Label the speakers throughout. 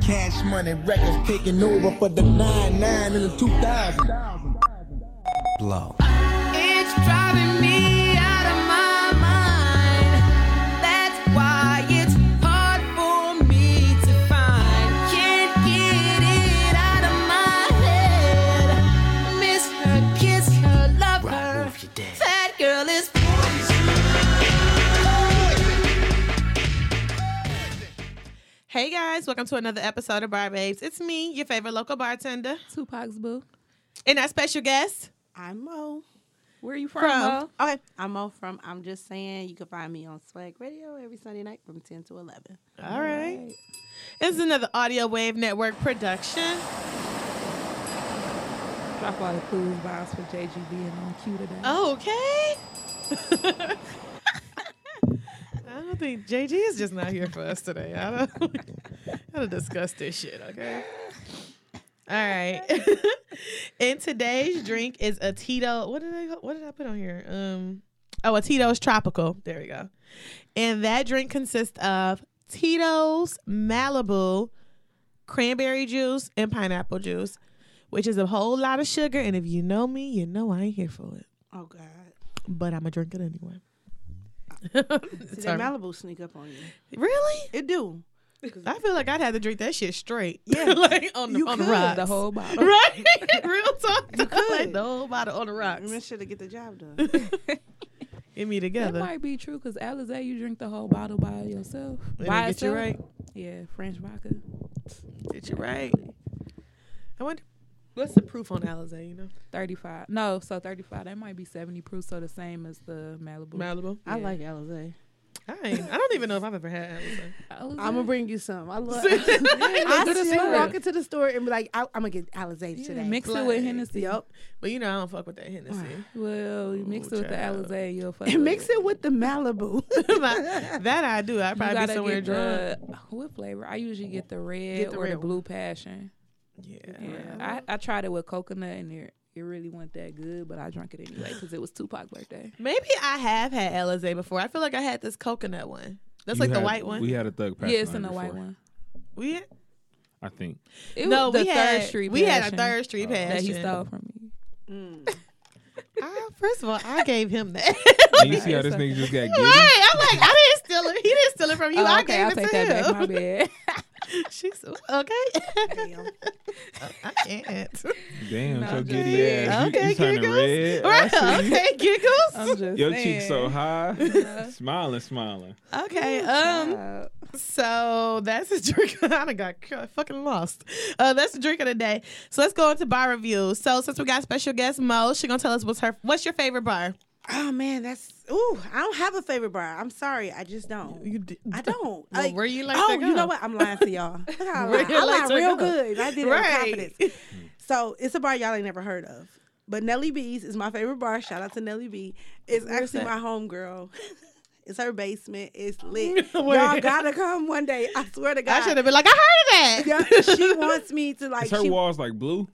Speaker 1: Cash money records taking over for the 9 9 in the 2000. Blow.
Speaker 2: It's driving me out of my mind. That's why it's hard for me to find. Can't get it out of my head. Miss her, kiss her, love her. That girl is
Speaker 3: Hey guys, welcome to another episode of Bar Babes. It's me, your favorite local bartender,
Speaker 4: Tupac's boo.
Speaker 3: and our special guest
Speaker 4: I'm Mo. Where are you from?
Speaker 3: from. Okay.
Speaker 4: I'm Mo from I'm Just Saying. You can find me on Swag Radio every Sunday night from 10 to 11.
Speaker 3: All right. This is another Audio Wave Network production.
Speaker 5: Drop all the cool vibes for JGB and on cue today.
Speaker 3: Okay. I don't think JG is just not here for us today. I don't gotta discuss this shit, okay? All right. and today's drink is a Tito. What did I what did I put on here? Um oh a Tito's tropical. There we go. And that drink consists of Tito's Malibu cranberry juice and pineapple juice, which is a whole lot of sugar. And if you know me, you know I ain't here for it
Speaker 4: Oh, God.
Speaker 3: but I'm gonna drink it anyway.
Speaker 4: See,
Speaker 3: Sorry.
Speaker 4: that Malibu sneak up on you.
Speaker 3: Really?
Speaker 4: It do.
Speaker 3: I feel like I'd have to drink that shit straight.
Speaker 4: Yeah.
Speaker 3: like on the
Speaker 4: You
Speaker 3: on the
Speaker 4: could.
Speaker 3: rocks.
Speaker 5: The whole bottle.
Speaker 3: right? Real talk. You like
Speaker 4: could.
Speaker 3: the whole bottle on the
Speaker 4: I'm not
Speaker 3: rocks.
Speaker 4: sure to get the job done.
Speaker 3: Get me
Speaker 5: That
Speaker 3: together.
Speaker 5: might be true because Alizé, you drink the whole bottle by yourself.
Speaker 3: Let me
Speaker 5: by
Speaker 3: get you
Speaker 5: itself.
Speaker 3: right.
Speaker 5: Yeah, French vodka.
Speaker 3: Get you right. I wonder what's the proof on Alizé, you know?
Speaker 5: 35. No, so 35. That might be 70 proof, so the same as the Malibu.
Speaker 3: Malibu.
Speaker 4: I
Speaker 5: Yeah.
Speaker 4: like Alizé.
Speaker 3: I ain't, I don't even know if I've ever had Alizé.
Speaker 5: Alizé.
Speaker 4: I'm going to bring you some. I love
Speaker 5: Yeah,
Speaker 4: I
Speaker 5: good as
Speaker 4: still
Speaker 5: fuck.
Speaker 4: walk into the store and be like, I, I'm going to get Alizé
Speaker 5: Yeah,
Speaker 4: today.
Speaker 5: mix it with
Speaker 3: Like,
Speaker 5: Hennessy.
Speaker 4: Yup.
Speaker 3: But you know I don't fuck with that Hennessy.
Speaker 5: Well, you mix
Speaker 3: Ooh,
Speaker 5: it with the
Speaker 3: child.
Speaker 5: Alizé, you'll fuck
Speaker 4: And
Speaker 5: with
Speaker 4: mix it with the Malibu.
Speaker 3: Like, that I do. I'd
Speaker 5: You
Speaker 3: probably be
Speaker 5: gotta
Speaker 3: somewhere
Speaker 5: get
Speaker 3: drunk.
Speaker 5: the what flavor? I usually get the red
Speaker 4: Get the
Speaker 5: or
Speaker 4: red
Speaker 5: the
Speaker 4: one.
Speaker 5: blue passion.
Speaker 3: Yeah.
Speaker 5: Yeah,
Speaker 3: Uh-huh.
Speaker 5: I, I tried it with coconut and it it really wasn't that good, but I drank it anyway because it was Tupac's birthday.
Speaker 3: Maybe I have had Alizé before. I feel like I had this coconut one. That's
Speaker 6: You
Speaker 3: like the
Speaker 6: had-
Speaker 3: white one.
Speaker 6: We had a thug passion.
Speaker 5: yeah, it's in the
Speaker 6: before,
Speaker 5: white one.
Speaker 3: we
Speaker 6: I think.
Speaker 5: It
Speaker 3: no,
Speaker 5: was the
Speaker 3: we had,
Speaker 5: third street.
Speaker 3: We had a
Speaker 5: Passion
Speaker 3: third street
Speaker 6: Oh,
Speaker 3: passion.
Speaker 5: that he stole from me.
Speaker 3: I- first of all, I gave him that.
Speaker 6: And you see how this nigga just got giddy?
Speaker 3: right? I'm like, I didn't steal it. He didn't steal it from you.
Speaker 5: Oh,
Speaker 3: I
Speaker 5: okay,
Speaker 3: gave
Speaker 5: I'll
Speaker 3: it
Speaker 5: take
Speaker 3: to
Speaker 5: that
Speaker 3: him.
Speaker 5: back. My bad.
Speaker 3: She's okay. Oh,
Speaker 4: Damn.
Speaker 3: I can't.
Speaker 6: Damn,
Speaker 5: No,
Speaker 6: your
Speaker 5: I'm
Speaker 6: giddy
Speaker 5: just-
Speaker 6: ass. You,
Speaker 3: Okay,
Speaker 6: you turning
Speaker 3: giggles.
Speaker 6: red. I see
Speaker 3: Right?
Speaker 6: you.
Speaker 3: Okay, giggles.
Speaker 5: I'm just
Speaker 6: Your
Speaker 5: saying. Uh-huh.
Speaker 6: cheeks so high. smiling, smiling.
Speaker 3: Okay. Um.
Speaker 5: Uh,
Speaker 3: So that's a drink. I done got cu- fucking lost. Uh, that's the drink of the day. So let's go into bar reviews. So since we got special guest Mo, she gonna tell us what's her what's your favorite bar?
Speaker 4: Oh man, that's ooh. I don't have a favorite bar. I'm sorry, I just don't.
Speaker 3: d-
Speaker 4: I don't.
Speaker 3: Well,
Speaker 4: Like,
Speaker 3: where you like
Speaker 4: oh,
Speaker 3: to
Speaker 4: you
Speaker 3: go?
Speaker 4: know what? I'm lying to y'all. Look how I
Speaker 3: Where
Speaker 4: lie.
Speaker 3: you
Speaker 4: I lie
Speaker 3: like to go?
Speaker 4: real good. I did it
Speaker 3: Right.
Speaker 4: with confidence. So it's a bar y'all ain't never heard of, but Nelly B's is my favorite bar. Shout out to Nelly B. It's actually my
Speaker 3: that?
Speaker 4: homegirl. It's her basement. It's lit.
Speaker 3: Where?
Speaker 4: Y'all gotta come one day. I swear to
Speaker 3: I
Speaker 4: God.
Speaker 3: should have been like, I heard of that.
Speaker 4: Yeah, she wants me to like.
Speaker 6: Is her
Speaker 4: she,
Speaker 6: walls like blue?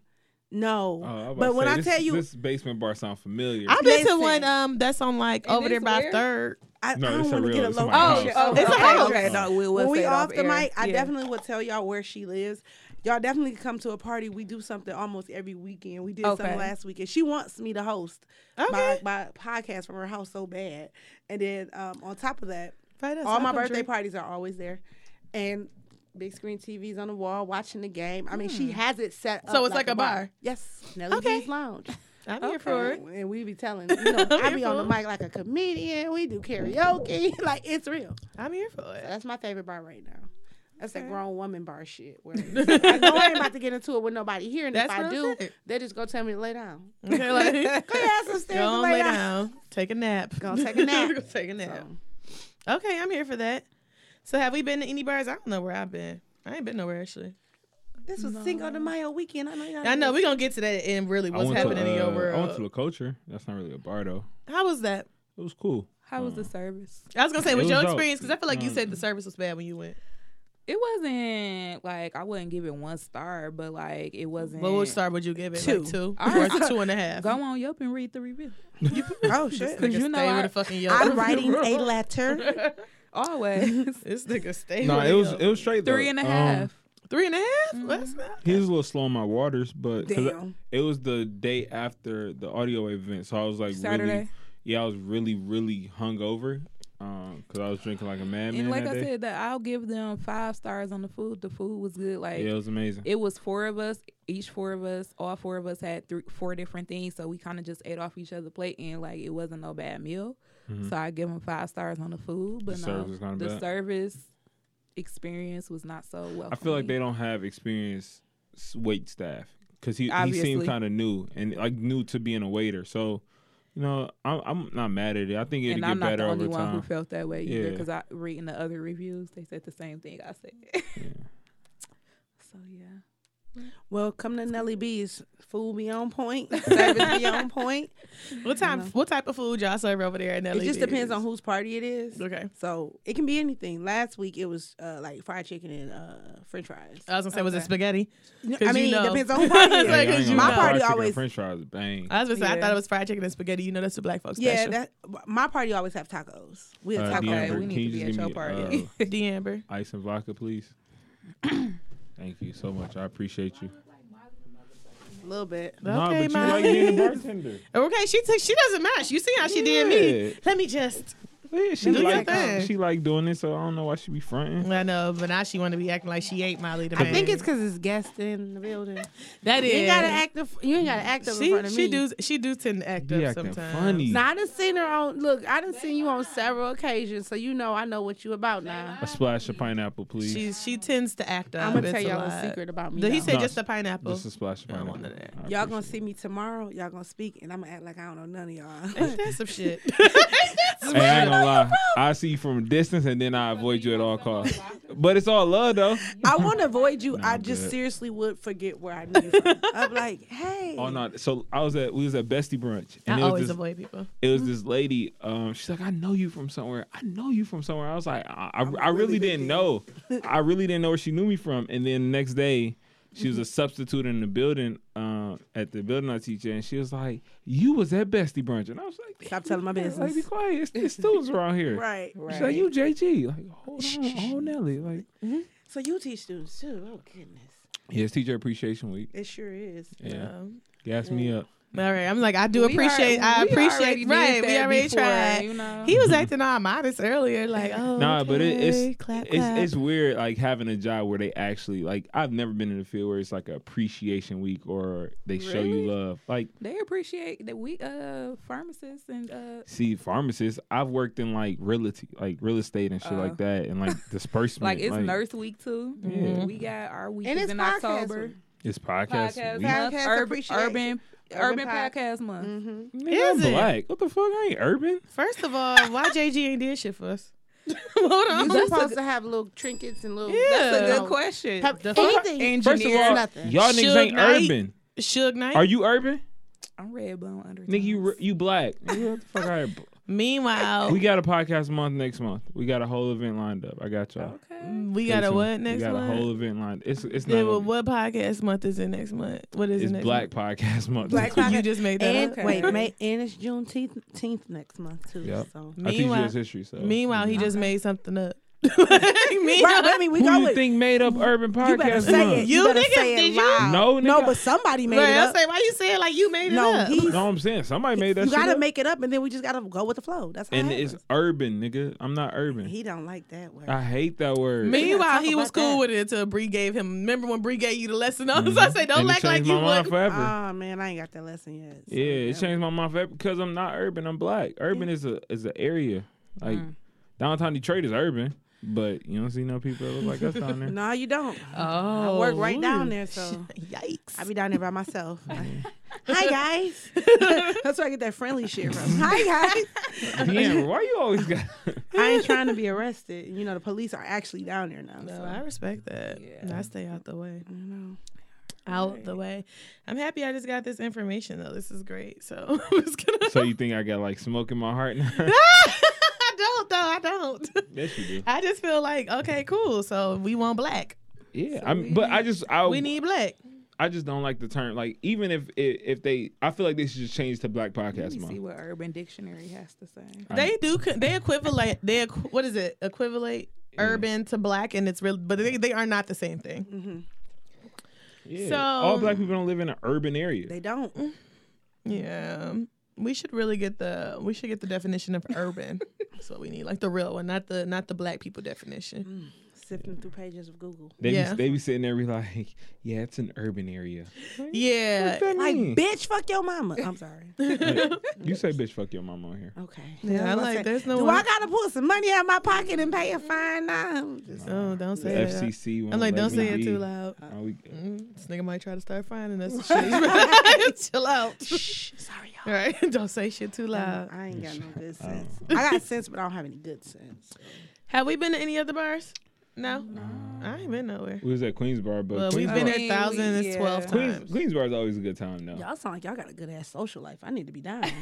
Speaker 4: no,
Speaker 6: Oh, I was about
Speaker 4: but
Speaker 6: to
Speaker 4: when
Speaker 6: say,
Speaker 4: I
Speaker 6: this-
Speaker 4: tell you,
Speaker 6: this basement bar sound familiar.
Speaker 3: I've been to
Speaker 4: Listen.
Speaker 3: one um that's on like
Speaker 5: And
Speaker 3: over there
Speaker 5: it's
Speaker 3: by
Speaker 5: where?
Speaker 3: third.
Speaker 4: I,
Speaker 6: No,
Speaker 4: I
Speaker 6: it's
Speaker 4: don't
Speaker 6: a
Speaker 4: want to
Speaker 6: real-
Speaker 4: get a
Speaker 6: it's
Speaker 4: low.
Speaker 6: somebody's
Speaker 5: oh,
Speaker 6: house.
Speaker 5: oh,
Speaker 3: It's a
Speaker 5: okay,
Speaker 3: house.
Speaker 5: Okay, no, we will
Speaker 4: when we
Speaker 5: say it
Speaker 4: off the
Speaker 5: air.
Speaker 4: mic, I
Speaker 5: Yeah.
Speaker 4: definitely will tell y'all where she lives. Y'all definitely can come to a party. We do something almost every weekend. We did
Speaker 5: Okay.
Speaker 4: something last weekend. She wants me to host
Speaker 3: Okay.
Speaker 4: my, my podcast from her house so bad. And then um, on top of that,
Speaker 3: Fight us,
Speaker 4: all my
Speaker 3: I'll come
Speaker 4: birthday
Speaker 3: drink.
Speaker 4: parties are always there. And big screen TVs on the wall, watching the game. I mean, she has it set up.
Speaker 3: So it's like a bar?
Speaker 4: Yes. Nelly
Speaker 3: Okay.
Speaker 4: D's Lounge.
Speaker 3: I'm here for it.
Speaker 4: And we be telling, you know, I be on the mic like a comedian. We do karaoke. like, it's real.
Speaker 3: I'm here for it.
Speaker 4: That's my favorite bar right now. That's that grown woman bar shit. Where I know I ain't about to get into it with nobody here, and
Speaker 3: That's
Speaker 4: if
Speaker 3: what
Speaker 4: I
Speaker 3: I'm
Speaker 4: do,
Speaker 3: saying.
Speaker 4: they just go tell me to lay down.
Speaker 3: Okay, like,
Speaker 4: Go ass upstairs
Speaker 3: go
Speaker 4: and
Speaker 3: on,
Speaker 4: lay,
Speaker 3: lay
Speaker 4: down.
Speaker 3: down. Take a nap.
Speaker 4: Gonna take a nap.
Speaker 3: Go take a nap. Okay, I'm here for that. So have we been to any bars? I don't know where I've been. I ain't been nowhere actually.
Speaker 4: This was Cinco de Mayo weekend. I know y'all.
Speaker 3: I know we're gonna get to that and really
Speaker 6: I
Speaker 3: what's
Speaker 6: went to,
Speaker 3: happening in your
Speaker 6: uh, I went
Speaker 3: world.
Speaker 6: to La Culture. That's not really a bar though.
Speaker 3: How was that?
Speaker 6: It was cool.
Speaker 5: How was the service?
Speaker 3: I was gonna say,
Speaker 6: It
Speaker 3: was
Speaker 6: was
Speaker 3: your
Speaker 6: dope.
Speaker 3: experience? Because I feel like you
Speaker 6: Um,
Speaker 3: said the service was bad when you went.
Speaker 5: It wasn't like I wouldn't give it one star, but like it wasn't.
Speaker 3: What would star would you give it? Like
Speaker 4: Two.
Speaker 3: two
Speaker 5: All right.
Speaker 3: or two and a half?
Speaker 5: Go on Yelp and read the review.
Speaker 4: Oh shit!
Speaker 3: Because
Speaker 5: you
Speaker 3: you know,
Speaker 5: know
Speaker 3: stay
Speaker 5: I-
Speaker 3: with a fucking yo.
Speaker 4: I'm writing a letter.
Speaker 5: Always
Speaker 3: This nigga stay.
Speaker 6: No,
Speaker 3: with
Speaker 6: it
Speaker 3: a
Speaker 6: was
Speaker 3: yo.
Speaker 6: it was straight though.
Speaker 5: three and a
Speaker 6: Um,
Speaker 5: half.
Speaker 3: Three and a half? That's not.
Speaker 6: He was a little slow on my waters, but 'cause I-
Speaker 4: Damn.
Speaker 6: it was the day after the audio event, so I was like
Speaker 5: Saturday.
Speaker 6: Really, yeah, I was really really hungover because I was drinking like a madman.
Speaker 5: and like
Speaker 6: that
Speaker 5: I
Speaker 6: day.
Speaker 5: said, that I'll give them five stars on the food. The food was good. Like
Speaker 6: yeah, it was amazing.
Speaker 5: it was four of us. Each four of us, all four of us had three, four different things. So we kind of just ate off each other's plate, and like it wasn't no bad meal. So I give them five stars on the food, but
Speaker 6: Mm-hmm. The
Speaker 5: no,
Speaker 6: service was kinda
Speaker 5: the
Speaker 6: bad.
Speaker 5: service experience was not so well.
Speaker 6: I feel like they don't have experienced s- wait staff because he, he seemed
Speaker 5: Obviously.
Speaker 6: kind of new and like new to being a waiter. So, you know, I'm, I'm not mad at it. I think it'll
Speaker 5: And
Speaker 6: get
Speaker 5: I'm not
Speaker 6: better
Speaker 5: the only
Speaker 6: over
Speaker 5: one who
Speaker 6: time.
Speaker 5: felt that way either,
Speaker 6: Yeah.
Speaker 5: because I reading the other reviews, they said the same thing I said. So yeah.
Speaker 4: Well, come to Nelly B's. Food be on point. Service be on point.
Speaker 3: What time? What type of food y'all serve over there at
Speaker 4: It
Speaker 3: Nelly's?
Speaker 4: just depends on whose party it is.
Speaker 3: Okay.
Speaker 4: So it can be anything. Last week it was uh, like fried chicken and uh, French fries.
Speaker 3: I was gonna say, was it
Speaker 5: Okay.
Speaker 3: spaghetti?
Speaker 4: I
Speaker 3: 'Cause you
Speaker 4: mean,
Speaker 3: know.
Speaker 4: depends on who party. it
Speaker 3: It's
Speaker 4: is.
Speaker 6: Yeah,
Speaker 3: like,
Speaker 6: I ain't
Speaker 3: 'cause
Speaker 6: gonna
Speaker 3: you know.
Speaker 6: lie,
Speaker 4: My party
Speaker 6: fried chicken and
Speaker 4: always-
Speaker 6: French fries, bang.
Speaker 3: I was gonna say, I
Speaker 5: Yeah.
Speaker 3: thought it was fried chicken and spaghetti. You know, that's a black folks
Speaker 4: yeah,
Speaker 3: special.
Speaker 4: that my party always have tacos. We have
Speaker 6: Uh,
Speaker 4: tacos.
Speaker 6: Deanna,
Speaker 5: Okay, we
Speaker 6: can
Speaker 5: need
Speaker 6: you
Speaker 5: to be
Speaker 6: just
Speaker 5: at
Speaker 6: give
Speaker 5: your
Speaker 6: me,
Speaker 5: party.
Speaker 6: uh,
Speaker 3: D Amber.
Speaker 6: ice and vodka, please. Thank you so much. I appreciate you.
Speaker 4: A little bit.
Speaker 6: Nah, but you
Speaker 3: Molly.
Speaker 6: like being a bartender.
Speaker 3: Okay, she took. She doesn't match. You see how she did me.
Speaker 6: Yeah.
Speaker 3: Let me just.
Speaker 6: Yeah, she
Speaker 3: Do your
Speaker 6: like
Speaker 3: thing.
Speaker 6: she like doing this, so I don't know why she be fronting.
Speaker 3: I know, but now she want to be acting like she ate Molly. The
Speaker 4: I think it's because it's guests in the building.
Speaker 3: that is.
Speaker 4: You ain't gotta act. The, you ain't gotta act up in
Speaker 3: She
Speaker 4: front of me.
Speaker 3: she do she do tend to act
Speaker 6: You
Speaker 3: up
Speaker 6: acting
Speaker 3: sometimes.
Speaker 6: funny.
Speaker 4: Now I done seen her on. Look, I done seen you on several occasions, so you know I know what you about now.
Speaker 6: A splash of pineapple, please.
Speaker 3: She she tends to act up.
Speaker 4: I'm gonna
Speaker 3: It's
Speaker 4: tell y'all a,
Speaker 3: lot.
Speaker 4: secret about me.
Speaker 3: Did he
Speaker 4: though.
Speaker 3: say
Speaker 6: No,
Speaker 3: just the pineapple?
Speaker 6: Just a splash of
Speaker 3: I don't
Speaker 6: pineapple.
Speaker 3: want that.
Speaker 6: I
Speaker 4: Y'all gonna see
Speaker 6: appreciate
Speaker 4: me tomorrow. Y'all gonna speak, and I'm gonna act like I don't know none of y'all.
Speaker 3: Ain't that some shit?
Speaker 6: it. Hey, I ain't gonna lie. I see you from a distance and then I avoid you at all costs. But it's all love though.
Speaker 4: I want to avoid you.
Speaker 6: Nah,
Speaker 4: I
Speaker 6: I'm
Speaker 4: just
Speaker 6: good.
Speaker 4: seriously would forget where I knew you from. I'm like, hey.
Speaker 6: Oh no! So I was at we was at Bestie brunch, and
Speaker 3: I
Speaker 6: it was
Speaker 3: always
Speaker 6: this,
Speaker 3: avoid people.
Speaker 6: it was this lady. Um, she's like, I know you from somewhere. I know you from somewhere. I was like, I, I, I really didn't know. I really didn't know where she knew me from. And then the next day, she was a substitute in the building uh, at the building I teach at, and she was like, "You was at Bestie brunch," and I was like,
Speaker 4: Stop telling my
Speaker 6: "Damn, Like, be
Speaker 4: business.
Speaker 6: quiet. It's, it's students around here."
Speaker 4: Right.
Speaker 6: She's like, "You JG?" Like, hold on, hold Nelly. Like,
Speaker 4: So you teach students too. Oh goodness.
Speaker 6: yeah, it's Teacher Appreciation Week.
Speaker 4: It sure is.
Speaker 6: Yeah,
Speaker 3: Um,
Speaker 6: gas me up.
Speaker 3: all right, I'm like I do
Speaker 5: We
Speaker 3: appreciate.
Speaker 5: are-
Speaker 3: I
Speaker 5: we already
Speaker 3: appreciate.
Speaker 5: did
Speaker 3: Right, we
Speaker 5: that
Speaker 3: already
Speaker 5: before,
Speaker 3: tried.
Speaker 5: You know?
Speaker 3: He was acting all modest earlier, like oh.
Speaker 6: Mm-hmm. Nah, but it,
Speaker 3: okay,
Speaker 6: it's
Speaker 3: clap,
Speaker 6: it's
Speaker 3: clap.
Speaker 6: it's weird like having a job where they actually like I've never been in a field where it's like an appreciation week or they show you
Speaker 5: Really?
Speaker 6: love. Like
Speaker 5: They appreciate that we uh pharmacists and uh
Speaker 6: see pharmacists, I've worked in like realty like real estate and shit
Speaker 5: Uh.
Speaker 6: like that and like
Speaker 5: like
Speaker 6: disbursement.
Speaker 5: it's Nurse Week too.
Speaker 6: Yeah.
Speaker 5: We got our week
Speaker 4: And
Speaker 5: is
Speaker 4: it's
Speaker 5: in
Speaker 4: podcast
Speaker 5: October.
Speaker 4: week.
Speaker 6: It's podcast,
Speaker 5: Podcast,
Speaker 6: week.
Speaker 5: month,
Speaker 4: Podcast
Speaker 5: urb-
Speaker 4: appreciation.
Speaker 5: urban urban
Speaker 4: Urban pod- Mm-hmm.
Speaker 5: podcast month.
Speaker 6: Nigga, I'm
Speaker 3: Is it?
Speaker 6: black. What the fuck? I ain't urban.
Speaker 3: First of all, why JG ain't did shit for us? Hold on.
Speaker 4: You're supposed to have little trinkets and little.
Speaker 3: Yeah.
Speaker 5: That's a
Speaker 3: Oh.
Speaker 5: good question.
Speaker 3: Have the
Speaker 4: Anything.
Speaker 3: engineer.
Speaker 6: First of all,
Speaker 4: nothing.
Speaker 6: y'all niggas
Speaker 3: Suge
Speaker 6: ain't
Speaker 3: Knight.
Speaker 6: urban.
Speaker 3: Suge Knight.
Speaker 6: Are you urban?
Speaker 5: I'm red bone under.
Speaker 6: Nigga, you r- you black. Nigga, what the fuck? I ain't bl-
Speaker 3: Meanwhile,
Speaker 6: We
Speaker 3: we,
Speaker 6: got a podcast month next month. We got a whole event lined up. I got y'all.
Speaker 5: Okay.
Speaker 3: got
Speaker 6: Stay
Speaker 3: a
Speaker 6: tuned.
Speaker 3: what next
Speaker 6: We got
Speaker 3: month?
Speaker 6: a whole event lined. It's it's not.
Speaker 3: Then
Speaker 6: gonna
Speaker 3: what,
Speaker 6: be-
Speaker 3: what podcast month is it next month? What is
Speaker 6: It's
Speaker 3: it next
Speaker 6: Black Podcast Month.
Speaker 4: Black
Speaker 3: month?
Speaker 4: Podcast.
Speaker 3: You just made that
Speaker 4: And
Speaker 3: up.
Speaker 4: wait,
Speaker 5: Okay.
Speaker 4: May and it's Juneteenth next month too.
Speaker 6: Yep.
Speaker 4: So.
Speaker 6: I teach
Speaker 3: Meanwhile-
Speaker 6: U.S. history, so.
Speaker 3: Meanwhile, he just made something up. Meanwhile,
Speaker 4: Right, I mean, we
Speaker 6: Who
Speaker 4: go
Speaker 6: you
Speaker 4: with.
Speaker 6: think made up Urban Podcast
Speaker 4: you better say it.
Speaker 6: Month?
Speaker 4: You,
Speaker 3: You
Speaker 4: better
Speaker 3: niggas,
Speaker 4: say
Speaker 3: did
Speaker 4: it
Speaker 3: you?
Speaker 4: loud.
Speaker 6: No,
Speaker 4: no,
Speaker 6: nigga.
Speaker 4: but somebody made
Speaker 3: Right,
Speaker 4: it
Speaker 3: I
Speaker 4: up.
Speaker 3: say why you saying like you made it
Speaker 4: No,
Speaker 3: up?
Speaker 4: he's.
Speaker 6: You know what I'm saying? Somebody made that
Speaker 4: you
Speaker 6: shit
Speaker 4: gotta
Speaker 6: up.
Speaker 4: make it up, and then we just gotta go with the flow. That's how
Speaker 6: and
Speaker 4: it
Speaker 6: it's
Speaker 4: is.
Speaker 6: urban, nigga. I'm not urban.
Speaker 4: He don't like that word.
Speaker 6: I hate that word.
Speaker 3: Meanwhile,
Speaker 4: talk
Speaker 3: he was
Speaker 4: about
Speaker 3: cool
Speaker 4: that.
Speaker 3: with it until Bree gave him. Remember when Bree gave you the lesson on? So I say, don't
Speaker 6: Mm-hmm. And it
Speaker 3: act like
Speaker 6: changed
Speaker 3: you
Speaker 6: my mind
Speaker 3: would.
Speaker 6: forever.
Speaker 4: Oh man, I ain't got that lesson yet. so
Speaker 6: yeah, it
Speaker 4: that-
Speaker 6: changed my mind forever because I'm not urban. I'm black. Urban is a is an area. Like
Speaker 3: Mm.
Speaker 6: downtown Detroit is urban, but you don't see no people that look like us down there.
Speaker 4: No, you don't. I
Speaker 3: Oh,
Speaker 4: work right down
Speaker 3: ooh. Mm.
Speaker 4: there, so
Speaker 3: Yikes!
Speaker 4: I be down there by myself. Hi guys. That's where I get that friendly shit from. Hi guys.
Speaker 6: Damn, why you always got?
Speaker 4: I ain't trying to be arrested. You know, the police are actually down there now.
Speaker 3: No,
Speaker 4: so.
Speaker 3: I respect that.
Speaker 5: Yeah.
Speaker 3: I stay out the way.
Speaker 4: you know.
Speaker 3: Out the way. I'm happy I just got this information though. This is great. So I'm just gonna.
Speaker 6: so you think I got like smoke in my heart now?
Speaker 3: I don't though. I don't.
Speaker 6: yes, you do.
Speaker 3: I just feel like okay, cool. So we want black.
Speaker 6: Yeah, I'm, but I just I
Speaker 3: We need black.
Speaker 6: I just don't like the term. Like even if if, if they, I feel like they should just change to Black
Speaker 5: Let me
Speaker 6: Podcast
Speaker 5: see
Speaker 6: Month.
Speaker 5: what Urban Dictionary has to say.
Speaker 6: I-
Speaker 3: They do. co- They equivalent. They equ- what is it? Equivalent. urban to black, and it's real, but they, they are not the same thing.
Speaker 6: Yeah.
Speaker 3: So-
Speaker 6: all black people don't live in an urban area.
Speaker 4: They don't. Mm.
Speaker 3: Yeah, we should really get the we should get the definition of urban. That's what we need, like the real one, not the not the black people definition.
Speaker 4: Sifting through pages of Google.
Speaker 6: They
Speaker 3: Yeah.
Speaker 6: be they be sitting there be like, yeah, it's an urban area.
Speaker 3: Yeah,
Speaker 6: What that
Speaker 4: Like,
Speaker 6: mean?
Speaker 4: bitch, fuck your mama. I'm sorry.
Speaker 6: you say bitch, fuck your mama on here.
Speaker 4: Okay.
Speaker 3: Yeah, I
Speaker 4: was gonna
Speaker 3: like-
Speaker 4: say,
Speaker 3: there's no
Speaker 4: Do
Speaker 3: one-
Speaker 4: I gotta pull some money out of my pocket and pay a fine? Nah, I'm just-
Speaker 3: oh, don't
Speaker 6: The
Speaker 3: say it.
Speaker 6: FCC. won't
Speaker 3: I'm like,
Speaker 6: let
Speaker 3: don't
Speaker 6: me
Speaker 3: say it
Speaker 6: be.
Speaker 3: too loud.
Speaker 6: Are Oh, we-
Speaker 3: Mm, This nigga might try to start finding us. Shit. Chill out.
Speaker 4: sorry,
Speaker 3: All
Speaker 4: y'all.
Speaker 3: right, don't say shit too loud.
Speaker 4: I ain't got no good
Speaker 3: Oh.
Speaker 4: sense. I got sense, but I don't have any good sense.
Speaker 3: Have we been to any other bars? No, I ain't been nowhere.
Speaker 6: We was at Queens Bar, but
Speaker 3: Well,
Speaker 6: Queens,
Speaker 3: we've been
Speaker 6: Bar,
Speaker 3: there thousand and
Speaker 5: Yeah.
Speaker 3: twelve
Speaker 6: Queens,
Speaker 3: times.
Speaker 6: Queens Bar is always a good time, though.
Speaker 4: Y'all sound like y'all got a good ass social life. I need to be dying.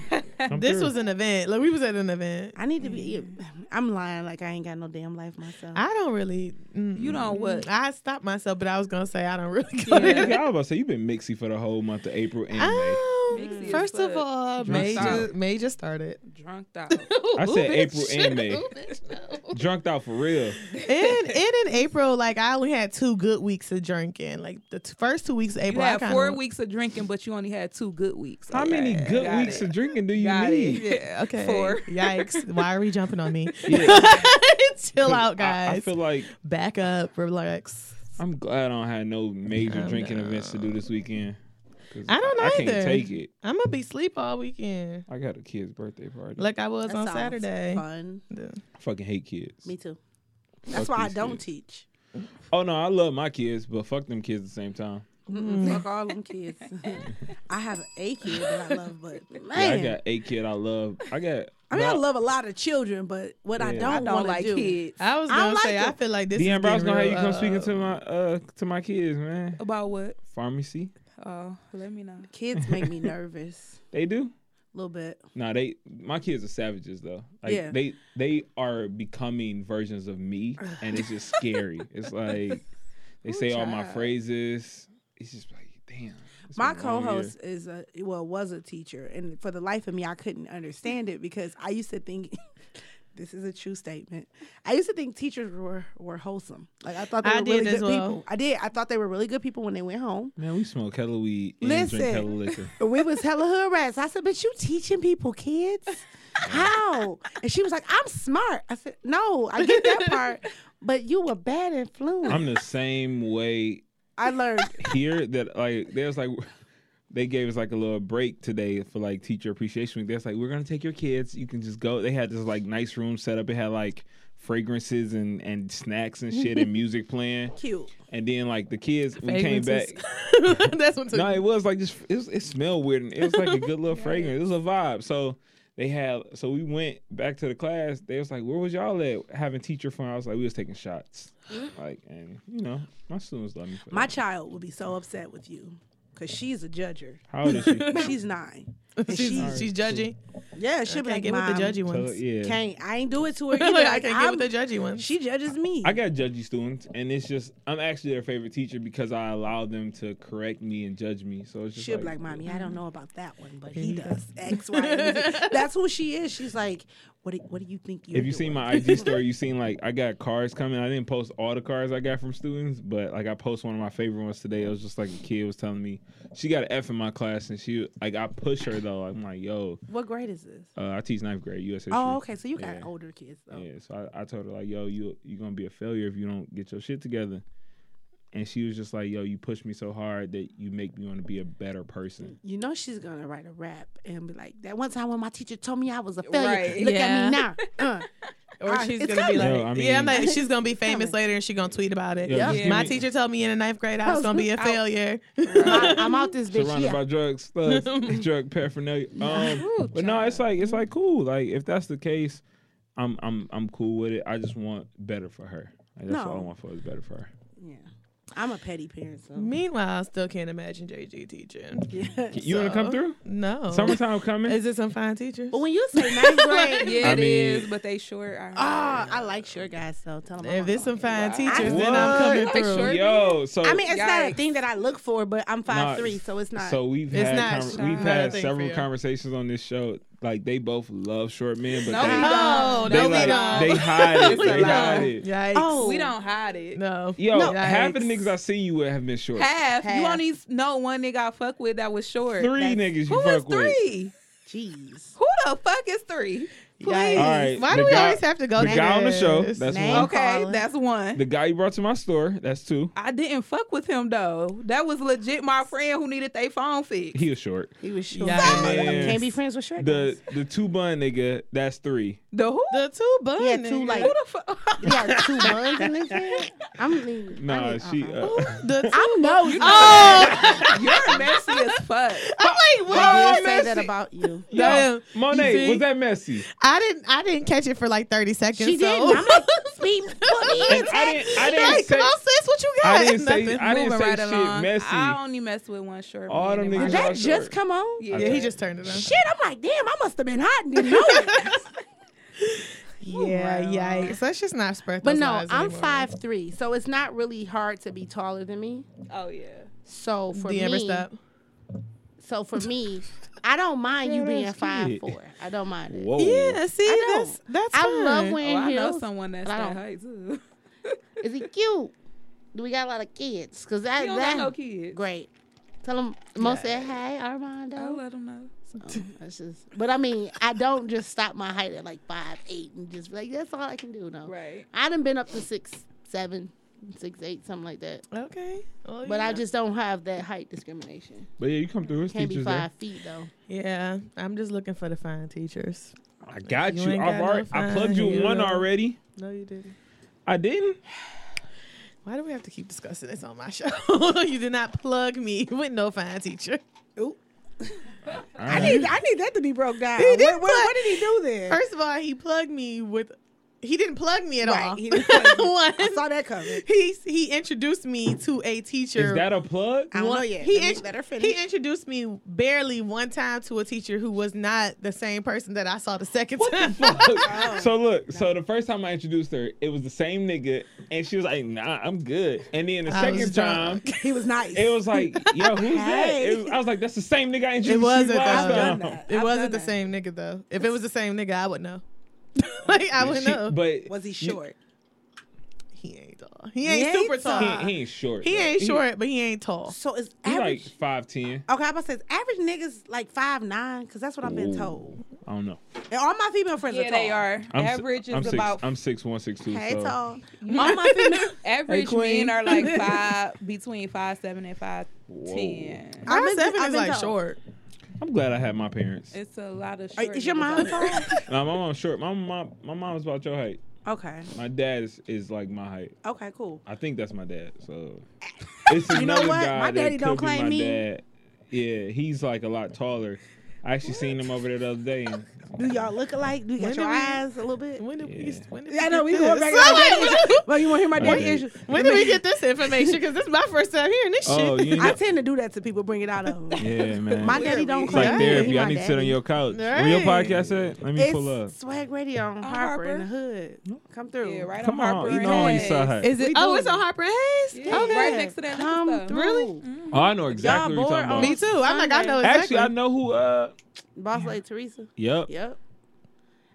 Speaker 6: I'm
Speaker 3: This
Speaker 6: sure.
Speaker 3: was an event. Like we was at an event.
Speaker 4: I need to be. I'm lying, like I ain't got no damn life myself.
Speaker 3: I don't really. mm,
Speaker 5: You don't what?
Speaker 3: I stopped myself, but I was gonna say I don't really. Go
Speaker 5: Yeah.
Speaker 3: there.
Speaker 6: Okay, I was about to say you've been mixy for the whole month of April and May.
Speaker 3: Um,
Speaker 5: Mixy as
Speaker 3: first of
Speaker 5: fuck.
Speaker 3: all,
Speaker 6: Drunk
Speaker 3: Major,
Speaker 6: style.
Speaker 3: Major started.
Speaker 5: Drunk out.
Speaker 6: I
Speaker 3: Ooh,
Speaker 6: said
Speaker 3: bitch.
Speaker 6: April and May.
Speaker 3: Ooh, bitch, no.
Speaker 6: Drunked out for real.
Speaker 3: and, and in April, like I only had two good weeks of drinking. Like the t- first two weeks of
Speaker 5: You
Speaker 3: April, I
Speaker 5: had
Speaker 3: kinda,
Speaker 5: four weeks of drinking, but you only had two good weeks.
Speaker 6: How many
Speaker 5: Okay,
Speaker 6: good
Speaker 5: got
Speaker 6: weeks
Speaker 5: it.
Speaker 6: of drinking do you
Speaker 5: Got it.
Speaker 6: need?
Speaker 3: Yeah, okay.
Speaker 5: Four.
Speaker 3: Yikes! Why are we jumping on me?
Speaker 6: Yeah.
Speaker 3: Chill out,
Speaker 6: I-
Speaker 3: guys.
Speaker 6: I, feel like
Speaker 3: Back up, relax. I'm,
Speaker 6: I'm glad I don't have no major
Speaker 3: Oh,
Speaker 6: drinking events to do this weekend. 'Cause
Speaker 3: I don't
Speaker 6: I, can't
Speaker 3: either.
Speaker 6: take it.
Speaker 3: gonna be sleep all weekend,
Speaker 6: I got a kid's birthday party.
Speaker 3: like I was
Speaker 4: That
Speaker 3: on
Speaker 4: sounds
Speaker 3: Saturday.
Speaker 4: Fun.
Speaker 6: I fucking hate kids.
Speaker 4: Me too. That's
Speaker 6: Fuck
Speaker 4: why I
Speaker 6: these
Speaker 4: don't
Speaker 6: kids.
Speaker 4: teach.
Speaker 6: Oh no, I love my kids, but fuck them kids at the same time.
Speaker 4: Mm-mm, Fuck all them kids. I have a kid that I love, but
Speaker 6: Yeah, I
Speaker 4: man,
Speaker 6: got a kid I love. I got.
Speaker 4: I mean, I
Speaker 6: Nah,
Speaker 4: love a lot of children, but what I
Speaker 6: Yeah.
Speaker 4: don't,
Speaker 5: I don't
Speaker 4: want
Speaker 5: like
Speaker 4: to do,
Speaker 5: kids.
Speaker 3: I was
Speaker 4: I
Speaker 3: gonna
Speaker 4: don't like
Speaker 3: say I
Speaker 4: it.
Speaker 3: fow's like this. is
Speaker 6: Deanne Brown's
Speaker 3: getting
Speaker 6: gonna have
Speaker 3: real,
Speaker 6: you come speaking
Speaker 3: uh,
Speaker 6: to my uh to my kids, man.
Speaker 5: About what?
Speaker 6: Pharmacy,
Speaker 5: Oh, let me know.
Speaker 4: Kids make me nervous
Speaker 6: they do.
Speaker 4: a little bit.
Speaker 6: Nah, they my kids are savages though. Like
Speaker 4: Yeah.
Speaker 6: they they are becoming versions of me, and it's just scary. it's like they say all my
Speaker 5: child.
Speaker 6: phrases. It's just like damn. it's
Speaker 4: My
Speaker 6: been a long
Speaker 4: co-host
Speaker 6: year.
Speaker 4: is a well was a teacher, and for the life of me, I couldn't understand it because I used to think this is a true statement. I used to think teachers were were wholesome. Like I thought they
Speaker 3: I
Speaker 4: were
Speaker 3: did
Speaker 4: really
Speaker 3: as
Speaker 4: good
Speaker 3: well.
Speaker 4: people. I did. I thought they were really good people when they went home.
Speaker 6: man, we smoke hella weed and drink
Speaker 4: Listen.
Speaker 6: hella liquor.
Speaker 4: But we was hella hood rats. I said, "But you teaching people kids? How?" And she was like, "I'm smart." I said, "No, I get that part, but you a bad influence."
Speaker 6: I'm the same way
Speaker 4: I learned
Speaker 6: here that like there's like they gave us like a little break today for like teacher appreciation week. That's like we're gonna take your kids. You can just go. They had this like nice room set up. It had like fragrances and and snacks and shit and music playing.
Speaker 4: cute.
Speaker 6: And then like the kids, we came back.
Speaker 3: fragrances. That's what took
Speaker 6: No,
Speaker 3: me.
Speaker 6: it was like just it, was- it smelled weird. And it was like a good little fragrance. It was a vibe. So they had so we went back to the class. They was like, "Where was y'all at having teacher fun?" I was like, "We was taking shots." Like and you know my students love me. For
Speaker 4: My
Speaker 6: that.
Speaker 4: child would be so upset with you because she's a judger.
Speaker 6: how old is she?
Speaker 4: She's nine. And
Speaker 3: she's,
Speaker 4: she-
Speaker 3: she's judging.
Speaker 4: Yeah, she'll be
Speaker 3: Can't
Speaker 4: like,
Speaker 3: get with the judgy
Speaker 4: Mom,
Speaker 6: So,
Speaker 3: ones.
Speaker 6: yeah,
Speaker 4: Can't I ain't do it to her either.
Speaker 3: like, I
Speaker 4: Like,
Speaker 3: can't
Speaker 4: I'm-
Speaker 3: get with the judgy ones.
Speaker 4: She judges me.
Speaker 6: I got judgy students, and it's just I'm actually their favorite teacher because I allow them to correct me and judge me. So it's just
Speaker 4: She'll be
Speaker 6: like,
Speaker 4: like, Mommy, I
Speaker 3: mm.
Speaker 4: don't know about that one, but he does X, Y, and Z. That's who she is. She's like, What do, what do you think you're
Speaker 6: If you seen
Speaker 4: doing?"
Speaker 6: my IG story, you seen like I got cards coming. I didn't post all the cards I got from students, but like I post one of my favorite ones today. It was just like a kid was telling me she got an F in my class, and she like I push her though. I'm like, yo,
Speaker 4: What grade is this?
Speaker 6: uh, I teach ninth grade U.S. history.
Speaker 4: Oh, okay. So you got
Speaker 6: Yeah.
Speaker 4: older kids though.
Speaker 6: Yeah, so I, I told her like, yo, you you gonna be a failure if you don't get your shit together. And she was just like, yo, you push me so hard that you make me want to be a better person.
Speaker 4: You know she's gonna write a rap and be like, That one time when my teacher told me I was a failure.
Speaker 5: Right.
Speaker 4: Look
Speaker 3: Yeah.
Speaker 4: at me now. Uh.
Speaker 3: Or
Speaker 4: Ah,
Speaker 3: she's
Speaker 4: it's
Speaker 3: gonna be like,
Speaker 6: coming. No, I mean-
Speaker 3: yeah, I'm like, she's gonna be famous
Speaker 4: coming.
Speaker 3: later and she gonna tweet about it.
Speaker 6: Yo, just give
Speaker 3: My
Speaker 6: me-
Speaker 3: teacher told me in the ninth grade I was
Speaker 4: How's
Speaker 3: gonna be
Speaker 4: me
Speaker 3: a
Speaker 4: out?
Speaker 3: failure.
Speaker 4: I, am out this bitch.
Speaker 6: surrounded
Speaker 4: Yeah.
Speaker 6: by drugs, thugs, drug paraphernalia. Um, but no, it's like it's like cool. Like if that's the case, I'm I'm I'm cool with it. I just want better for her. Like, that's all I
Speaker 4: No.
Speaker 6: want for is better for her.
Speaker 4: yeah. I'm a petty parent, so
Speaker 3: Meanwhile, I still can't imagine JG teaching.
Speaker 4: yeah.
Speaker 6: You want to come
Speaker 3: So-
Speaker 6: through?
Speaker 3: No.
Speaker 6: Summertime coming.
Speaker 3: Is it some fine teachers?
Speaker 4: But when you say ninth grade,
Speaker 5: Yeah,
Speaker 6: I
Speaker 5: it is,
Speaker 6: mean-
Speaker 5: but they short. I heard.
Speaker 4: Oh, I like short guys though. Tell them
Speaker 3: If there's some fine
Speaker 5: Wow.
Speaker 3: teachers, then I'm coming
Speaker 5: What?
Speaker 3: through.
Speaker 5: Sure.
Speaker 6: Yo, so
Speaker 4: I mean, it's not a
Speaker 5: Yikes.
Speaker 4: thing that I look for, but I'm five
Speaker 6: Nah,
Speaker 4: three, so it's not.
Speaker 6: so we've
Speaker 3: It's
Speaker 6: had
Speaker 3: not
Speaker 6: conver-
Speaker 3: shy.
Speaker 6: we've
Speaker 3: Not a
Speaker 6: had
Speaker 3: thing for
Speaker 6: several
Speaker 3: you.
Speaker 6: conversations on this show like they both love short men, but
Speaker 5: No,
Speaker 6: they,
Speaker 5: we
Speaker 3: No,
Speaker 5: don't.
Speaker 6: they
Speaker 3: no, we
Speaker 6: like
Speaker 3: don't.
Speaker 6: they hide it.
Speaker 5: It's a
Speaker 6: they
Speaker 5: lie.
Speaker 6: hide it.
Speaker 3: Yikes.
Speaker 4: Oh.
Speaker 5: we don't hide it.
Speaker 3: No.
Speaker 6: Yo,
Speaker 3: no.
Speaker 6: half of the
Speaker 3: Yikes.
Speaker 6: niggas I see you with have been short.
Speaker 5: Half. You
Speaker 4: Half.
Speaker 5: only know one nigga I fuck with that was short.
Speaker 6: Three niggas
Speaker 5: Who
Speaker 6: you
Speaker 5: is
Speaker 6: fuck with.
Speaker 5: three?
Speaker 4: Jeez.
Speaker 5: Who the fuck is three?
Speaker 3: Yikes.
Speaker 4: Please.
Speaker 6: All right,
Speaker 3: Why
Speaker 6: the
Speaker 3: do we
Speaker 6: guy-
Speaker 3: always have to go
Speaker 6: the
Speaker 3: through
Speaker 6: guy on the
Speaker 3: this?
Speaker 6: show, that's
Speaker 4: Name
Speaker 6: one.
Speaker 5: Okay,
Speaker 4: calling.
Speaker 5: that's one.
Speaker 6: The guy you brought to my store, that's two.
Speaker 5: I didn't fuck with him though. That was legit my friend who needed their phone fixed.
Speaker 6: He was short.
Speaker 4: He was short.
Speaker 3: Yeah.
Speaker 6: then-
Speaker 4: Can't be friends with short.
Speaker 6: The
Speaker 4: guys.
Speaker 6: the two bun nigga, that's three.
Speaker 5: The who?
Speaker 3: The two buns.
Speaker 4: He had two, like-
Speaker 5: who the fuck?
Speaker 4: You got two buns in his head. I'm leaving.
Speaker 6: Nah, she.
Speaker 3: uh-huh.
Speaker 6: Uh,
Speaker 3: The two.
Speaker 4: I know. You
Speaker 3: Oh,
Speaker 5: You're messy as fuck.
Speaker 3: I'm like, what?
Speaker 4: I
Speaker 3: I,
Speaker 4: did say that about you.
Speaker 6: Yo,
Speaker 3: Damn. You
Speaker 6: Monet,
Speaker 3: see?
Speaker 6: was that messy?
Speaker 3: didn't. I didn't catch it for like 30 seconds.
Speaker 4: She
Speaker 3: so.
Speaker 4: didn't. I'm like, speak.
Speaker 6: And I didn't. I didn't
Speaker 3: Like,
Speaker 6: say.
Speaker 3: come on, sis, what you got?
Speaker 6: I didn't say.
Speaker 3: Nothing.
Speaker 6: I didn't
Speaker 5: Moving
Speaker 6: say
Speaker 5: right
Speaker 6: shit
Speaker 5: along.
Speaker 6: messy.
Speaker 5: I only mess with one short.
Speaker 6: All
Speaker 5: man
Speaker 6: them
Speaker 5: in my life.
Speaker 6: niggas
Speaker 4: That
Speaker 6: short.
Speaker 4: just come on.
Speaker 5: Yeah.
Speaker 3: yeah, he just turned it on.
Speaker 4: Shit, I'm like, damn, I must have been hot and didn't know it.
Speaker 3: Yeah,
Speaker 5: Right along.
Speaker 3: yikes. Let's just not spread
Speaker 4: But
Speaker 3: those
Speaker 4: no,
Speaker 3: lies
Speaker 4: I'm
Speaker 3: anymore.
Speaker 4: five three, so it's not really hard to be taller than me.
Speaker 5: Oh yeah.
Speaker 4: So for
Speaker 3: Do you
Speaker 4: me,
Speaker 3: ever stop?
Speaker 4: so for me, I don't mind you
Speaker 6: Yeah,
Speaker 4: being
Speaker 6: that's
Speaker 4: five
Speaker 6: cute.
Speaker 4: four. I don't mind it.
Speaker 6: Whoa.
Speaker 3: Yeah, see,
Speaker 4: I don't.
Speaker 3: that's that's.
Speaker 4: I love
Speaker 3: fine.
Speaker 5: Oh,
Speaker 4: wearing
Speaker 5: I know
Speaker 4: heels.
Speaker 5: someone that's
Speaker 4: I
Speaker 5: that
Speaker 4: don't-
Speaker 5: height too.
Speaker 4: Is he cute? Do we got a lot of kids? Cause that
Speaker 5: You don't
Speaker 4: that
Speaker 5: got no kids.
Speaker 4: great. Tell him Mo said hey Armando.
Speaker 5: I'll let them know.
Speaker 4: So, that's just, but I mean, I don't just stop my height at like five eight and just be like that's all I can do now.
Speaker 5: Right.
Speaker 4: I done been up to six seven, six eight, something like that.
Speaker 3: Okay.
Speaker 5: Oh,
Speaker 3: Well,
Speaker 4: But
Speaker 3: Oh, yeah.
Speaker 4: I just don't have that height discrimination.
Speaker 6: But yeah, you come through his
Speaker 4: Can't be
Speaker 6: teachers there.
Speaker 4: five feet though.
Speaker 3: Yeah, I'm just looking for the fine teachers.
Speaker 6: I got
Speaker 3: You
Speaker 6: you.
Speaker 3: ain't got
Speaker 6: I've
Speaker 3: no
Speaker 6: already. I
Speaker 3: fine
Speaker 6: plugged you in one
Speaker 3: heel.
Speaker 6: already.
Speaker 3: No, you didn't.
Speaker 6: I didn't.
Speaker 3: Why do we have to keep discussing this on my show? you did not plug me with no fine teacher.
Speaker 6: All
Speaker 7: I
Speaker 6: right.
Speaker 7: need, I need that to be broke down.
Speaker 3: He
Speaker 7: What,
Speaker 3: did
Speaker 7: what,
Speaker 3: put-
Speaker 7: what did he do then?
Speaker 3: First of all, he plugged me with. He didn't plug me at all.
Speaker 7: Right, he didn't plug you.
Speaker 3: One.
Speaker 7: I saw that coming.
Speaker 3: He he introduced me to a teacher.
Speaker 6: Is that a plug?
Speaker 7: I don't
Speaker 3: One-
Speaker 7: know yet.
Speaker 3: He,
Speaker 7: Let me-
Speaker 3: int-
Speaker 7: let her finish.
Speaker 3: he introduced me barely one time to a teacher who was not the same person that I saw the second time.
Speaker 6: so look, so the first time I introduced her, it was the same nigga, and she was like, "Nah, I'm good." And then the
Speaker 3: I was
Speaker 6: second time,
Speaker 3: drunk.
Speaker 7: He was nice.
Speaker 6: it was like, "Yo, who's that?"
Speaker 7: Hey.
Speaker 6: It was- I was like, "That's the same nigga I introduced
Speaker 3: It
Speaker 6: you
Speaker 3: wasn't
Speaker 6: last
Speaker 3: though.
Speaker 7: done
Speaker 6: time."
Speaker 7: that.
Speaker 3: It
Speaker 7: I've
Speaker 3: wasn't
Speaker 7: done
Speaker 3: the
Speaker 7: that.
Speaker 3: same nigga though. If it was the same nigga, I would know. like I would
Speaker 6: She-
Speaker 3: know.
Speaker 6: But
Speaker 7: was he
Speaker 6: you-
Speaker 7: short?
Speaker 3: he ain't tall. He ain't
Speaker 7: ain't
Speaker 3: super
Speaker 7: tall.
Speaker 3: tall.
Speaker 6: He, ain't- he ain't short.
Speaker 3: He
Speaker 6: though.
Speaker 3: ain't short, but he ain't tall.
Speaker 7: So is
Speaker 6: He
Speaker 7: average.
Speaker 6: like five ten.
Speaker 7: okay, I'm about to say is average niggas like five nine because that's what I've been told.
Speaker 6: I don't know.
Speaker 7: And all my female friends are
Speaker 5: Yeah,
Speaker 7: tall.
Speaker 5: they are.
Speaker 6: I'm si-
Speaker 5: average is
Speaker 6: I'm six,
Speaker 5: about
Speaker 6: I'm six one six two.
Speaker 7: Hey,
Speaker 6: so.
Speaker 7: tall. All my female.
Speaker 5: average
Speaker 3: queen.
Speaker 5: men are like five between five seven and five ten.
Speaker 3: Five
Speaker 7: been-
Speaker 3: seven
Speaker 7: I've been
Speaker 3: is like
Speaker 7: told.
Speaker 3: short.
Speaker 6: I'm glad I had my parents.
Speaker 5: It's a lot of
Speaker 7: Are-
Speaker 5: short.
Speaker 7: Is your
Speaker 5: niggas
Speaker 7: mom
Speaker 5: out there.
Speaker 7: tall?
Speaker 6: Now my mom's short. My mom, my mom's about your height.
Speaker 7: Okay.
Speaker 6: My dad is, is like my height.
Speaker 7: Okay. Cool.
Speaker 6: I think that's my dad. So it's
Speaker 7: You know
Speaker 6: another
Speaker 7: what?
Speaker 6: guy
Speaker 7: My
Speaker 6: that
Speaker 7: daddy
Speaker 6: could
Speaker 7: don't
Speaker 6: be
Speaker 7: claim
Speaker 6: my
Speaker 7: me.
Speaker 6: Dad. Yeah, he's like a lot taller. I actually seen him over there the other day. And
Speaker 7: Do y'all look alike? Do you got
Speaker 3: When
Speaker 7: your
Speaker 3: do we-
Speaker 7: eyes a little bit?
Speaker 3: When did we?
Speaker 6: Yeah.
Speaker 3: When did
Speaker 7: Yeah, I know. We
Speaker 3: get
Speaker 7: going back.
Speaker 3: this? I'm
Speaker 7: out
Speaker 3: like,
Speaker 7: there. Well, you want to hear my daddy
Speaker 6: Okay.
Speaker 7: issue?
Speaker 3: when did we get this information? Because this is my first time hearing this
Speaker 6: oh,
Speaker 3: shit.
Speaker 6: you
Speaker 7: I
Speaker 6: know,
Speaker 7: tend to do that to people. Bring it out of them.
Speaker 6: yeah, man.
Speaker 7: My daddy don't
Speaker 6: it's
Speaker 7: claim
Speaker 6: like
Speaker 7: me, he
Speaker 6: therapy. I
Speaker 7: my
Speaker 6: need to sit on
Speaker 7: daddy.
Speaker 6: your couch. Where your
Speaker 3: Right.
Speaker 6: podcast at? Let me pull up.
Speaker 7: It's swag radio on Harper, in the hood. Come through.
Speaker 5: Yeah, right
Speaker 6: Come
Speaker 5: on
Speaker 6: on,
Speaker 5: Harper.
Speaker 6: you
Speaker 5: and
Speaker 6: know on your
Speaker 5: Hayes.
Speaker 6: side.
Speaker 3: Is it?
Speaker 7: We
Speaker 3: Oh,
Speaker 7: doing
Speaker 3: it's on
Speaker 7: it.
Speaker 3: Harper Hayes.
Speaker 5: Yeah,
Speaker 3: Okay.
Speaker 5: right next to that. liquor
Speaker 7: Come
Speaker 5: store.
Speaker 7: through.
Speaker 6: Oh, I know exactly what
Speaker 7: bored
Speaker 6: you're talking
Speaker 7: on-
Speaker 6: about.
Speaker 3: Me too. I'm like I know exactly.
Speaker 6: Actually, I know who. Uh,
Speaker 4: Boss Lady Teresa.
Speaker 6: yep.
Speaker 4: Yep.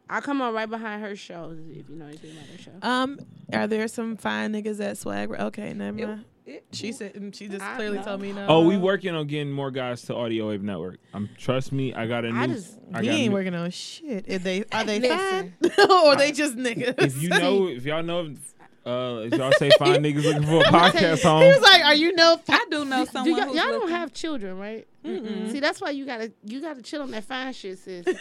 Speaker 4: I'll come on right behind her show if you know anything about her show.
Speaker 3: Um, are there some fine niggas at Swag? Okay, never
Speaker 5: It-
Speaker 3: mind.
Speaker 5: it-
Speaker 3: She said and she just
Speaker 4: I
Speaker 3: clearly
Speaker 4: know.
Speaker 3: told me no.
Speaker 6: Oh, we working on getting more guys to Audio Wave Network. Um, trust me, I got a new.
Speaker 4: I just-
Speaker 6: I
Speaker 3: He
Speaker 6: got a
Speaker 3: ain't
Speaker 6: new-
Speaker 3: working on shit. Are they are they fine
Speaker 4: Listen.
Speaker 3: or they just niggas?
Speaker 6: If you know, if y'all know, uh, if y'all say fine niggas looking for a podcast
Speaker 3: he was
Speaker 6: home,
Speaker 3: like, "Are you no fine?"
Speaker 5: I do know someone.
Speaker 4: Do y'all, y'all
Speaker 5: who's
Speaker 4: don't
Speaker 5: looking.
Speaker 4: have children, right? See, that's why you gotta you gotta chill on that fine shit, sis. you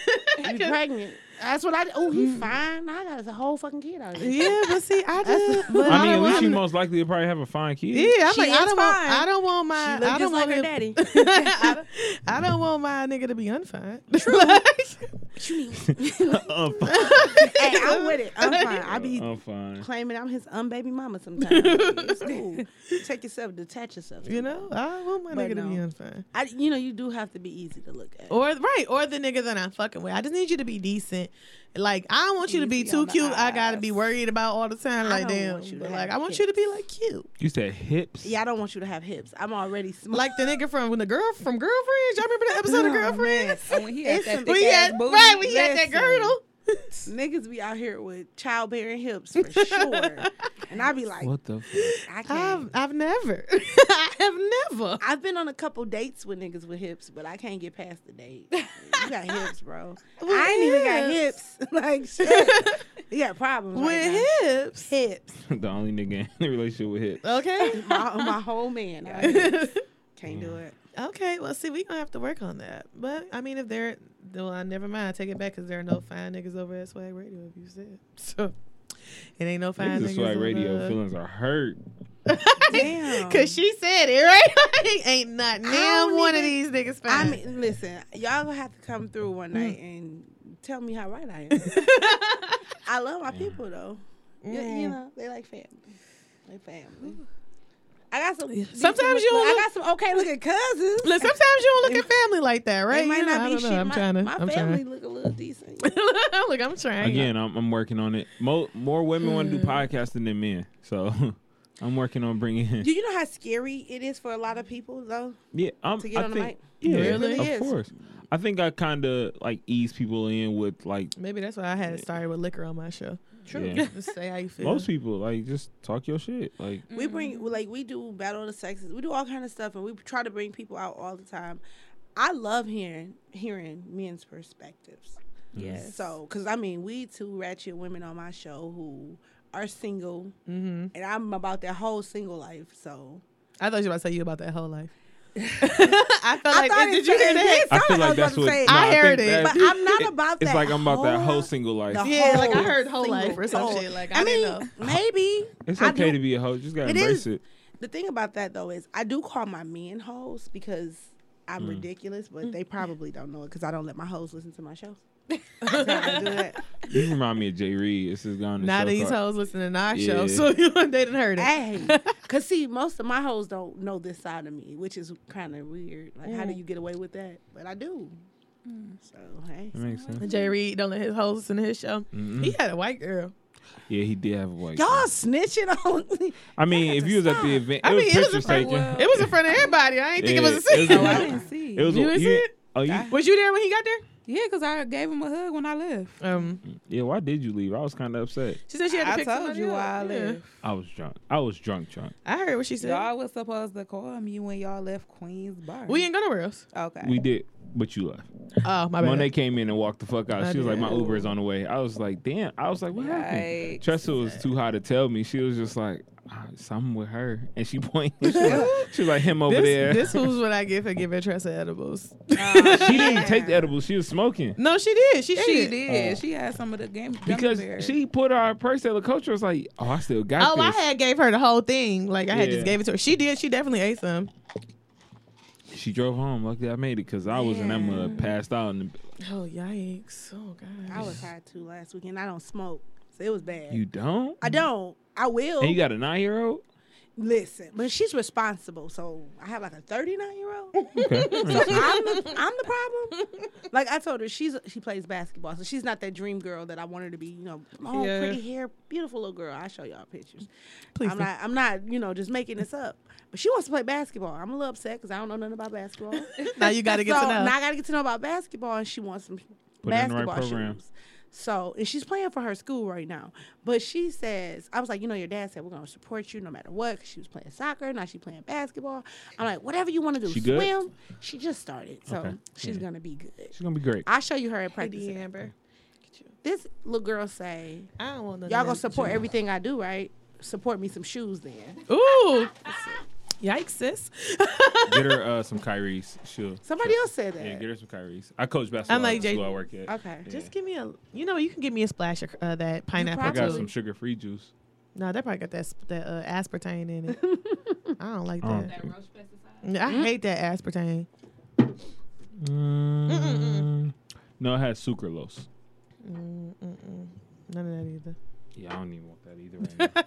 Speaker 4: pregnant? That's what I. Oh, he fine. I got a whole fucking kid out of this.
Speaker 3: Mm. Yeah, but see, I just. But
Speaker 6: I mean,
Speaker 3: don't
Speaker 6: at least
Speaker 3: want-
Speaker 6: you most likely to probably have a fine kid.
Speaker 3: Yeah, I'm
Speaker 7: She
Speaker 3: like,
Speaker 7: is
Speaker 3: I don't want.
Speaker 7: fine.
Speaker 3: I don't want my.
Speaker 7: She look just
Speaker 3: I don't
Speaker 7: like
Speaker 3: want
Speaker 7: her
Speaker 3: him-
Speaker 7: daddy.
Speaker 3: I, don't, I don't want my nigga to be unfine. Like,
Speaker 6: I'm
Speaker 7: hey, I'm with it. I'm fine. I be
Speaker 6: fine. I'm fine.
Speaker 7: claiming I'm his
Speaker 4: um
Speaker 7: unbaby mama sometimes. It's cool. Take yourself, detach yourself.
Speaker 3: you know, I want my
Speaker 7: But
Speaker 3: nigga to be
Speaker 7: no.
Speaker 3: unfine.
Speaker 7: I, you know, you do have to be easy to look at.
Speaker 3: Or right, or the nigga that I'm fucking with. I just need you to be decent. Like I don't want you to be
Speaker 7: Easy
Speaker 3: too
Speaker 7: on the
Speaker 3: cute. I gotta
Speaker 7: eyes.
Speaker 3: be worried about all the time. Like
Speaker 7: don't
Speaker 3: damn,
Speaker 7: want you to
Speaker 3: but
Speaker 7: have
Speaker 3: like I want you to be
Speaker 7: hips.
Speaker 3: like cute.
Speaker 6: You said hips.
Speaker 7: Yeah, I don't want you to have hips. I'm already small.
Speaker 3: Like the nigga from when the girl from Girlfriends. Y'all remember that episode
Speaker 7: Oh,
Speaker 3: of Girlfriends?
Speaker 5: And when he had that
Speaker 3: We
Speaker 5: thick ass
Speaker 3: had
Speaker 5: booty.
Speaker 3: right when you got that
Speaker 4: Listen.
Speaker 3: girdle.
Speaker 4: Niggas be out here with childbearing hips for sure. and I be like,
Speaker 6: What the fuck?
Speaker 4: I can't.
Speaker 3: I've, I've never. I have never.
Speaker 4: I've been on a couple dates with niggas with hips, but I can't get past the date. you got hips, bro. I ain't even got hips. like shit. You got problems. right now.
Speaker 3: With hips. Hips.
Speaker 6: the only nigga in a relationship with hips.
Speaker 3: Okay.
Speaker 4: My, my whole man. I can't do it.
Speaker 3: okay. Well, see, we gonna have to work on that. But I mean, if there, well, I never mind. I take it back because there are no fine niggas over at Swag Radio. If you said so, it ain't no fine
Speaker 6: Niggas
Speaker 3: niggas.
Speaker 6: is swag
Speaker 3: on,
Speaker 6: radio.
Speaker 3: uh,
Speaker 6: Feelings are hurt.
Speaker 4: Damn.
Speaker 3: Cause she said it right. Like, ain't not now
Speaker 4: don't
Speaker 3: one of these
Speaker 4: even-
Speaker 3: niggas
Speaker 4: I
Speaker 3: fine.
Speaker 4: mean, listen, y'all gonna have to come through
Speaker 3: Mm.
Speaker 4: one night and tell me how right I am. I love my people though. You- You,
Speaker 3: Mm.
Speaker 4: know, they like family. They family. I got some. decent
Speaker 3: Sometimes
Speaker 4: look-
Speaker 3: you don't
Speaker 4: I
Speaker 3: look-
Speaker 4: got some okay looking cousins.
Speaker 3: Look, sometimes you don't look at family like that,
Speaker 4: They
Speaker 3: right?
Speaker 4: might
Speaker 3: You know,
Speaker 4: not
Speaker 3: I
Speaker 4: be
Speaker 3: don't know.
Speaker 4: shit.
Speaker 3: I'm
Speaker 4: my
Speaker 3: trying to.
Speaker 4: my
Speaker 3: I'm
Speaker 4: family
Speaker 3: trying.
Speaker 4: look a little decent.
Speaker 3: look, I'm trying.
Speaker 6: Again, I'm, I'm working on it. Mo- more women want
Speaker 4: Hmm.
Speaker 6: to do podcasting than men, so I'm working on bringing. in.
Speaker 4: Do you know how scary it is for a lot of people though?
Speaker 6: Yeah, I'm,
Speaker 4: to get
Speaker 6: I
Speaker 4: on the
Speaker 6: think,
Speaker 4: mic?
Speaker 6: Yeah,
Speaker 3: It really
Speaker 6: of
Speaker 4: is.
Speaker 6: course. I think I kind of like ease people in with like
Speaker 3: Maybe that's why I had started with liquor on my show.
Speaker 6: yeah.
Speaker 3: Just say how you feel.
Speaker 6: most people. Like just talk your shit. Like
Speaker 4: We bring like we do battle of the sexes. We do all kind of stuff, and we try to bring people out all the time. I love hearing hearing men's perspectives.
Speaker 5: Yes.
Speaker 4: So, because I mean, we two ratchet women on my show who are single,
Speaker 3: Mhm.
Speaker 4: and I'm about their whole single life. So,
Speaker 3: I thought you were about to tell you about that whole life. I felt like,
Speaker 4: thought
Speaker 3: did
Speaker 4: it
Speaker 3: you hear
Speaker 4: said
Speaker 3: that?
Speaker 4: I
Speaker 6: I feel
Speaker 4: was
Speaker 6: like
Speaker 4: about
Speaker 6: that's
Speaker 4: to
Speaker 6: what
Speaker 4: say-
Speaker 6: no,
Speaker 3: I
Speaker 6: think
Speaker 3: heard it.
Speaker 6: that-
Speaker 4: but I'm not
Speaker 6: it-
Speaker 4: about that.
Speaker 6: It's like I'm about that
Speaker 4: whole-
Speaker 6: whole single life.
Speaker 4: the
Speaker 3: Yeah, like I
Speaker 4: whole
Speaker 3: heard whole
Speaker 4: single
Speaker 3: life or some
Speaker 4: thought.
Speaker 3: shit. Like I,
Speaker 4: mean,
Speaker 3: didn't know.
Speaker 4: maybe
Speaker 6: It's
Speaker 4: I
Speaker 6: okay
Speaker 4: do-
Speaker 6: to be a hoe. Just gotta
Speaker 4: It
Speaker 6: embrace
Speaker 4: is.
Speaker 6: it.
Speaker 4: The thing about that though is I do call my men hoes because I'm ridiculous, but they probably don't know it because I don't let my hoes listen to my show. That's how I do it.
Speaker 6: You remind me of Jay Reed. This is gone.
Speaker 3: Now these
Speaker 6: hoes.
Speaker 3: hoes listening to our show,
Speaker 6: Yeah.
Speaker 3: so they didn't heard it.
Speaker 4: Hey, cause see, most of my hoes don't know this side of me, which is kind of weird. Like, how do you get away with that? But I do. So hey,
Speaker 6: That makes sense.
Speaker 3: Jay Reed don't let his hoes listen to his show. He had a white girl.
Speaker 6: Yeah, he did have a white.
Speaker 4: y'all
Speaker 6: girl.
Speaker 4: snitching on.
Speaker 6: I mean, if you was at the event, it
Speaker 3: I
Speaker 6: was
Speaker 3: mean, it was
Speaker 6: pictures
Speaker 3: in front.
Speaker 6: taken.
Speaker 5: well,
Speaker 3: It was in front of everybody. I didn't think it was a
Speaker 6: Yeah,
Speaker 3: scene.
Speaker 6: it was-
Speaker 5: I didn't see.
Speaker 6: It was.
Speaker 3: You
Speaker 6: a-
Speaker 3: didn't see it?
Speaker 6: Oh, you
Speaker 3: Was you there when he got there?
Speaker 5: yeah, because I gave him a hug when I left.
Speaker 3: Um,
Speaker 6: Yeah, why did you leave? I was kind of upset.
Speaker 3: she said she had to
Speaker 5: I
Speaker 3: pick
Speaker 5: told
Speaker 3: somebody
Speaker 5: you
Speaker 3: up.
Speaker 5: why I
Speaker 3: Yeah.
Speaker 5: left.
Speaker 6: I was drunk. I was drunk, drunk.
Speaker 3: I heard what she said.
Speaker 5: Y'all was supposed to call me when y'all left Queens Bar.
Speaker 3: We ain't go nowhere else.
Speaker 5: okay.
Speaker 6: We did, but you left.
Speaker 3: Oh my bad.
Speaker 6: Monet came in and walked the fuck out.
Speaker 3: I
Speaker 6: she was like, "My
Speaker 3: did.
Speaker 6: Uber is on the way." I was like, "Damn!" I was like, "What happened?"
Speaker 5: Yikes.
Speaker 6: Tressa was too high to tell me. She was just like, ah, "Something with her," and she pointed. She was like, she was like, "Him over
Speaker 3: this,
Speaker 6: there."
Speaker 3: this was what I get for giving Tressa edibles.
Speaker 6: she didn't take the edible. She was smoking
Speaker 3: no, she did. She,
Speaker 5: she
Speaker 3: did.
Speaker 5: did. she had some of the game gummy
Speaker 6: Oh. because
Speaker 5: bears.
Speaker 6: she put her purse at the culture. Was like, "Oh, I still got
Speaker 3: Oh, I
Speaker 6: this."
Speaker 3: had gave her the whole thing. Like I had
Speaker 6: Yeah.
Speaker 3: just gave it to her. She did. She definitely ate some.
Speaker 6: she drove home. Luckily, I made it because I was in that mud, passed out. And
Speaker 3: Oh yikes! Oh god.
Speaker 4: I was high too last weekend. I don't smoke, so it was bad.
Speaker 6: you don't.
Speaker 4: I don't. I will
Speaker 6: And you got a nine year old.
Speaker 4: listen, but she's responsible. So I have like a 39 year old.
Speaker 6: Okay.
Speaker 4: So I'm the, I'm the problem. Like I told her, she's she plays basketball, so she's not that dream girl that I want her to be. You know, long,
Speaker 3: Yeah.
Speaker 4: pretty hair, beautiful little girl. I show y'all pictures.
Speaker 3: Please
Speaker 4: I'm
Speaker 3: do.
Speaker 4: not. I'm not. You know, just making this up. But she wants to play basketball. I'm a little upset because I don't know nothing about basketball.
Speaker 3: Now you got to get
Speaker 4: so
Speaker 3: to know.
Speaker 4: now I got to get to know about basketball, and she wants some
Speaker 6: Put her in the right
Speaker 4: basketball
Speaker 6: program.
Speaker 4: shoes. So, and she's playing for her school right now. But she says, I was like, you know, your dad said we're gonna support you no matter what. 'cause she was playing soccer, now she's playing basketball. I'm like, whatever you want to do,
Speaker 6: She good?
Speaker 4: swim. She just started, so
Speaker 6: Okay.
Speaker 4: she's
Speaker 6: Yeah.
Speaker 4: gonna be good.
Speaker 6: She's gonna be great.
Speaker 4: I'll show you her at practice.
Speaker 3: Hey,
Speaker 4: today.
Speaker 3: Amber.
Speaker 4: This little girl say,
Speaker 3: I don't want no.
Speaker 4: y'all gonna support everything I do, right? Support me some shoes then.
Speaker 3: Ooh. Yikes, sis.
Speaker 6: Get her uh, some Kyrie's. She'll.
Speaker 4: Somebody else said that.
Speaker 6: Yeah, get her some Kyrie's. I coach basketball.
Speaker 3: I'm like,
Speaker 6: at the
Speaker 3: Jay-
Speaker 6: school I work at.
Speaker 4: Okay.
Speaker 6: Yeah.
Speaker 3: Just give me a. You know, you can give me a splash of uh, that
Speaker 6: I
Speaker 3: pineapple.
Speaker 6: got
Speaker 3: too.
Speaker 6: some sugar free juice.
Speaker 3: No, that probably got that sp- that uh, aspartame in it. I don't like
Speaker 6: Oh.
Speaker 3: that. I hate that aspartame.
Speaker 6: Mm, no, it has sucralose.
Speaker 3: None of that either.
Speaker 6: Yeah, I don't even want that either. Right now.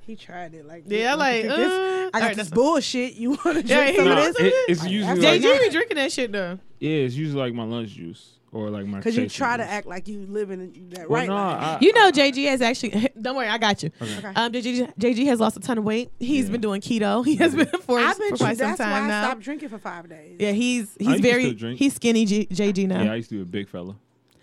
Speaker 4: He tried it like
Speaker 3: Yeah,
Speaker 4: "Mm,
Speaker 3: like
Speaker 4: you
Speaker 3: uh,
Speaker 4: think this- I got
Speaker 3: alright,
Speaker 4: this
Speaker 3: that's-
Speaker 4: bullshit. You want to drink
Speaker 3: Yeah, he-
Speaker 4: some
Speaker 6: Nah,
Speaker 4: of this?
Speaker 6: it- it's usually
Speaker 4: that's
Speaker 6: like,
Speaker 4: why
Speaker 3: JG be drinking that shit though.
Speaker 6: yeah, it's usually like my lunch juice or like my.
Speaker 4: Because you
Speaker 6: chase
Speaker 4: try to
Speaker 6: juice.
Speaker 4: act like you living in that
Speaker 6: Well,
Speaker 4: right
Speaker 6: no,
Speaker 4: life.
Speaker 6: I,
Speaker 3: You know, JG has actually. Don't worry, I got you.
Speaker 6: Okay.
Speaker 3: Um, JG, JG has lost a ton of weight. He's
Speaker 6: Yeah.
Speaker 3: been doing keto. He has been for,
Speaker 4: I've
Speaker 3: for
Speaker 4: been.
Speaker 3: quite some
Speaker 4: that's why
Speaker 3: time
Speaker 4: I
Speaker 3: now.
Speaker 4: stopped drinking for five days.
Speaker 3: Yeah, he's
Speaker 6: I
Speaker 3: he's
Speaker 6: used to
Speaker 3: very
Speaker 6: drink.
Speaker 3: he's skinny G, JG now.
Speaker 6: yeah, I used to be a big fella.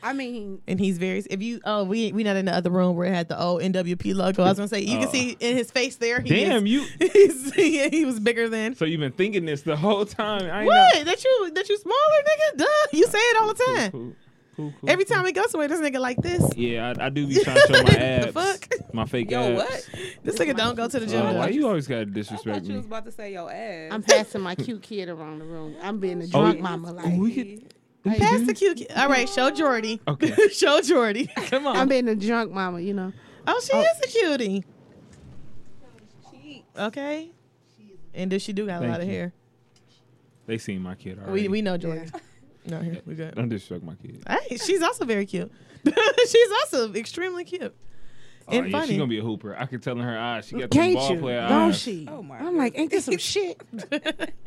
Speaker 8: I mean,
Speaker 3: and he's very. If you, oh, we we not in the other room where it had the old NWP logo. I was gonna say you
Speaker 6: Oh.
Speaker 3: can see in his face there. He
Speaker 6: Damn
Speaker 3: is,
Speaker 6: you!
Speaker 3: He's, he, he was bigger than.
Speaker 6: So you've been thinking this the whole time. I ain't
Speaker 3: What? That you that you smaller, nigga? Duh. You say it all the
Speaker 6: Know.
Speaker 3: time.
Speaker 6: Cool, cool, cool,
Speaker 3: Every
Speaker 6: cool.
Speaker 3: time he goes somewhere, this nigga like this.
Speaker 6: Yeah, I, I do be trying to show my
Speaker 3: The
Speaker 6: abs,
Speaker 3: fuck?
Speaker 6: my fake
Speaker 5: Yo,
Speaker 6: abs.
Speaker 5: what?
Speaker 3: This nigga don't go to the gym.
Speaker 6: Uh, why
Speaker 3: though.
Speaker 6: you always gotta
Speaker 5: I thought
Speaker 6: disrespect
Speaker 5: you
Speaker 6: me?
Speaker 5: was about to say your ass.
Speaker 4: I'm passing my cute kid around the room. I'm being a
Speaker 6: Oh,
Speaker 4: drunk
Speaker 6: yeah.
Speaker 4: mama.
Speaker 6: Oh,
Speaker 4: Like
Speaker 6: we could, we could
Speaker 3: Pass the
Speaker 6: do this?
Speaker 3: cute. All right, show Jordy.
Speaker 6: Okay.
Speaker 3: show Jordy. Come on.
Speaker 4: I'm being a drunk mama. You know.
Speaker 3: oh, she is a cutie. Okay. And does she do got a
Speaker 6: Thank
Speaker 3: lot of
Speaker 6: you.
Speaker 3: hair?
Speaker 6: They seen my kid already.
Speaker 3: We we know Jordy. No, here we good.
Speaker 6: Don't disrespect my kid.
Speaker 3: Hey, she's also very cute. she's also extremely cute
Speaker 6: Oh,
Speaker 3: and
Speaker 6: yeah,
Speaker 3: funny.
Speaker 6: she's gonna be a hooper. I could tell in her eyes. She got the
Speaker 4: Can't
Speaker 6: ball
Speaker 4: you?
Speaker 6: player
Speaker 4: Don't
Speaker 6: eyes.
Speaker 4: she?
Speaker 5: Oh my
Speaker 4: I'm like, ain't this some shit?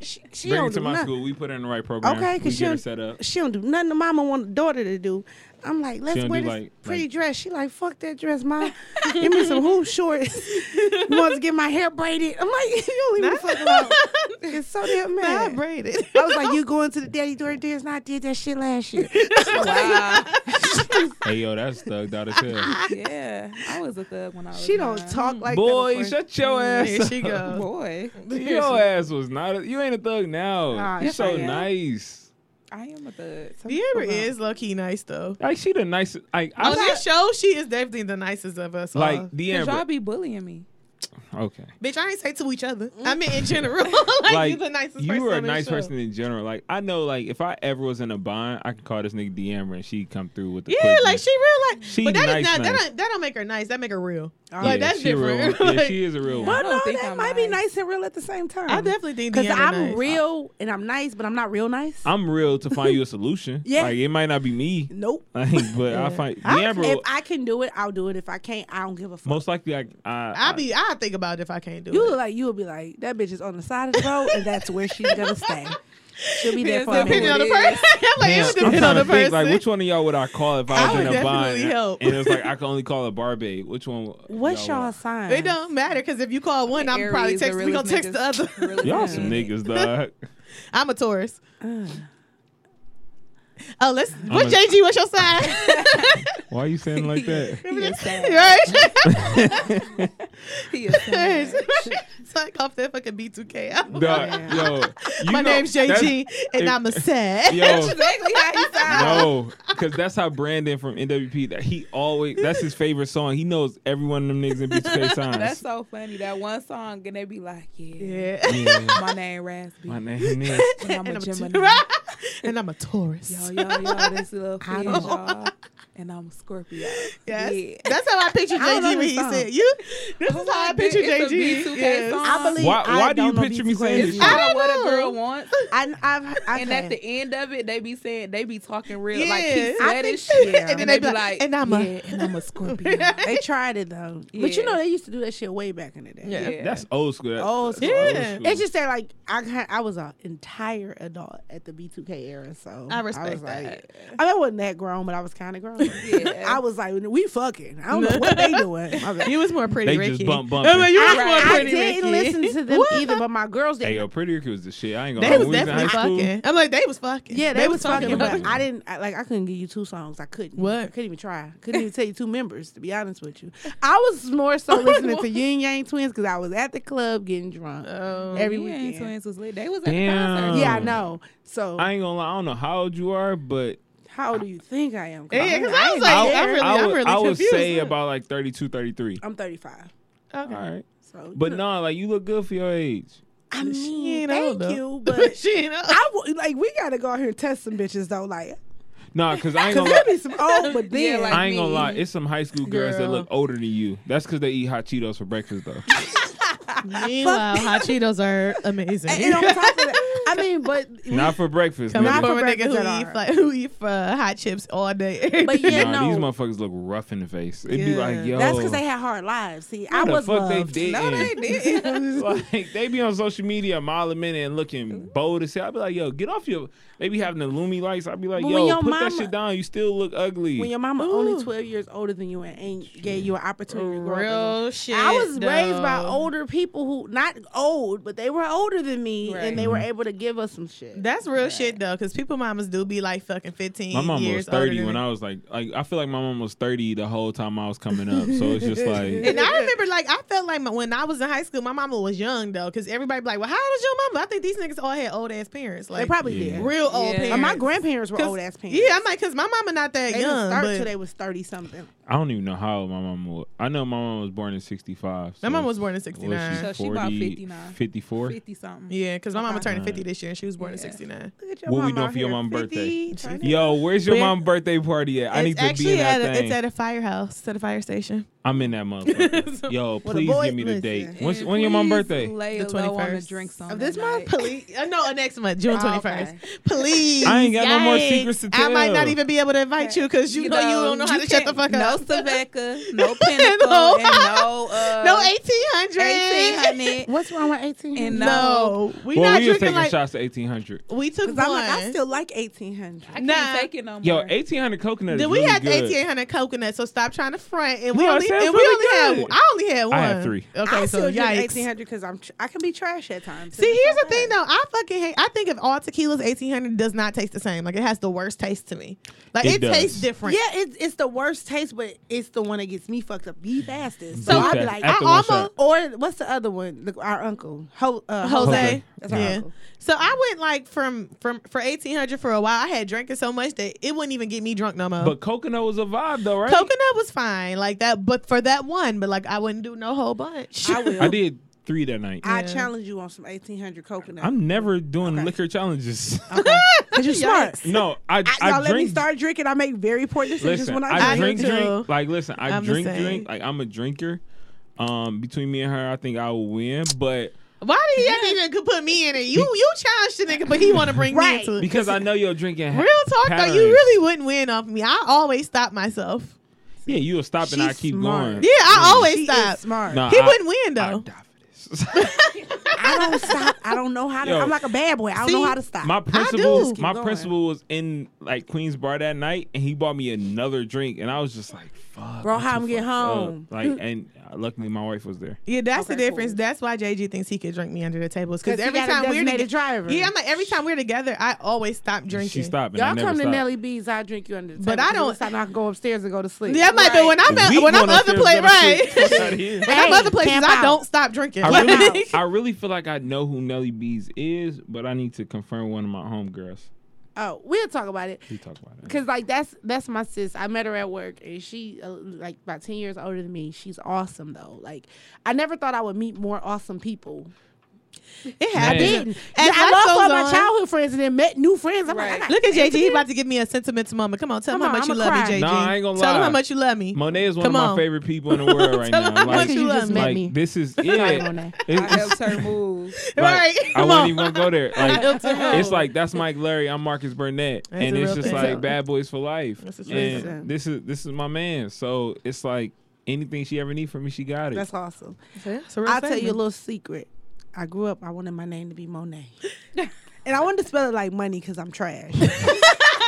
Speaker 4: she she
Speaker 6: Bring her
Speaker 4: don't
Speaker 6: to
Speaker 4: do
Speaker 6: my
Speaker 4: nothing.
Speaker 6: school. We put her in the right program.
Speaker 4: Okay,
Speaker 6: we
Speaker 4: 'cause
Speaker 6: get her
Speaker 4: she'll-
Speaker 6: set up.
Speaker 4: She don't do nothing. The mama want the daughter to do. I'm like, let's
Speaker 6: don't
Speaker 4: wear
Speaker 6: do
Speaker 4: this
Speaker 6: like-
Speaker 4: pretty
Speaker 6: like-
Speaker 4: dress. She like, fuck that dress, mom. Give me some hoop shorts. You want to get my hair braided? I'm like, you don't even fuck around. It's so damn
Speaker 3: Not
Speaker 4: mad.
Speaker 3: braided.
Speaker 4: I was like, you going to the daddy door dance? And I did that shit last year.
Speaker 5: wow.
Speaker 6: Hey yo, that's thugged out as hell.
Speaker 5: yeah, I was a thug when I was.
Speaker 4: She don't
Speaker 5: nine.
Speaker 4: talk like
Speaker 6: Boy,
Speaker 4: that. of course.
Speaker 6: shut your ass.
Speaker 3: Here
Speaker 6: up.
Speaker 3: she goes.
Speaker 5: Boy,
Speaker 6: Your ass was not. A, you ain't a thug now.
Speaker 4: Nah,
Speaker 6: you
Speaker 4: yes,
Speaker 6: so
Speaker 5: I am.
Speaker 6: nice.
Speaker 5: I am a thug.
Speaker 3: Deidre is low key nice though.
Speaker 6: Like she the nicest. Like I
Speaker 3: On this show, she is definitely the nicest of us.
Speaker 6: like
Speaker 3: all.
Speaker 5: Cause y'all
Speaker 6: Deandra.
Speaker 5: be bullying me.
Speaker 6: Okay.
Speaker 3: bitch, I ain't say to each other. I mean, in general, like, you the nicest.
Speaker 6: you
Speaker 3: person
Speaker 6: are a
Speaker 3: on this
Speaker 6: nice
Speaker 3: show.
Speaker 6: person in general. Like I know, like if I ever was in a bond, I could call this nigga Deandra and she come through with the
Speaker 3: Yeah,
Speaker 6: quickness.
Speaker 3: like she real like,
Speaker 6: She
Speaker 3: but that is
Speaker 6: nice,
Speaker 3: not that
Speaker 6: nice.
Speaker 3: don't, that don't make her nice. That make her real.
Speaker 6: Yeah,
Speaker 3: like that's
Speaker 6: she a real
Speaker 3: different.
Speaker 6: one. Yeah,
Speaker 3: Like,
Speaker 6: she is a real
Speaker 5: I
Speaker 4: But
Speaker 6: one.
Speaker 5: don't
Speaker 4: no,
Speaker 5: think
Speaker 4: that
Speaker 5: I'm
Speaker 4: might be
Speaker 5: nice.
Speaker 4: nice and real at the same time.
Speaker 3: I definitely think
Speaker 4: because
Speaker 3: Deanna
Speaker 4: I'm
Speaker 3: nice.
Speaker 4: real and I'm nice, but I'm not real nice.
Speaker 6: I'm real to find you a solution.
Speaker 4: Yeah.
Speaker 6: Like it might not be me.
Speaker 4: nope.
Speaker 6: Like, but I find
Speaker 4: I-
Speaker 6: Deandra.
Speaker 4: if I can do it, I'll do it. If I can't, I don't give a fuck.
Speaker 6: most likely, I. I,
Speaker 3: I be I think about it if I can't do
Speaker 4: You
Speaker 3: it.
Speaker 4: look like you would be like that bitch is on the side of the road, and that's where she's gonna stay. She'll be
Speaker 5: Yes,
Speaker 4: there for a
Speaker 3: depending
Speaker 4: minute.
Speaker 3: on the
Speaker 5: It is.
Speaker 3: person. I'm like, it
Speaker 6: Damn,
Speaker 3: would
Speaker 6: I'm
Speaker 3: depend on
Speaker 6: trying
Speaker 3: the
Speaker 6: to think,
Speaker 3: person.
Speaker 6: like, which one of y'all would I call if I
Speaker 3: I
Speaker 6: was in
Speaker 3: would
Speaker 6: a bond?
Speaker 3: definitely help.
Speaker 6: And it was like, I can only call a bar babe. Which one?
Speaker 4: What's
Speaker 6: y'all
Speaker 4: y'all
Speaker 6: want?
Speaker 4: sign?
Speaker 3: It don't matter because if you call one, I'm probably
Speaker 5: Aries, the
Speaker 3: text. We gonna
Speaker 5: realest
Speaker 3: text the
Speaker 5: niggas.
Speaker 3: other.
Speaker 5: Realest
Speaker 6: Y'all some niggas, dog.
Speaker 3: I'm a Taurus.
Speaker 5: Uh.
Speaker 4: Ugh.
Speaker 3: Oh, let's. What
Speaker 6: a-
Speaker 3: JG? What's your sign?
Speaker 6: Why you saying like that?
Speaker 5: He is sad.
Speaker 3: right?
Speaker 5: He is sad.
Speaker 3: Suck off that fucking B2K. album.
Speaker 6: Dog, yo, you
Speaker 3: My
Speaker 6: know-
Speaker 3: name's
Speaker 6: that's-
Speaker 3: JG, and
Speaker 6: if-
Speaker 3: I'm a sad.
Speaker 6: Yo,
Speaker 5: Exactly how he sounds.
Speaker 6: no, because that's how Brandon from NWP. That he always that's his favorite song. He knows every one of them niggas in B2K signs.
Speaker 5: That's so funny. That one song, and they be like, yeah,
Speaker 3: Yeah.
Speaker 6: yeah,
Speaker 5: my name Raspy.
Speaker 6: my name is.
Speaker 5: and I'm
Speaker 3: And
Speaker 5: a
Speaker 3: I'm a
Speaker 5: Gemini.
Speaker 3: and I'm a Taurus.
Speaker 5: Yo, yo, yo, this little fish,
Speaker 4: don't-
Speaker 5: y'all. And I'm a Scorpio.
Speaker 3: Yes.
Speaker 5: Yeah.
Speaker 3: That's how I picture
Speaker 4: I don't
Speaker 3: JG when he
Speaker 4: understand.
Speaker 3: said you. This is how I picture
Speaker 5: It's a
Speaker 3: JG.
Speaker 5: B2K
Speaker 3: Yes.
Speaker 5: song.
Speaker 4: I believe.
Speaker 6: Why?
Speaker 4: I
Speaker 6: Why do you
Speaker 4: don't know
Speaker 6: picture me
Speaker 4: these
Speaker 6: saying this?
Speaker 5: It's
Speaker 6: shit?
Speaker 5: not what
Speaker 3: know.
Speaker 5: a girl wants.
Speaker 4: I, I've, I've
Speaker 5: And at the end of it, they be saying they be talking real, like
Speaker 3: Yeah.
Speaker 5: he
Speaker 3: I
Speaker 5: sweat and
Speaker 3: think-
Speaker 5: shit.
Speaker 3: and then they be like, "And I'm a-
Speaker 5: yeah, and I'm a Scorpio. yeah.
Speaker 4: they tried it though, but
Speaker 5: Yeah.
Speaker 4: you know they used to do that shit way back in the day.
Speaker 3: Yeah.
Speaker 6: That's old school. That-
Speaker 4: Old
Speaker 6: that's
Speaker 3: school.
Speaker 6: old
Speaker 3: Yeah.
Speaker 6: school.
Speaker 4: It's just that like I ca- I was an entire adult at the B2K era, so
Speaker 3: I respect
Speaker 4: was like-
Speaker 3: that.
Speaker 4: I mean, I wasn't that grown, but I was kind of grown.
Speaker 5: Yeah.
Speaker 4: I was like, we fucking. I don't know what they doing. I was like,
Speaker 3: You was more pretty,
Speaker 6: They
Speaker 3: Ricky.
Speaker 6: just bump
Speaker 3: I mean,
Speaker 6: bumping.
Speaker 3: you was more
Speaker 4: I, I
Speaker 3: pretty,
Speaker 4: didn't
Speaker 3: Ricky.
Speaker 4: listen to them either, but my girls
Speaker 6: Hey,
Speaker 4: didn't.
Speaker 6: yo, Pretty Ricky was the shit. I ain't gonna.
Speaker 3: They
Speaker 6: lie.
Speaker 3: was
Speaker 6: When we in
Speaker 3: definitely
Speaker 6: high school,
Speaker 3: fucking. I'm like, they was fucking.
Speaker 4: Yeah, they, was fucking,
Speaker 3: about
Speaker 4: but I didn't. I, like, I couldn't give you two songs. I couldn't.
Speaker 3: What?
Speaker 4: I couldn't even try. Couldn't even tell you two members. To be honest with you, I was more so listening to Yin Yang Twins because I was at the club getting drunk
Speaker 3: Oh,
Speaker 4: every
Speaker 5: Yeah,
Speaker 4: weekend.
Speaker 5: twins was lit. They was at
Speaker 6: Damn.
Speaker 5: the concert.
Speaker 4: Yeah, I know. So
Speaker 6: Oh. I ain't gonna lie. I don't know how old you are, but
Speaker 4: how old do you think I am?
Speaker 3: Yeah, 'cause
Speaker 4: I'm,
Speaker 3: I was like,
Speaker 6: I,
Speaker 3: I'm really,
Speaker 6: I
Speaker 3: I'm
Speaker 6: would,
Speaker 3: really
Speaker 6: I would
Speaker 3: confused.
Speaker 6: say about like 32, 33.
Speaker 4: I'm 35.
Speaker 3: Okay.
Speaker 6: All right,
Speaker 4: So,
Speaker 6: but
Speaker 4: you know,
Speaker 6: no, like you look good for your age.
Speaker 4: I
Speaker 3: She
Speaker 4: mean,
Speaker 3: ain't old,
Speaker 4: Mm, thank
Speaker 3: though.
Speaker 4: you, but
Speaker 3: she ain't old.
Speaker 4: I w- like we gotta go out here and test some bitches though, like
Speaker 6: Nah, cause I ain't
Speaker 4: because
Speaker 6: gonna.
Speaker 4: there
Speaker 6: lie.
Speaker 4: be some old, but then
Speaker 5: Yeah, like-
Speaker 6: I ain't gonna
Speaker 5: me.
Speaker 6: lie. It's some high school girls that look older than you. That's because they eat hot Cheetos for breakfast though.
Speaker 3: Meanwhile, hot Cheetos are amazing.
Speaker 4: and on top of that, I mean, but
Speaker 6: Not for breakfast.
Speaker 3: Coming
Speaker 4: Not
Speaker 6: nigga.
Speaker 4: for
Speaker 3: from a nigga
Speaker 4: breakfast
Speaker 3: who
Speaker 4: at
Speaker 3: eat,
Speaker 4: all.
Speaker 3: like, who eat uh, hot chips all day.
Speaker 4: but yeah,
Speaker 6: nah,
Speaker 4: no,
Speaker 6: these motherfuckers look rough in the face. It'd be
Speaker 3: Yeah.
Speaker 6: like, yo,
Speaker 4: that's because they had hard lives. See, I
Speaker 6: the
Speaker 4: was
Speaker 6: fuck
Speaker 4: loved.
Speaker 6: they did.
Speaker 5: No, they didn't.
Speaker 6: like they be on social media a mile a minute and looking bold as hell. I'd be like, yo, get off your. They be having the Lumi lights. I'd be like,
Speaker 4: But when
Speaker 6: yo,
Speaker 4: your
Speaker 6: put that
Speaker 4: mama-
Speaker 6: shit down. You still look ugly.
Speaker 4: when your mama only 12 years older than you and ain't gave you an opportunity to grow up as a
Speaker 3: Real shit.
Speaker 4: I was raised by
Speaker 3: though.
Speaker 4: older people who not old, but they were older than me
Speaker 5: Right.
Speaker 3: Mm-hmm.
Speaker 4: and they were able to give us some shit.
Speaker 3: That's real shit though, because people mamas do be like fucking fifteen.
Speaker 6: My mom was
Speaker 3: years
Speaker 6: thirty when I was like, like I feel like my mom was thirty the whole time I was coming up. So it's just like,
Speaker 3: And I remember, like, I felt like my, when I was in high school, my mama was young though, because everybody be like, "Well, how old is your mama?" I think these niggas all had old ass parents,
Speaker 4: they
Speaker 3: like
Speaker 4: probably
Speaker 6: Yeah.
Speaker 4: did.
Speaker 3: real old
Speaker 5: Yeah.
Speaker 3: parents.
Speaker 4: And my grandparents were
Speaker 3: 'Cause-
Speaker 4: old ass parents.
Speaker 3: Yeah, I'm like, because my mama not that
Speaker 4: they didn't
Speaker 3: young,
Speaker 4: start
Speaker 3: but
Speaker 4: till they was thirty something.
Speaker 6: I don't even know how old my mom was. I know my mom was born in sixty five.
Speaker 3: my mama was born in '69.
Speaker 5: So she about 59.
Speaker 6: 54?
Speaker 5: 50 something.
Speaker 3: Yeah, because my mama turned
Speaker 6: Alright.
Speaker 3: 50 this year, and she was born in
Speaker 5: Yeah.
Speaker 3: '69.
Speaker 4: Look at your
Speaker 6: What
Speaker 4: mama
Speaker 6: we doing
Speaker 4: out
Speaker 6: for your
Speaker 4: here,
Speaker 6: mom birthday?
Speaker 4: 50, turning
Speaker 6: Yo, where's your
Speaker 3: Where-
Speaker 6: mom birthday party at? I need
Speaker 3: it's
Speaker 6: to
Speaker 3: actually
Speaker 6: be in that
Speaker 3: at a,
Speaker 6: thing.
Speaker 3: it's at a firehouse, at a fire station.
Speaker 6: I'm in that motherfucker. Yo,
Speaker 4: the
Speaker 6: please
Speaker 4: boy-
Speaker 6: give me the
Speaker 4: listen.
Speaker 6: date.
Speaker 5: And
Speaker 6: When's, when your mom
Speaker 5: please
Speaker 6: birthday?
Speaker 5: Lay
Speaker 3: The
Speaker 5: the low on the
Speaker 3: 21st.
Speaker 5: drinks on
Speaker 4: Of this
Speaker 5: that
Speaker 4: month?
Speaker 5: night.
Speaker 3: Please, uh, no, uh, next month, June
Speaker 4: Oh,
Speaker 3: twenty
Speaker 4: okay.
Speaker 3: first. Please,
Speaker 6: I ain't got no more
Speaker 3: Yikes.
Speaker 6: secrets to
Speaker 3: I might not
Speaker 6: tell.
Speaker 3: even be able to invite you because you, know, you don't know how
Speaker 5: you
Speaker 3: to shut the
Speaker 5: can't-
Speaker 3: fuck up.
Speaker 5: No Saveca, no Pinnacle,
Speaker 3: No.
Speaker 5: and no uh,
Speaker 3: No, eighteen hundred.
Speaker 5: 1800,
Speaker 7: What's wrong with 18?
Speaker 5: and no.
Speaker 3: No, we
Speaker 6: well,
Speaker 3: not
Speaker 6: we was
Speaker 3: drinking
Speaker 6: taking
Speaker 3: like
Speaker 6: shots to 1800.
Speaker 3: we took one.
Speaker 4: Cause I'm like, I still like eighteen hundred.
Speaker 5: I can't
Speaker 3: Nah.
Speaker 5: take it no more.
Speaker 6: Yo, 1800 coconut is
Speaker 3: then we
Speaker 6: really
Speaker 3: had the
Speaker 6: good.
Speaker 3: eighteen hundred coconut, so stop trying to front. And we
Speaker 6: No, it
Speaker 3: only,
Speaker 6: sounds
Speaker 3: and we
Speaker 6: really
Speaker 3: only
Speaker 6: good.
Speaker 3: had, I only had one.
Speaker 6: I had three.
Speaker 3: Okay,
Speaker 4: I
Speaker 3: so
Speaker 4: still drink
Speaker 3: yikes.
Speaker 4: eighteen hundred because I'm tr- I can be trash at times.
Speaker 3: See,
Speaker 4: It's
Speaker 3: here's the
Speaker 4: not
Speaker 3: thing
Speaker 4: bad.
Speaker 3: though. I fucking hate. I think of all tequilas, eighteen hundred does not taste the same. Like it has the worst taste to me. Like
Speaker 6: It
Speaker 3: it, tastes
Speaker 6: does.
Speaker 3: different.
Speaker 4: Yeah, it's it's the worst taste, but it's the one that gets me fucked up the fastest.
Speaker 6: So
Speaker 4: So
Speaker 6: I
Speaker 4: I'd
Speaker 6: be
Speaker 4: be
Speaker 6: like,
Speaker 4: like,
Speaker 6: After
Speaker 4: I
Speaker 6: one
Speaker 4: almost or what's the other one? Look, our uncle, Ho, uh,
Speaker 3: Jose.
Speaker 6: Jose.
Speaker 4: That's our
Speaker 3: Yeah.
Speaker 4: uncle.
Speaker 3: So I went like from from for eighteen hundred for a while. I had drank it so much that it wouldn't even get me drunk no more.
Speaker 6: But coconut was a vibe though, right?
Speaker 3: coconut was fine like that, but for that one, but like I wouldn't do no whole bunch.
Speaker 4: I will.
Speaker 6: I
Speaker 4: I,
Speaker 6: did three that night. I,
Speaker 3: Yeah.
Speaker 4: challenge you on some eighteen hundred coconut.
Speaker 6: am never doing
Speaker 4: Okay.
Speaker 6: liquor challenges.
Speaker 4: Cause you're smart.
Speaker 6: no, I
Speaker 4: I,
Speaker 6: I
Speaker 4: y'all let me
Speaker 6: drink.
Speaker 4: start drinking. I make very poor decisions
Speaker 6: Listen,
Speaker 4: when
Speaker 6: I,
Speaker 4: I,
Speaker 3: do
Speaker 6: drink
Speaker 3: too.
Speaker 6: drink. Like listen, I
Speaker 3: I'm the
Speaker 6: drink
Speaker 3: same.
Speaker 6: drink. Like I'm a drinker. Um, between me and her, I think I will win. But
Speaker 3: Why did y'all even could put me in it? You you challenged the nigga, but he want to bring me
Speaker 4: Right.
Speaker 3: into it.
Speaker 6: because I know you're drinking. ha-
Speaker 3: Real talk
Speaker 6: patterns.
Speaker 3: though, you really wouldn't win off me. I always stop myself.
Speaker 6: Yeah, you'll stop and I keep going.
Speaker 3: Yeah, I always
Speaker 4: She
Speaker 3: stop.
Speaker 4: is smart.
Speaker 6: Nah,
Speaker 3: He
Speaker 6: I-
Speaker 3: wouldn't win though.
Speaker 6: I die for this.
Speaker 4: I don't stop. I don't know how to.
Speaker 6: Yo.
Speaker 4: I'm like a bad boy. I don't
Speaker 3: See,
Speaker 4: know how to stop.
Speaker 6: my
Speaker 3: Just
Speaker 6: principal,
Speaker 4: keep
Speaker 6: my
Speaker 4: going.
Speaker 6: principal was in like Queens Bar that night, and he bought me another drink, and I was just like, "Fuck,
Speaker 4: Bro,
Speaker 6: I'm
Speaker 4: how
Speaker 6: too
Speaker 4: I'm get
Speaker 6: fucked up.
Speaker 4: home?
Speaker 6: Like, and uh, luckily my wife was there.
Speaker 3: Yeah, that's the
Speaker 4: Okay,
Speaker 3: difference.
Speaker 4: cool.
Speaker 3: That's why JG thinks he could drink me under the table. Because
Speaker 4: Because
Speaker 3: every time we're
Speaker 4: the
Speaker 3: together,
Speaker 4: driver.
Speaker 3: yeah, I'm like every time we're together, I always stop drinking.
Speaker 6: She stopped, and I
Speaker 4: Y'all
Speaker 6: never
Speaker 4: come to
Speaker 6: stopped.
Speaker 4: Nelly B's, I drink you under the
Speaker 3: But
Speaker 4: table.
Speaker 3: I don't-
Speaker 4: Stop, I can go upstairs and go to sleep.
Speaker 3: Yeah, I'm like, but when I'm
Speaker 6: We
Speaker 3: at, when I'm
Speaker 6: going
Speaker 3: other
Speaker 6: upstairs,
Speaker 3: place,
Speaker 6: gonna
Speaker 3: right?
Speaker 6: sleep. Fuck outta here.
Speaker 3: when I'm
Speaker 4: Hey,
Speaker 3: other places,
Speaker 4: camp
Speaker 3: I
Speaker 4: out.
Speaker 3: don't stop drinking.
Speaker 6: I really,
Speaker 3: Like,
Speaker 6: I really feel like I know who Nelly Bees is, but I need to confirm one of my homegirls.
Speaker 4: oh, we'll talk about it.
Speaker 6: We talk about it.
Speaker 4: Cause like that's that's my sis. I met her at work, and she uh, like about ten years older than me. She's awesome though. Like I never thought I would meet more awesome people.
Speaker 3: it happens.
Speaker 6: didn't.
Speaker 3: As
Speaker 4: I
Speaker 3: life
Speaker 4: lost all
Speaker 3: goes
Speaker 4: my
Speaker 3: on-
Speaker 4: childhood friends and then met new friends. I'm
Speaker 5: Right.
Speaker 4: like, I got
Speaker 3: Look at JG.
Speaker 4: friends
Speaker 3: He
Speaker 4: again.
Speaker 3: about to give me a sentimental moment. Come on, tell him
Speaker 4: Come
Speaker 3: how
Speaker 4: on,
Speaker 3: much you
Speaker 4: I'ma
Speaker 3: love
Speaker 4: cry.
Speaker 3: me, JG.
Speaker 6: Nah, I ain't gonna
Speaker 3: Tell him how
Speaker 6: lie.
Speaker 3: much you love me.
Speaker 6: Monet is one
Speaker 3: Come
Speaker 6: of my
Speaker 3: on.
Speaker 6: favorite people in the world right
Speaker 3: Tell
Speaker 6: now.
Speaker 3: her how
Speaker 6: Like,
Speaker 3: much you love me.
Speaker 4: met
Speaker 6: like,
Speaker 4: me.
Speaker 6: this is it.
Speaker 4: on that.
Speaker 6: It's-
Speaker 5: I helped her move.
Speaker 6: Like,
Speaker 3: Right.
Speaker 6: I
Speaker 3: Come
Speaker 6: wouldn't
Speaker 3: on.
Speaker 6: even gonna go there. Like,
Speaker 3: helped her move.
Speaker 6: it's like that's Mike Larry. I'm Marcus Burnett,
Speaker 3: That's
Speaker 6: and
Speaker 3: a
Speaker 6: it's
Speaker 3: real
Speaker 6: just
Speaker 3: thing.
Speaker 6: like Bad Boys for Life.
Speaker 3: That's a true
Speaker 6: And
Speaker 3: thing.
Speaker 6: this is this is my man. So it's like anything she ever need from me, she got it.
Speaker 4: That's awesome.
Speaker 3: It's a real
Speaker 4: I'll tell you a
Speaker 3: statement.
Speaker 4: little secret. I grew up. I wanted my name to be Monet, and I wanted to spell it like money because I'm trash.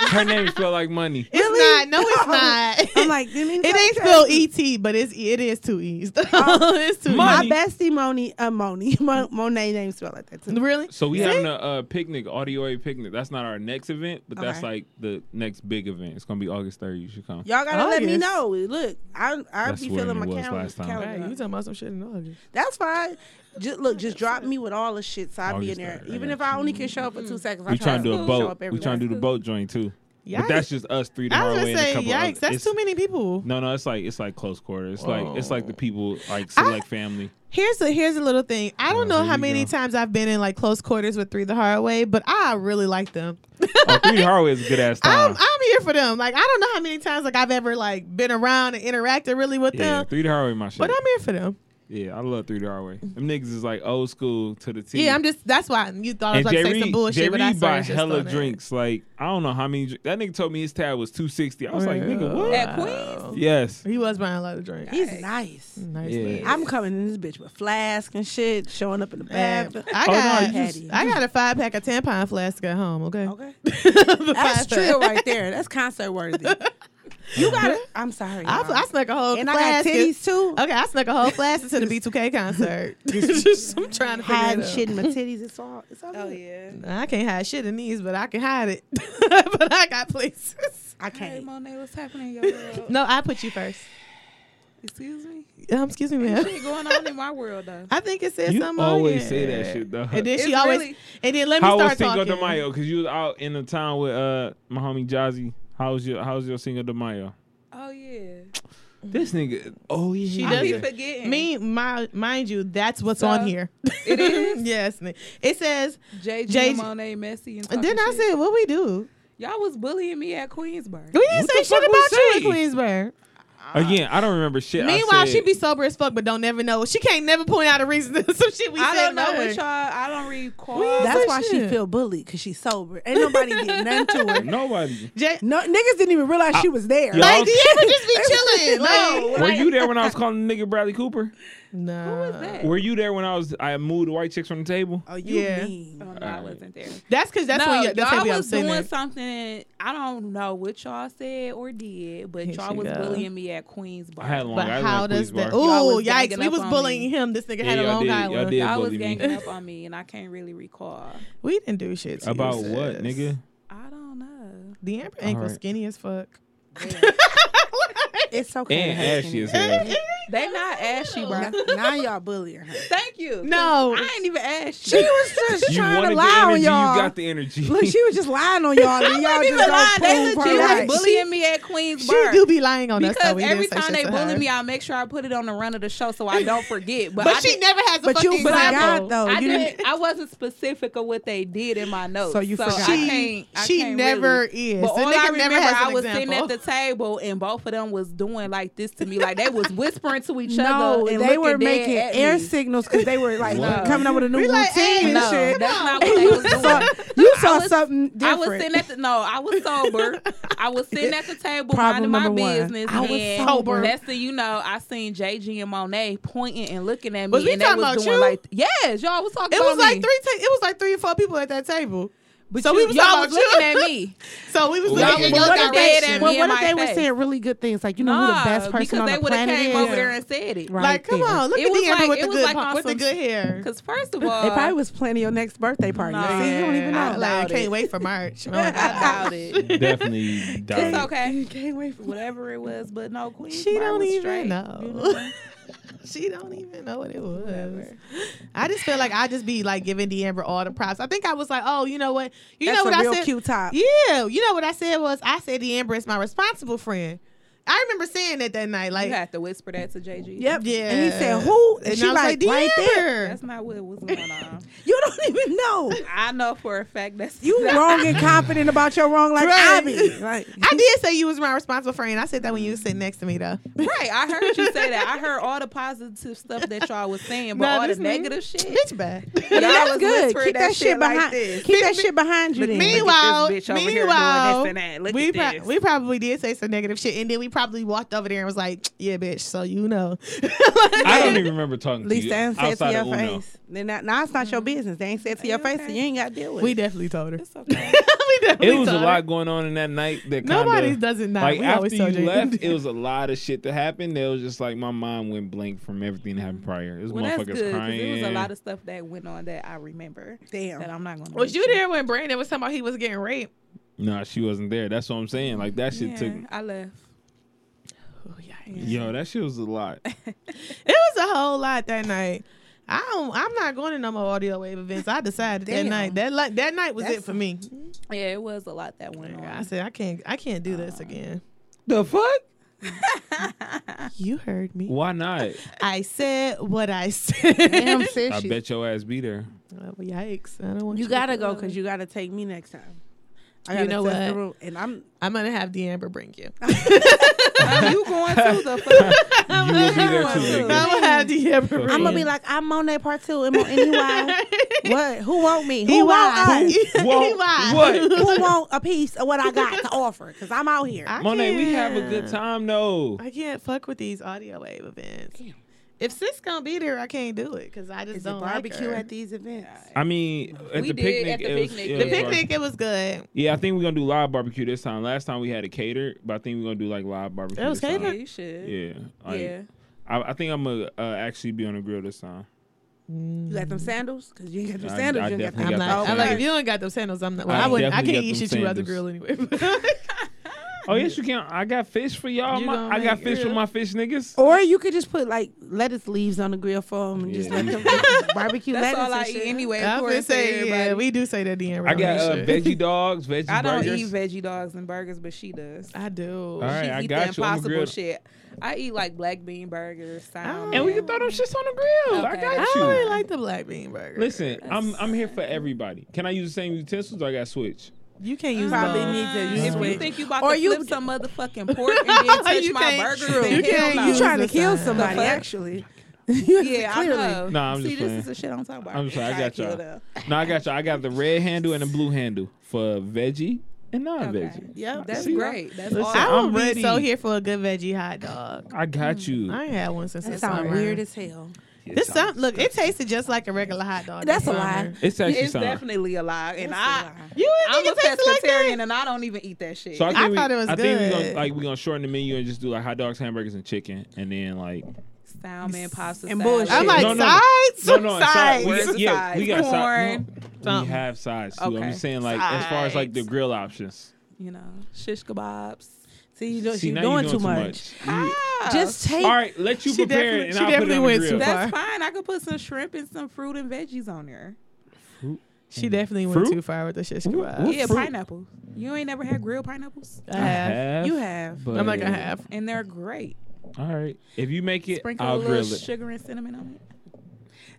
Speaker 6: Her name is spelled like money.
Speaker 3: It's
Speaker 4: Really?
Speaker 3: not. No, it's not.
Speaker 4: I'm like, didn't even
Speaker 3: it
Speaker 4: tell
Speaker 3: ain't
Speaker 4: you
Speaker 3: spelled
Speaker 4: that.
Speaker 3: E T, but it's it is two E's. it's two
Speaker 6: Money.
Speaker 3: E's.
Speaker 4: My bestie Moni, uh, Moni, Mo, Monet name spelled like that too.
Speaker 3: Really?
Speaker 6: So we
Speaker 3: See?
Speaker 6: having a uh, picnic, audio A picnic. That's not our next event, but that's
Speaker 4: Okay.
Speaker 6: like the next big event. It's gonna be August third. You should come.
Speaker 4: Y'all gotta let me
Speaker 3: August.
Speaker 4: know. Look, I I
Speaker 6: That's
Speaker 4: be
Speaker 6: when
Speaker 4: feeling
Speaker 6: it
Speaker 4: my
Speaker 6: was
Speaker 4: calendar.
Speaker 6: last time.
Speaker 4: calendar.
Speaker 3: Right, you talking about some shit in August.
Speaker 4: That's fine. Just look, just drop me with all the shit, so I'll be in
Speaker 6: August
Speaker 4: there.
Speaker 6: third, I
Speaker 4: Even
Speaker 6: got
Speaker 4: if I only can show up for two seconds, I
Speaker 6: We trying to do a
Speaker 4: show
Speaker 6: boat.
Speaker 4: up every
Speaker 6: We trying to do the
Speaker 4: day.
Speaker 6: boat joint too.
Speaker 3: Yikes.
Speaker 6: But that's just us three to
Speaker 3: I
Speaker 6: her
Speaker 3: was
Speaker 6: away
Speaker 3: gonna
Speaker 6: and a
Speaker 3: say,
Speaker 6: couple.
Speaker 3: yikes,
Speaker 6: Other,
Speaker 3: that's
Speaker 6: it's-
Speaker 3: too many people.
Speaker 6: No, no, it's like it's like close quarters. It's like it's like the people like
Speaker 3: I-
Speaker 6: select family.
Speaker 3: Here's a here's a little thing. I don't
Speaker 6: Oh,
Speaker 3: know
Speaker 6: here
Speaker 3: how
Speaker 6: you
Speaker 3: many
Speaker 6: go.
Speaker 3: times I've been in like close quarters with Three the Hard Way, but I really like them.
Speaker 6: Oh, three to her away is a good ass
Speaker 3: I'm
Speaker 6: time.
Speaker 3: I'm here for them. Like I don't know how many times like I've ever like been around and interacted really with
Speaker 6: yeah,
Speaker 3: them,
Speaker 6: three to her away, my shit.
Speaker 3: but I'm here for them.
Speaker 6: Yeah, I love three to her way. Them niggas is like old school to the T.
Speaker 3: Yeah, I'm just that's why you thought I was
Speaker 6: And
Speaker 3: about
Speaker 6: Jay
Speaker 3: to say some
Speaker 6: Reed,
Speaker 3: bullshit,
Speaker 6: Jay
Speaker 3: but I
Speaker 6: Reed
Speaker 3: swear
Speaker 6: buy
Speaker 3: it's just
Speaker 6: hella
Speaker 3: on it.
Speaker 6: drinks. Like I don't know how many. dr- That nigga told me his tab was two sixty. I was like, nigga,
Speaker 3: Wow.
Speaker 6: what?
Speaker 5: At Queens?
Speaker 6: Yes.
Speaker 3: He was buying a lot of drinks.
Speaker 4: He's nice.
Speaker 3: nice.
Speaker 6: Yeah.
Speaker 3: man.
Speaker 4: I'm coming in this bitch with flask and shit, showing up in the
Speaker 3: Man,
Speaker 4: bathroom.
Speaker 3: I
Speaker 6: Oh, no,
Speaker 3: got
Speaker 6: you
Speaker 4: just-
Speaker 3: I got a five pack of tampon flask at home. Okay,
Speaker 4: Okay,
Speaker 3: The
Speaker 4: that's
Speaker 3: five pack.
Speaker 4: trill right there. That's concert worthy. You got it. I'm sorry.
Speaker 3: I,
Speaker 4: y'all.
Speaker 3: I snuck a whole
Speaker 4: and I oh, got
Speaker 3: flask. in-
Speaker 4: titties too.
Speaker 3: Okay, I snuck a whole flask into the B2K concert. Just- I'm trying to figure
Speaker 4: Hiding
Speaker 3: it out.
Speaker 4: shit in my titties. It's all. It's all.
Speaker 5: Oh
Speaker 4: good.
Speaker 5: yeah.
Speaker 3: I can't hide shit in these, but I can hide it. but I got places.
Speaker 4: I
Speaker 5: Hey
Speaker 4: can't.
Speaker 5: Monet, what's happening in your world?
Speaker 3: No, I put you first.
Speaker 5: Excuse me.
Speaker 3: Um, excuse me, ma'am.
Speaker 5: What shit going on in my world though?
Speaker 3: I think it said
Speaker 6: You
Speaker 3: something. on here.
Speaker 6: always say that shit though.
Speaker 3: And then she
Speaker 5: It's
Speaker 3: always.
Speaker 5: really-
Speaker 3: And then let me
Speaker 6: How was
Speaker 3: start
Speaker 6: Cinco
Speaker 3: talking.
Speaker 6: de Mayo? Because you was out in the town with uh my homie Jazzy. How's your How's your Cinco de Mayo?
Speaker 5: Oh yeah.
Speaker 6: This nigga. Oh yeah.
Speaker 3: She
Speaker 5: I be
Speaker 3: doesn't-
Speaker 5: forgetting.
Speaker 3: Me, my, mind you, that's what's
Speaker 5: So,
Speaker 3: on here.
Speaker 5: it is?
Speaker 3: yes. ni- It says.
Speaker 5: JJ,
Speaker 3: JJ.
Speaker 5: Monet, Messy, and
Speaker 3: And
Speaker 5: talking
Speaker 3: then I
Speaker 5: shit.
Speaker 3: said, "What we do?
Speaker 5: y'all was bullying me at Queensburg.
Speaker 3: We didn't say shit
Speaker 6: fuck we
Speaker 3: about you in
Speaker 6: say?
Speaker 3: Queensburg."
Speaker 6: Again, I don't remember shit. I
Speaker 3: Meanwhile,
Speaker 6: said-
Speaker 3: she be sober as fuck, but don't never know. She can't never point out a reason to some shit we
Speaker 5: I
Speaker 3: said.
Speaker 5: don't know
Speaker 3: nowhere.
Speaker 5: what y'all. I don't recall.
Speaker 4: That's why she
Speaker 3: shit.
Speaker 4: feel bullied because she's sober. Ain't nobody getting nothing to her.
Speaker 6: Nobody.
Speaker 3: J-
Speaker 4: No niggas didn't even realize she was there.
Speaker 6: Y'all-
Speaker 3: Like, do you ever just be chilling? Like,
Speaker 6: Were you there when I was calling the nigga Bradley Cooper?
Speaker 3: no.
Speaker 5: Who
Speaker 6: Uh,
Speaker 5: was that?
Speaker 6: Were you there when I was I moved the white chicks from the table?
Speaker 4: Oh, you
Speaker 3: Yeah.
Speaker 4: mean?
Speaker 5: Oh, no, I wasn't there.
Speaker 3: That's because that's
Speaker 5: no,
Speaker 3: when you, that's
Speaker 5: y'all
Speaker 3: how we
Speaker 5: was doing
Speaker 3: upset.
Speaker 5: something. I don't know what y'all said or did, but
Speaker 3: Here
Speaker 5: y'all
Speaker 3: she
Speaker 5: was
Speaker 3: go.
Speaker 5: bullying me at Queensburg.
Speaker 6: I had Long
Speaker 3: But
Speaker 6: Island.
Speaker 3: how does
Speaker 6: Queens
Speaker 3: that?
Speaker 6: Bar.
Speaker 5: Y'all
Speaker 3: Ooh, yikes!
Speaker 5: was ganging
Speaker 3: We
Speaker 5: up
Speaker 3: was
Speaker 5: on
Speaker 3: bullying
Speaker 5: me.
Speaker 3: him. This nigga
Speaker 6: Yeah,
Speaker 3: had a
Speaker 6: y'all
Speaker 3: Long
Speaker 6: did. Y'all
Speaker 3: Island.
Speaker 6: did.
Speaker 5: Y'all was
Speaker 6: bully me.
Speaker 5: ganging up on me, and I can't really recall.
Speaker 3: We didn't do shit. To
Speaker 6: About
Speaker 3: you,
Speaker 6: what,
Speaker 3: sis.
Speaker 6: nigga?
Speaker 5: I don't know.
Speaker 3: The Amber ankle
Speaker 6: right.
Speaker 3: skinny as fuck.
Speaker 4: It's okay.
Speaker 6: And
Speaker 4: to hate
Speaker 6: ashy as
Speaker 4: niggas.
Speaker 6: hell.
Speaker 5: They not ashy, bro.
Speaker 4: Now- Now y'all bullying her.
Speaker 5: Thank you.
Speaker 3: No.
Speaker 5: I ain't even asked
Speaker 4: She
Speaker 5: you.
Speaker 4: was just
Speaker 6: You
Speaker 4: trying
Speaker 6: wanted
Speaker 4: to
Speaker 6: the
Speaker 4: lie on
Speaker 6: energy. You
Speaker 4: y'all.
Speaker 6: got the energy.
Speaker 4: Look, she was just lying on y'all, and y'all just don't
Speaker 5: They
Speaker 4: prove her
Speaker 5: legit
Speaker 4: right.
Speaker 5: was bullying me at Queensburg.
Speaker 3: She do be lying on us.
Speaker 5: because
Speaker 3: though. We
Speaker 5: every
Speaker 3: didn't say
Speaker 5: time
Speaker 3: shit
Speaker 5: they
Speaker 3: to
Speaker 5: bully
Speaker 3: her.
Speaker 5: me, I make sure I put it on the run of the show so I don't forget. But,
Speaker 3: but
Speaker 5: I
Speaker 3: she
Speaker 5: didn't-
Speaker 3: never has a
Speaker 4: But you
Speaker 3: fucking
Speaker 4: forgot,
Speaker 3: example.
Speaker 4: though.
Speaker 5: I
Speaker 4: Oh, you didn't-
Speaker 5: didn't. I wasn't specific of what they did in my notes.
Speaker 4: So you forgot.
Speaker 5: I
Speaker 3: She-
Speaker 5: can't, I
Speaker 3: she
Speaker 5: can't
Speaker 3: never
Speaker 5: really.
Speaker 3: is.
Speaker 5: But
Speaker 3: The
Speaker 5: all I
Speaker 3: nigga never
Speaker 5: remember,
Speaker 3: has an
Speaker 5: I was sitting at
Speaker 3: example.
Speaker 5: the table and both of them was doing like this to me, like they was whispering to each
Speaker 4: No,
Speaker 5: other. and
Speaker 4: they
Speaker 5: looking
Speaker 4: were
Speaker 5: dead
Speaker 4: making
Speaker 5: at
Speaker 4: air
Speaker 5: me.
Speaker 4: signals because they were like
Speaker 6: What?
Speaker 4: coming up with a new
Speaker 3: We
Speaker 4: routine
Speaker 3: like, hey,
Speaker 4: and
Speaker 5: No,
Speaker 4: shit.
Speaker 5: that's not what they was doing.
Speaker 4: You saw
Speaker 5: I was-
Speaker 4: something
Speaker 5: I
Speaker 4: different.
Speaker 5: was sitting at the no, I was sober. I was sitting at the table
Speaker 4: Problem
Speaker 5: minding
Speaker 4: number
Speaker 5: my
Speaker 4: one.
Speaker 5: business.
Speaker 4: I was
Speaker 5: and
Speaker 4: sober.
Speaker 5: Next thing you know, I seen JG and Monet pointing and looking at me,
Speaker 3: Was we
Speaker 5: and they
Speaker 3: talking
Speaker 5: was
Speaker 3: about
Speaker 5: doing
Speaker 3: you?
Speaker 5: like, yes, y'all was talking.
Speaker 3: It was
Speaker 5: about
Speaker 3: like
Speaker 5: me.
Speaker 3: three. Ta- it was like three or four people at that table.
Speaker 5: But
Speaker 3: so
Speaker 5: you,
Speaker 3: we was
Speaker 5: y'all
Speaker 3: talking
Speaker 5: was
Speaker 3: about you.
Speaker 5: looking at me.
Speaker 3: So we was
Speaker 6: Well,
Speaker 3: looking in
Speaker 6: but
Speaker 3: your
Speaker 6: what
Speaker 5: if they-
Speaker 3: direction.
Speaker 5: well,
Speaker 7: But
Speaker 5: me
Speaker 7: what
Speaker 5: in
Speaker 7: if
Speaker 5: my
Speaker 7: they
Speaker 5: face.
Speaker 7: were saying really good things, like you know
Speaker 5: nah,
Speaker 7: who the best person
Speaker 5: because
Speaker 7: on
Speaker 5: they
Speaker 7: the
Speaker 5: would have
Speaker 7: planet
Speaker 5: came
Speaker 7: is?
Speaker 5: over there and said it.
Speaker 7: Right
Speaker 3: Like, come
Speaker 7: there.
Speaker 3: on, look
Speaker 5: It
Speaker 3: at
Speaker 5: was
Speaker 3: the Amber
Speaker 5: like-
Speaker 3: with
Speaker 5: it
Speaker 3: the
Speaker 5: was
Speaker 3: good
Speaker 5: like
Speaker 3: po- with the
Speaker 5: possums.
Speaker 3: good hair.
Speaker 5: Because first of all,
Speaker 4: They probably was planning your next birthday party.
Speaker 5: No.
Speaker 4: See, you don't even
Speaker 3: Yeah,
Speaker 4: know.
Speaker 5: I
Speaker 3: like,
Speaker 5: doubt
Speaker 3: can't
Speaker 5: it.
Speaker 3: wait for March. Oh,
Speaker 5: I doubt it.
Speaker 6: Definitely
Speaker 5: It's
Speaker 6: died.
Speaker 5: okay.
Speaker 4: Can't wait for
Speaker 5: Whatever it was, but no, Queen.
Speaker 3: She don't
Speaker 5: was
Speaker 3: even
Speaker 5: straight. You
Speaker 3: know.
Speaker 5: know?
Speaker 3: she don't even know what it was. I just feel like I just be like giving D'Amber all the props. I think I was like, oh, you know what? You
Speaker 4: That's
Speaker 3: know what
Speaker 4: a
Speaker 3: I
Speaker 4: real
Speaker 3: said?
Speaker 4: cute top.
Speaker 3: Yeah, you know what I said was I said D'Amber is my responsible friend. I remember saying that that night. Like,
Speaker 5: You have to whisper that to JG.
Speaker 4: Yep.
Speaker 3: yeah.
Speaker 4: And he said, "Who?" And,
Speaker 3: And
Speaker 4: she
Speaker 3: I was
Speaker 4: like,
Speaker 3: like,
Speaker 4: "Right there."
Speaker 3: D'Amber.
Speaker 5: That's not what was going on.
Speaker 4: You don't even know.
Speaker 5: I know for a fact that's
Speaker 4: You
Speaker 5: not-
Speaker 4: wrong and confident about your wrong, like I
Speaker 3: Right.
Speaker 4: be. Like,
Speaker 3: I did say you was my responsible friend. I said that when you was sitting next to me though.
Speaker 5: Right, I heard you say that. I heard all the positive stuff that y'all was saying, but
Speaker 3: Nah,
Speaker 5: all the
Speaker 3: this nigga-
Speaker 5: negative shit.
Speaker 3: Bitch bad.
Speaker 5: Y'all
Speaker 4: that's
Speaker 5: was
Speaker 4: good.
Speaker 5: whispering
Speaker 4: Keep that, shit
Speaker 5: like
Speaker 4: behind.
Speaker 5: this.
Speaker 4: keep that shit behind you. Then.
Speaker 3: meanwhile,
Speaker 5: bitch over here doing
Speaker 3: meanwhile,
Speaker 5: this and that. Look
Speaker 3: we
Speaker 5: at
Speaker 3: pro-
Speaker 5: this.
Speaker 3: we probably did say some negative shit, and then we probably walked over there and was like, "Yeah, bitch." So you know, Like,
Speaker 6: I don't even remember talking
Speaker 4: At
Speaker 6: to
Speaker 4: least
Speaker 6: you
Speaker 4: they ain't say it to
Speaker 6: outside
Speaker 4: your
Speaker 6: of Uno.
Speaker 4: face. Then that, now it's not your business. They ain't say it to your face, so you ain't got to deal with
Speaker 3: we
Speaker 4: it.
Speaker 3: definitely told her.
Speaker 5: It's okay.
Speaker 3: we definitely
Speaker 6: It was a
Speaker 3: told her.
Speaker 6: lot going on in that night. That kinda,
Speaker 3: Nobody doesn't not.
Speaker 6: Like
Speaker 3: we
Speaker 6: after
Speaker 3: always
Speaker 6: you
Speaker 3: told you.
Speaker 6: left, it was a lot of shit that happened. That was just like my mind went blank from everything that happened prior. This
Speaker 5: Well, that's
Speaker 6: motherfucker's
Speaker 5: good. 'cause
Speaker 6: crying.
Speaker 5: It was a lot of stuff that went on that I remember.
Speaker 4: Damn.
Speaker 5: That I'm not gonna.
Speaker 3: was you
Speaker 5: mention.
Speaker 3: there when Brandon was talking about he was getting raped?
Speaker 6: Nah, she wasn't there. That's what I'm saying. Like that shit took.
Speaker 5: Yeah, I left.
Speaker 3: Oh, yeah.
Speaker 6: Yo, that shit was a lot.
Speaker 3: It was a whole lot that night. I don't. I'm not going to no more audio wave events. I decided that
Speaker 4: Damn.
Speaker 3: night. That like that night was it
Speaker 4: That's-
Speaker 3: for me.
Speaker 5: Yeah, it was a lot that went
Speaker 3: I
Speaker 5: on.
Speaker 3: said I can't. I can't do this again.
Speaker 6: the fuck?
Speaker 3: You heard me.
Speaker 6: Why not?
Speaker 3: I said what I said.
Speaker 4: Damn, sis,
Speaker 6: I
Speaker 4: she-
Speaker 6: bet your ass be there.
Speaker 3: Oh, yikes! I don't want you.
Speaker 4: you gotta go because you gotta take me next time. I
Speaker 3: You
Speaker 4: gotta
Speaker 3: know
Speaker 4: test the
Speaker 3: what?
Speaker 4: room, and I'm
Speaker 3: I'm gonna have D'Amber bring you.
Speaker 5: Are you going to the fuck?
Speaker 6: You will be there
Speaker 3: I'm
Speaker 6: too, nigga.
Speaker 3: gonna have D'Amber bring
Speaker 4: I'm gonna
Speaker 3: you.
Speaker 4: be like I'm Monet part two. Am on anyway. what? Who want me? Who
Speaker 3: He
Speaker 4: want
Speaker 3: lied.
Speaker 4: us?
Speaker 3: He
Speaker 6: Whoa,
Speaker 3: lied.
Speaker 6: what?
Speaker 4: Who want a piece of what I got to offer? Because I'm out here.
Speaker 3: I
Speaker 6: Monet, we have a good
Speaker 3: can't.
Speaker 6: time though.
Speaker 3: I can't fuck with these audio wave events. If sis gonna be there, I can't do it because I just
Speaker 4: Is it
Speaker 3: don't
Speaker 4: barbecue
Speaker 3: like her.
Speaker 4: at these events?
Speaker 6: I mean, at
Speaker 5: We
Speaker 6: the
Speaker 5: did
Speaker 6: picnic,
Speaker 5: at the
Speaker 6: it was-
Speaker 5: picnic,
Speaker 6: it
Speaker 3: the
Speaker 6: was hard.
Speaker 3: picnic. It was good.
Speaker 6: Yeah, I think we're gonna do live barbecue this time. Last time we had it catered, but I think we're gonna do like live barbecue.
Speaker 3: It was
Speaker 6: this time.
Speaker 5: Yeah,
Speaker 3: catered?
Speaker 5: you should.
Speaker 6: Yeah, like,
Speaker 5: yeah.
Speaker 6: I, I think I'm gonna uh, actually be on the grill this time.
Speaker 4: You got them sandals? Cause you ain't got
Speaker 6: I-
Speaker 4: them sandals.
Speaker 6: I
Speaker 4: you ain't got
Speaker 6: definitely
Speaker 4: them
Speaker 3: I'm
Speaker 6: got
Speaker 3: not.
Speaker 6: them
Speaker 3: I'm like, if
Speaker 6: sandals.
Speaker 3: you don't got those sandals, I'm not. Well,
Speaker 6: I
Speaker 3: I, wouldn't. I can't
Speaker 6: definitely got
Speaker 3: eat
Speaker 6: them
Speaker 3: shit you out the
Speaker 6: sandals.
Speaker 3: grill anyway.
Speaker 6: Oh yes, you can. I got fish for y'all.
Speaker 3: You
Speaker 6: My,
Speaker 3: gonna
Speaker 6: I got
Speaker 3: make
Speaker 6: fish for
Speaker 3: grill?
Speaker 6: my fish niggas.
Speaker 3: Oh,
Speaker 4: Or you could just put like lettuce leaves on the grill for them and just
Speaker 6: Yeah,
Speaker 4: let
Speaker 6: you-
Speaker 4: them barbecue
Speaker 5: That's
Speaker 4: lettuce.
Speaker 5: all I
Speaker 4: and
Speaker 5: eat
Speaker 4: shit.
Speaker 5: anyway.
Speaker 3: I'm
Speaker 5: According
Speaker 3: gonna
Speaker 5: to
Speaker 3: say, yeah,
Speaker 5: everybody.
Speaker 3: we do say that the end.
Speaker 6: I got uh, veggie dogs, veggie
Speaker 5: I don't
Speaker 6: burgers.
Speaker 5: eat veggie dogs and burgers, but she does.
Speaker 3: I do.
Speaker 6: All right,
Speaker 5: she
Speaker 6: I
Speaker 5: eat
Speaker 6: got
Speaker 5: the
Speaker 6: you. I'm a grill-
Speaker 5: impossible shit. I eat like black bean burgers, salmon.
Speaker 6: and we can throw them shits on the grill. I
Speaker 5: Okay.
Speaker 6: got
Speaker 3: I
Speaker 6: you.
Speaker 3: really like the black bean burger.
Speaker 6: Listen, I'm I'm here for everybody. Can I use the same utensils? or I got switch.
Speaker 3: you can't use
Speaker 4: Probably
Speaker 3: those.
Speaker 4: need to
Speaker 5: If
Speaker 4: use
Speaker 5: you
Speaker 4: weight.
Speaker 5: think you about
Speaker 4: Or
Speaker 5: to
Speaker 4: you-
Speaker 5: flip some motherfucking pork and then touch
Speaker 3: You
Speaker 5: my
Speaker 3: can't-
Speaker 5: burger,
Speaker 3: true.
Speaker 5: then
Speaker 3: You
Speaker 5: hell
Speaker 3: can't
Speaker 5: no.
Speaker 4: You trying to
Speaker 3: Use the
Speaker 4: kill
Speaker 3: sign.
Speaker 4: somebody?
Speaker 5: The fuck?
Speaker 4: Actually,
Speaker 5: Yeah, I know.
Speaker 6: Nah, I'm
Speaker 5: See,
Speaker 6: just
Speaker 5: this
Speaker 6: playing.
Speaker 5: is the shit I'm talking about.
Speaker 6: I'm sorry, I
Speaker 5: Try to
Speaker 6: got y'all.
Speaker 5: kill them.
Speaker 6: No, I got you. I got the red handle and the blue handle for veggie and non-veggie.
Speaker 5: Okay.
Speaker 3: Yep.
Speaker 5: That's
Speaker 6: See?
Speaker 5: great. That's
Speaker 6: Listen,
Speaker 5: awesome.
Speaker 3: I would
Speaker 6: I'm
Speaker 3: be
Speaker 6: ready.
Speaker 3: so here for a good veggie hot dog.
Speaker 6: I
Speaker 5: Mm.
Speaker 6: got you.
Speaker 3: I ain't had one since
Speaker 4: that
Speaker 3: this
Speaker 4: sounds
Speaker 3: summer.
Speaker 4: weird as hell.
Speaker 3: This some look, it tasted just like a regular hot dog.
Speaker 4: That's
Speaker 3: this
Speaker 4: a lie.
Speaker 3: summer.
Speaker 6: It's actually
Speaker 5: It's
Speaker 6: something.
Speaker 5: definitely a lie, and I.
Speaker 3: You
Speaker 5: I'm
Speaker 3: didn't
Speaker 5: a
Speaker 3: think it tasted like that?
Speaker 5: pescatarian and I don't even eat that shit.
Speaker 6: So I, think
Speaker 3: I
Speaker 6: we,
Speaker 3: thought it was
Speaker 6: I think we're gonna
Speaker 3: good.
Speaker 6: like we're gonna shorten the menu and just do like hot dogs, hamburgers, and chicken, and then like
Speaker 5: Salmon, pasta,
Speaker 4: And
Speaker 5: salad.
Speaker 4: bullshit.
Speaker 3: I'm like
Speaker 6: No, no,
Speaker 3: sides,
Speaker 6: no, no, it's side-
Speaker 3: sides.
Speaker 5: Where's
Speaker 6: We,
Speaker 5: the
Speaker 6: yeah,
Speaker 5: sides?
Speaker 6: we got sides.
Speaker 5: Corn.
Speaker 6: No, we
Speaker 3: Something.
Speaker 6: have sides too. I'm
Speaker 5: Okay.
Speaker 6: just saying like as far as like the
Speaker 3: Sides.
Speaker 6: grill options.
Speaker 5: you know, shish kebabs.
Speaker 4: See, you know,
Speaker 6: See,
Speaker 4: she's
Speaker 6: now
Speaker 4: doing,
Speaker 6: you're
Speaker 4: too much.
Speaker 6: You-
Speaker 4: Just take.
Speaker 6: all right, let you
Speaker 3: She
Speaker 6: prepare
Speaker 3: definitely-
Speaker 6: it, and
Speaker 3: she
Speaker 6: I'll put it
Speaker 3: definitely
Speaker 6: on the
Speaker 3: went
Speaker 6: grill.
Speaker 3: too
Speaker 5: That's
Speaker 3: far.
Speaker 5: fine. I could put some shrimp and some fruit and veggies on there.
Speaker 3: She definitely went
Speaker 6: Fruit?
Speaker 3: too far with the shish
Speaker 6: Ooh, ooh.
Speaker 3: kebab.
Speaker 5: yeah,
Speaker 6: fruit?
Speaker 5: pineapple. You ain't never had grilled pineapples?
Speaker 3: I have.
Speaker 6: You
Speaker 5: have.
Speaker 6: But,
Speaker 3: I'm like, I have.
Speaker 5: And they're great.
Speaker 6: All right, if you make it,
Speaker 5: Sprinkle
Speaker 6: I'll
Speaker 5: a little
Speaker 6: grill it.
Speaker 5: sugar and cinnamon on it.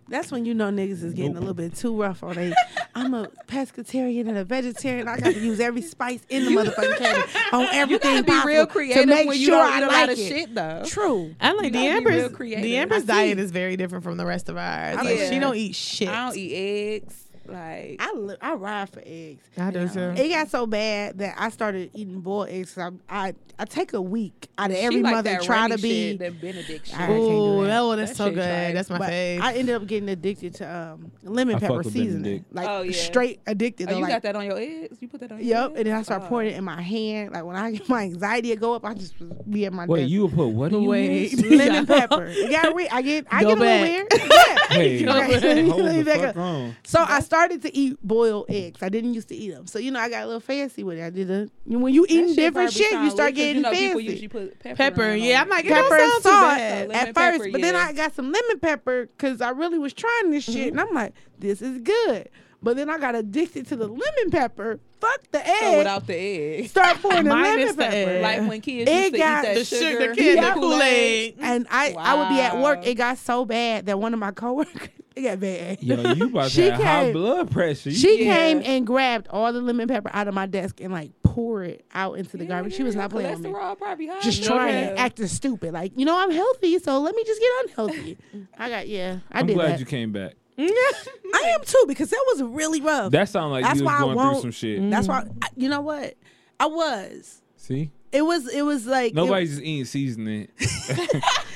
Speaker 4: That's when you know niggas is getting
Speaker 6: Nope.
Speaker 4: a little bit too rough on they. I'm a pescatarian and a vegetarian. I got to use every spice in the motherfucking cabinet on
Speaker 5: You
Speaker 4: everything
Speaker 5: gotta be
Speaker 4: possible
Speaker 5: real
Speaker 4: to
Speaker 5: creative
Speaker 4: make
Speaker 5: when you
Speaker 4: sure
Speaker 5: don't
Speaker 4: I
Speaker 5: eat a
Speaker 4: like
Speaker 5: lot of
Speaker 4: it.
Speaker 5: shit, though.
Speaker 4: True.
Speaker 3: I'm like,
Speaker 5: gotta be real
Speaker 3: D'Amber's,
Speaker 5: creative.
Speaker 3: D'Amber's
Speaker 5: I
Speaker 3: diet
Speaker 5: see.
Speaker 3: is very different from the rest of ours.
Speaker 5: I
Speaker 3: Like,
Speaker 5: see.
Speaker 3: She don't eat shit.
Speaker 5: I don't eat eggs. Like,
Speaker 4: I li- I ride for eggs.
Speaker 3: I do too.
Speaker 4: It got so bad that I started eating boiled eggs. 'cause I, I I take a week out of
Speaker 5: She
Speaker 4: every
Speaker 5: like
Speaker 4: mother
Speaker 5: that
Speaker 4: try to
Speaker 5: runny
Speaker 4: be.
Speaker 5: shit, that Benedict shit.
Speaker 4: I can't do
Speaker 3: Ooh,
Speaker 4: that.
Speaker 3: that one is
Speaker 5: That
Speaker 3: so
Speaker 5: shit Oh,
Speaker 3: good.
Speaker 5: trash.
Speaker 3: That's my
Speaker 4: but
Speaker 3: fave.
Speaker 4: I ended up getting addicted to um, lemon
Speaker 6: I fuck
Speaker 4: pepper
Speaker 6: with
Speaker 4: seasoning,
Speaker 6: Benedict.
Speaker 4: like
Speaker 5: Oh, yeah.
Speaker 4: straight addicted.
Speaker 5: Oh,
Speaker 4: to,
Speaker 5: you
Speaker 4: like,
Speaker 5: got that on your eggs? You put that on your
Speaker 4: Yep,
Speaker 5: eggs?
Speaker 4: and then I start
Speaker 5: Oh.
Speaker 4: pouring it in my hand. Like when I get my anxiety would go up, I just be at my
Speaker 6: Wait,
Speaker 4: desk.
Speaker 6: you would put what in your
Speaker 3: Wait.
Speaker 6: eggs?
Speaker 4: lemon pepper. It got re- I get I
Speaker 3: Go
Speaker 4: get
Speaker 3: back.
Speaker 4: a little weird. Yeah.
Speaker 6: Hey,
Speaker 4: Okay.
Speaker 6: hold
Speaker 4: Let me
Speaker 6: the
Speaker 4: back
Speaker 6: fuck
Speaker 4: up.
Speaker 6: on.
Speaker 4: So I started to eat boiled eggs. I didn't used to eat them. So you know I got a little fancy with it. I did a when you
Speaker 5: That
Speaker 4: eating
Speaker 5: shit
Speaker 4: different
Speaker 5: probably
Speaker 4: shit,
Speaker 5: sound
Speaker 4: you
Speaker 5: lit,
Speaker 4: start
Speaker 5: 'cause you
Speaker 4: getting
Speaker 5: know People
Speaker 4: fancy.
Speaker 5: usually put pepper.
Speaker 3: pepper.
Speaker 5: on
Speaker 3: Yeah,
Speaker 5: it.
Speaker 3: I'm like, it
Speaker 4: Pepper and
Speaker 3: don't sound too
Speaker 4: salt
Speaker 3: bad.
Speaker 5: Lemon
Speaker 4: at
Speaker 5: pepper,
Speaker 4: first, but then
Speaker 5: yeah.
Speaker 4: I got some lemon pepper because I really was trying this shit,
Speaker 5: Mm-hmm.
Speaker 4: and I'm like, this is good. But then I got addicted to the lemon pepper. Fuck the egg.
Speaker 5: So without the egg.
Speaker 4: start pouring the
Speaker 3: Minus
Speaker 4: lemon
Speaker 3: the
Speaker 4: pepper.
Speaker 3: egg.
Speaker 5: Like when kids
Speaker 4: It
Speaker 5: used to eat
Speaker 4: got
Speaker 5: that
Speaker 3: the
Speaker 5: sugar,
Speaker 3: sugar kid,
Speaker 4: Yeah.
Speaker 3: the Kool Aid.
Speaker 4: And I, I would be at work.
Speaker 5: Wow.
Speaker 4: It got so bad that one of my coworkers, it got bad.
Speaker 6: Yo, you about
Speaker 4: She
Speaker 6: to have high
Speaker 4: came-
Speaker 6: blood pressure. You-
Speaker 4: She
Speaker 5: Yeah.
Speaker 4: came and grabbed all the lemon pepper out of my desk and like poured it out into the garbage. She was not playing with me.
Speaker 5: Cholesterol probably high.
Speaker 4: Just
Speaker 5: No
Speaker 4: trying
Speaker 5: doubt.
Speaker 4: it, acting stupid. Like, you know, I'm healthy, so let me just get unhealthy. I got, yeah, I
Speaker 6: I'm
Speaker 4: did
Speaker 6: glad
Speaker 4: that.
Speaker 6: you came back.
Speaker 4: I am too, because that was really rough.
Speaker 6: That sounded like
Speaker 4: That's
Speaker 6: you was
Speaker 4: why I
Speaker 6: going through
Speaker 4: won't-
Speaker 6: some shit.
Speaker 4: That's why,
Speaker 5: Mm.
Speaker 4: I, you know what? I was.
Speaker 6: See,
Speaker 4: It was, it was like, it-
Speaker 6: nobody's just eating seasoning.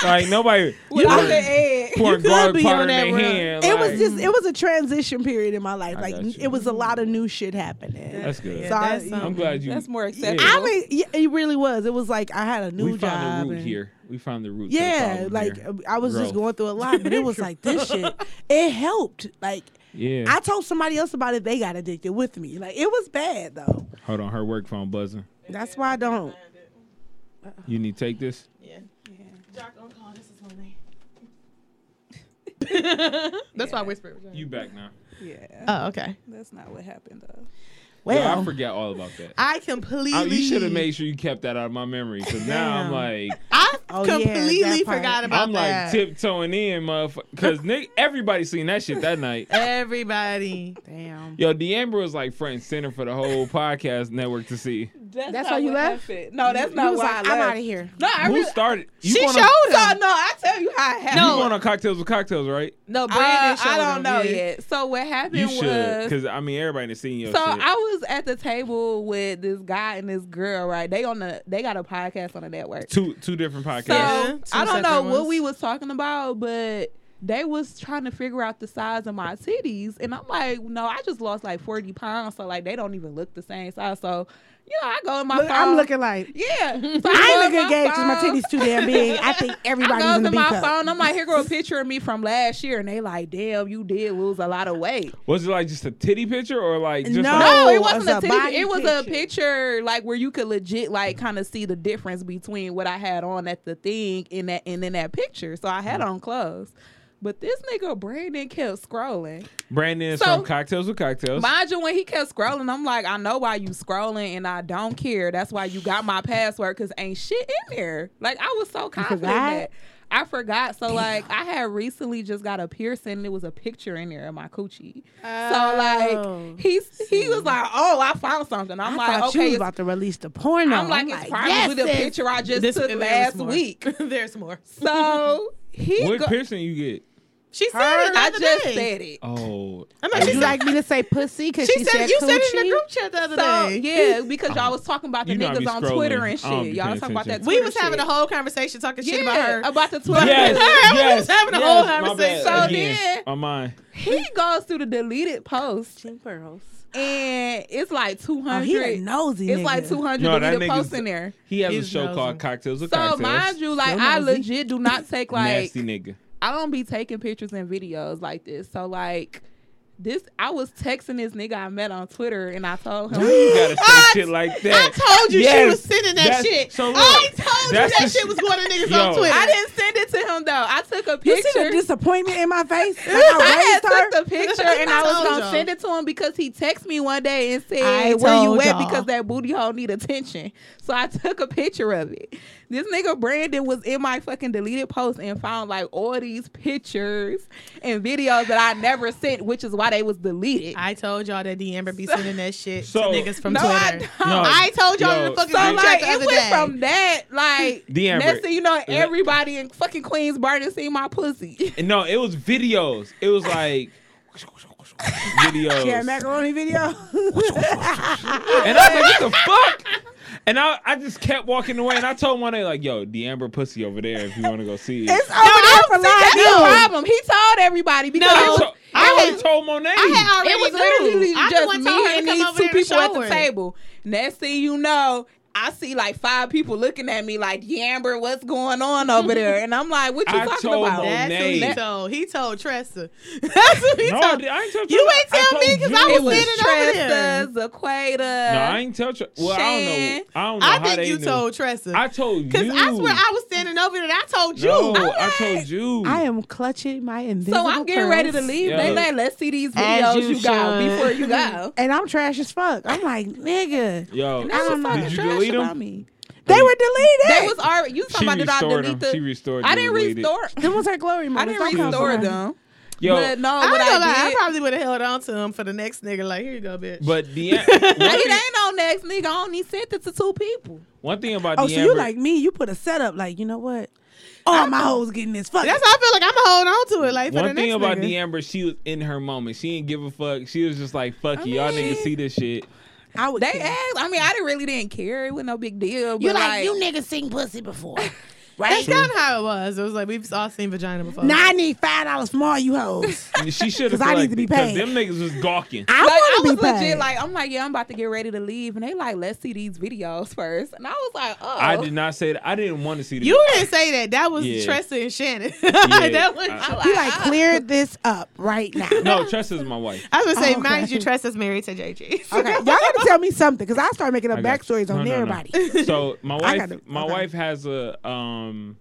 Speaker 6: like nobody
Speaker 5: Without the egg.
Speaker 6: pouring
Speaker 3: could
Speaker 6: garlic
Speaker 3: be on
Speaker 6: powder in their
Speaker 3: that road.
Speaker 6: hand.
Speaker 4: It
Speaker 6: like-
Speaker 4: was just it was a transition period in my life.
Speaker 6: I
Speaker 4: Like
Speaker 6: got you.
Speaker 4: it was a lot of new shit happening.
Speaker 6: That's good.
Speaker 4: so I,
Speaker 3: that's
Speaker 6: I'm
Speaker 3: something.
Speaker 6: glad you.
Speaker 5: That's more acceptable.
Speaker 4: I mean, yeah, it really was. It was like I had a new
Speaker 6: we
Speaker 4: job.
Speaker 6: found the root
Speaker 4: and-
Speaker 6: here. We found the root. to the
Speaker 4: Yeah,
Speaker 6: problem
Speaker 4: like um,
Speaker 6: here.
Speaker 4: I was just
Speaker 6: Growth.
Speaker 4: going through a lot, but it was like this shit. It helped. Like
Speaker 6: yeah.
Speaker 4: I told somebody else about it, they got addicted with me. Like it was bad though.
Speaker 6: Hold on, her work phone buzzing.
Speaker 4: That's why I don't.
Speaker 6: You need to take this.
Speaker 3: That's why I whispered.
Speaker 6: You back now.
Speaker 5: yeah,
Speaker 3: Oh, okay.
Speaker 5: that's not what happened though.
Speaker 6: Yo, I
Speaker 4: Well,
Speaker 6: forgot all about that.
Speaker 3: I completely.
Speaker 6: I- Oh, you should have made sure you kept that out of my memory. Cause now I'm like,
Speaker 3: I
Speaker 4: Oh, yeah,
Speaker 3: completely
Speaker 4: that part.
Speaker 3: forgot about
Speaker 6: I'm
Speaker 3: that.
Speaker 6: like tiptoeing in, motherfucker. Cause Nick, everybody seen that shit that night.
Speaker 3: Everybody.
Speaker 4: damn.
Speaker 6: Yo, D'Amber was like front and center for the whole podcast network to see.
Speaker 5: That's,
Speaker 7: That's
Speaker 5: not
Speaker 7: how you
Speaker 5: what
Speaker 7: left?
Speaker 5: happened. No, that's
Speaker 7: You
Speaker 5: not
Speaker 7: was
Speaker 5: why
Speaker 7: like,
Speaker 5: I
Speaker 7: I'm
Speaker 5: left.
Speaker 7: out of here.
Speaker 5: No, I
Speaker 6: Who
Speaker 5: really.
Speaker 6: started? You
Speaker 5: she
Speaker 6: going
Speaker 5: showed
Speaker 6: on,
Speaker 5: him. No, I tell you how it happened.
Speaker 6: You going on cocktails with cocktails, right?
Speaker 5: no,
Speaker 3: Brandon
Speaker 5: uh,
Speaker 3: showed
Speaker 5: I don't
Speaker 3: him,
Speaker 5: know
Speaker 3: yeah.
Speaker 5: yet. So what happened
Speaker 6: You
Speaker 5: was.
Speaker 6: should, because I mean everybody done seen your
Speaker 5: So
Speaker 6: shit.
Speaker 5: I was at the table with this guy and this girl, right? They on the they got a podcast on the network.
Speaker 6: two two different
Speaker 5: So
Speaker 6: podcasts.
Speaker 3: Yeah, two
Speaker 5: I
Speaker 3: separate
Speaker 5: don't know what
Speaker 3: ones.
Speaker 5: we was talking about, but they was trying to figure out the size of my titties, and I'm like, no, I just lost like forty pounds, so like they don't even look the same size. So you know, I go in my
Speaker 7: Look,
Speaker 5: phone.
Speaker 7: I'm looking like
Speaker 5: Yeah, so
Speaker 7: I ain't a
Speaker 5: go
Speaker 7: good
Speaker 5: in
Speaker 7: gay because my
Speaker 5: phone.
Speaker 7: titties too damn big. I think
Speaker 5: I
Speaker 7: everybody's
Speaker 5: go
Speaker 7: in
Speaker 5: to
Speaker 7: the
Speaker 5: my
Speaker 7: beat cup.
Speaker 5: phone. I'm like, here go a picture of me from last year, and they like, damn, you did lose a lot of weight.
Speaker 6: Was it like just a titty picture or like just
Speaker 7: No.
Speaker 6: like,
Speaker 5: No,
Speaker 7: it
Speaker 5: it wasn't
Speaker 7: was
Speaker 5: a,
Speaker 7: a
Speaker 5: titty.
Speaker 7: body
Speaker 5: It was a
Speaker 7: picture.
Speaker 5: picture like where you could legit like kind of see the difference between what I had on at the thing in that and in that picture. So I had on clothes. But this nigga Brandon kept scrolling.
Speaker 6: Brandon is
Speaker 5: So-
Speaker 6: from Cocktails with Cocktails?
Speaker 5: Mind you, when he kept scrolling, I'm like, I know why you scrolling, and I don't care. That's why you got my password, cause ain't shit in there. Like I was so confident
Speaker 7: forgot?
Speaker 5: that I forgot. So like I had recently just got a piercing, and it was a picture in there of my coochie. So
Speaker 7: Oh.
Speaker 5: like he he was like, oh, I found something. I'm
Speaker 7: I
Speaker 5: like,
Speaker 7: thought you
Speaker 5: okay,
Speaker 7: was
Speaker 5: it's,
Speaker 7: about to release the porno.
Speaker 5: I'm like, it's probably the
Speaker 7: sis.
Speaker 5: picture I just
Speaker 3: This-
Speaker 5: took
Speaker 3: there's
Speaker 5: last
Speaker 3: more.
Speaker 5: week.
Speaker 3: There's more.
Speaker 5: So he,
Speaker 6: what
Speaker 5: go-
Speaker 6: piercing you get?
Speaker 3: She said it.
Speaker 5: I
Speaker 3: the other
Speaker 5: just
Speaker 3: day.
Speaker 5: said it.
Speaker 6: Oh,
Speaker 3: I mean,
Speaker 7: Would
Speaker 3: she
Speaker 7: you
Speaker 3: said,
Speaker 7: like me to say pussy? Because
Speaker 3: she
Speaker 7: she,
Speaker 3: said,
Speaker 7: said,
Speaker 3: you
Speaker 7: coochie.
Speaker 3: said it in the group chat the other
Speaker 5: So
Speaker 3: day.
Speaker 5: yeah, because y'all was talking about the
Speaker 6: Oh, You know I be
Speaker 5: niggas on
Speaker 6: scrolling.
Speaker 5: Twitter and
Speaker 6: I don't be
Speaker 5: shit. Y'all was
Speaker 6: paying
Speaker 5: talking about that.
Speaker 6: attention.
Speaker 5: Twitter
Speaker 3: We was having
Speaker 5: shit.
Speaker 3: a whole conversation talking
Speaker 5: yeah,
Speaker 3: shit about her.
Speaker 5: about the Twitter.
Speaker 6: yes, yes,
Speaker 3: having a
Speaker 6: yes,
Speaker 3: whole
Speaker 6: my bad.
Speaker 3: conversation.
Speaker 5: So
Speaker 6: Again,
Speaker 5: then-
Speaker 6: my mind.
Speaker 5: He goes through the deleted post
Speaker 4: Pink pearls.
Speaker 5: and it's like two
Speaker 7: Oh, he a
Speaker 5: hundred.
Speaker 7: nosy
Speaker 5: it's
Speaker 7: nigga.
Speaker 5: like two hundred
Speaker 6: No, that
Speaker 5: deleted
Speaker 6: nigga's-
Speaker 5: posts in there.
Speaker 6: He has
Speaker 3: He's
Speaker 6: a show
Speaker 3: nosy.
Speaker 6: called Cocktails with
Speaker 5: So
Speaker 6: Cocktails.
Speaker 5: mind you, like
Speaker 7: So
Speaker 5: I
Speaker 7: nosy.
Speaker 5: legit do not take like
Speaker 6: Nasty nigga.
Speaker 5: I don't be taking pictures and videos like this. So like this, I was texting this nigga I met on Twitter and I told him.
Speaker 6: You gotta say
Speaker 3: I-
Speaker 6: shit like
Speaker 3: I
Speaker 6: that.
Speaker 3: told you she
Speaker 6: Yes,
Speaker 3: was sending that
Speaker 6: that's-
Speaker 3: shit.
Speaker 6: so look,
Speaker 3: I told you
Speaker 6: that's
Speaker 3: that
Speaker 6: the
Speaker 3: shit
Speaker 6: sh-
Speaker 3: was going to niggas
Speaker 6: Yo.
Speaker 3: on Twitter.
Speaker 5: I didn't send it to him though. I took a
Speaker 7: You see the
Speaker 5: picture.
Speaker 7: disappointment in my face? Like
Speaker 5: I
Speaker 7: I
Speaker 5: had
Speaker 7: raised her.
Speaker 5: took the picture and I,
Speaker 3: I
Speaker 5: was
Speaker 3: told
Speaker 5: gonna
Speaker 3: y'all.
Speaker 5: send it to him because he texted me one day and said,
Speaker 7: I
Speaker 5: "Where you
Speaker 7: told
Speaker 5: at?"
Speaker 7: y'all.
Speaker 5: Because that booty hole need attention. So I took a picture of it. This nigga Brandon was in my fucking deleted post and found like all these pictures and videos that I never sent, which is why they was deleted.
Speaker 3: I told y'all that Amber be sending that shit
Speaker 6: So-
Speaker 3: to niggas from
Speaker 5: no, I
Speaker 3: Twitter.
Speaker 5: don't.
Speaker 6: No.
Speaker 3: I told y'all
Speaker 6: Yo,
Speaker 3: in the fucking
Speaker 5: So
Speaker 3: group chat
Speaker 5: like
Speaker 3: the
Speaker 5: it
Speaker 3: other
Speaker 5: went
Speaker 3: day.
Speaker 5: from that like
Speaker 6: The Amber-
Speaker 5: next thing you know
Speaker 6: Yeah.
Speaker 5: everybody in fucking Queensborough seen my pussy.
Speaker 6: And no, it was videos. It was like videos.
Speaker 7: Yeah, macaroni video.
Speaker 6: And I was like, what the fuck? And I, I just kept walking away. And I told one day, like, yo, the Amber pussy over there if you want to go see it.
Speaker 7: it's over there for live.
Speaker 5: That's the
Speaker 7: views.
Speaker 5: problem. He told everybody because
Speaker 6: I,
Speaker 5: it was
Speaker 6: to- I already told Monet.
Speaker 3: I had already
Speaker 5: It was
Speaker 3: knew.
Speaker 5: literally
Speaker 3: I the
Speaker 5: just
Speaker 3: one
Speaker 5: me
Speaker 3: told her to
Speaker 5: and
Speaker 3: come
Speaker 5: these
Speaker 3: over
Speaker 5: two
Speaker 3: there to
Speaker 5: people at the
Speaker 3: shower.
Speaker 5: table. Next thing you know, I see like five people looking at me like, Yamber, what's going on over there? And I'm like, what you
Speaker 6: I
Speaker 5: talking
Speaker 6: told
Speaker 5: about?
Speaker 6: Monet.
Speaker 3: That's who he
Speaker 6: Nay.
Speaker 3: told. He told Tressa. That's who he
Speaker 6: no, I
Speaker 3: told.
Speaker 6: didn't- I ain't
Speaker 3: You
Speaker 6: tell Trevor.
Speaker 3: ain't tell
Speaker 6: told
Speaker 3: me 'cause I
Speaker 6: you.
Speaker 5: It
Speaker 3: was
Speaker 5: was
Speaker 3: sitting over there.
Speaker 5: Tressa, Zaqueda.
Speaker 6: No, I ain't tell Trevor. Well,
Speaker 5: Shan.
Speaker 6: I don't know. I don't know
Speaker 3: I
Speaker 6: how
Speaker 3: think
Speaker 6: they
Speaker 3: you
Speaker 6: knew.
Speaker 3: told Tressa.
Speaker 6: I told you.
Speaker 3: Because I swear I was standing over there and I told you.
Speaker 6: No,
Speaker 3: I'm
Speaker 6: I
Speaker 3: like,
Speaker 6: told you.
Speaker 7: I am clutching my invisible.
Speaker 5: so I'm getting ready to
Speaker 7: pearls.
Speaker 5: leave.
Speaker 6: Yeah.
Speaker 5: They like, let's see these
Speaker 7: As
Speaker 5: videos you,
Speaker 7: you
Speaker 5: got
Speaker 7: should.
Speaker 5: before you go.
Speaker 7: and I'm trash as fuck. I'm like, nigga,
Speaker 6: Yo,
Speaker 5: That's
Speaker 7: don't know.
Speaker 5: what's fucking
Speaker 6: did you
Speaker 5: trash
Speaker 6: delete
Speaker 5: about
Speaker 6: them?
Speaker 5: me.
Speaker 7: they were deleted.
Speaker 5: They was already you
Speaker 6: She
Speaker 5: somebody that I
Speaker 6: restored
Speaker 5: delete
Speaker 6: them.
Speaker 5: the
Speaker 6: She restored
Speaker 5: I
Speaker 6: them,
Speaker 5: didn't
Speaker 6: deleted.
Speaker 5: restore
Speaker 7: them was her glory
Speaker 5: I
Speaker 7: moments. Don't
Speaker 5: didn't
Speaker 7: come for
Speaker 5: restore
Speaker 7: her.
Speaker 5: them.
Speaker 6: Yo,
Speaker 5: but no,
Speaker 3: I,
Speaker 5: what
Speaker 3: ain't gonna lie,
Speaker 5: I
Speaker 3: I
Speaker 5: did
Speaker 3: probably would have held on to him for the next nigga. Like, here you go, bitch.
Speaker 6: But the
Speaker 5: Now,
Speaker 6: one,
Speaker 5: it
Speaker 6: thing,
Speaker 5: ain't on next nigga. I only sent it to two people.
Speaker 6: one thing about
Speaker 7: Oh,
Speaker 6: the
Speaker 7: so you like me? You put a setup like, you know what?
Speaker 5: Oh,
Speaker 7: All my hoes getting this. Fuck.
Speaker 3: that's how I feel like I'm gonna hold on to it. Like, for the
Speaker 6: one
Speaker 3: next
Speaker 6: thing about
Speaker 3: nigga.
Speaker 6: the Amber, she was in her moment. She didn't give a fuck. She was just like, "Fuck you, y'all
Speaker 5: mean-
Speaker 6: niggas see this shit."
Speaker 7: I would.
Speaker 5: They
Speaker 7: kill.
Speaker 5: asked. I mean, I didn't really didn't care. It was no big deal. But
Speaker 7: You
Speaker 5: like,
Speaker 7: like, you niggas seen pussy before,
Speaker 3: That's
Speaker 7: right?
Speaker 3: kind of how it was. It was like we've all seen vagina before.
Speaker 7: now I need five dollars from all you hoes.
Speaker 6: And She should have
Speaker 7: 'Cause I need to be
Speaker 6: because
Speaker 7: paid.
Speaker 6: them niggas was gawking.
Speaker 7: I
Speaker 5: like, I
Speaker 7: want to
Speaker 5: was
Speaker 7: be paid.
Speaker 5: legit like, I'm like, yeah, I'm about to get ready to leave, and they like, let's see these videos first, and I was like, oh,
Speaker 6: I did not say that. I didn't want to see this.
Speaker 3: you didn't say that. That was
Speaker 6: Yeah.
Speaker 3: Tressa and Shannon.
Speaker 6: Yeah.
Speaker 3: that was.
Speaker 5: I
Speaker 3: I,
Speaker 5: like,
Speaker 7: he like
Speaker 5: oh.
Speaker 7: clear this up right now.
Speaker 6: no, Tressa's my wife.
Speaker 3: was gonna say,
Speaker 7: Oh, okay.
Speaker 3: mind you, Tressa's married to JG.
Speaker 7: Okay, y'all gotta tell me something because I start making up
Speaker 6: I got you.
Speaker 7: backstories on
Speaker 6: No, no, no.
Speaker 7: everybody.
Speaker 6: So my
Speaker 7: I
Speaker 6: wife,
Speaker 7: gotta-
Speaker 6: my
Speaker 7: okay.
Speaker 6: wife has a um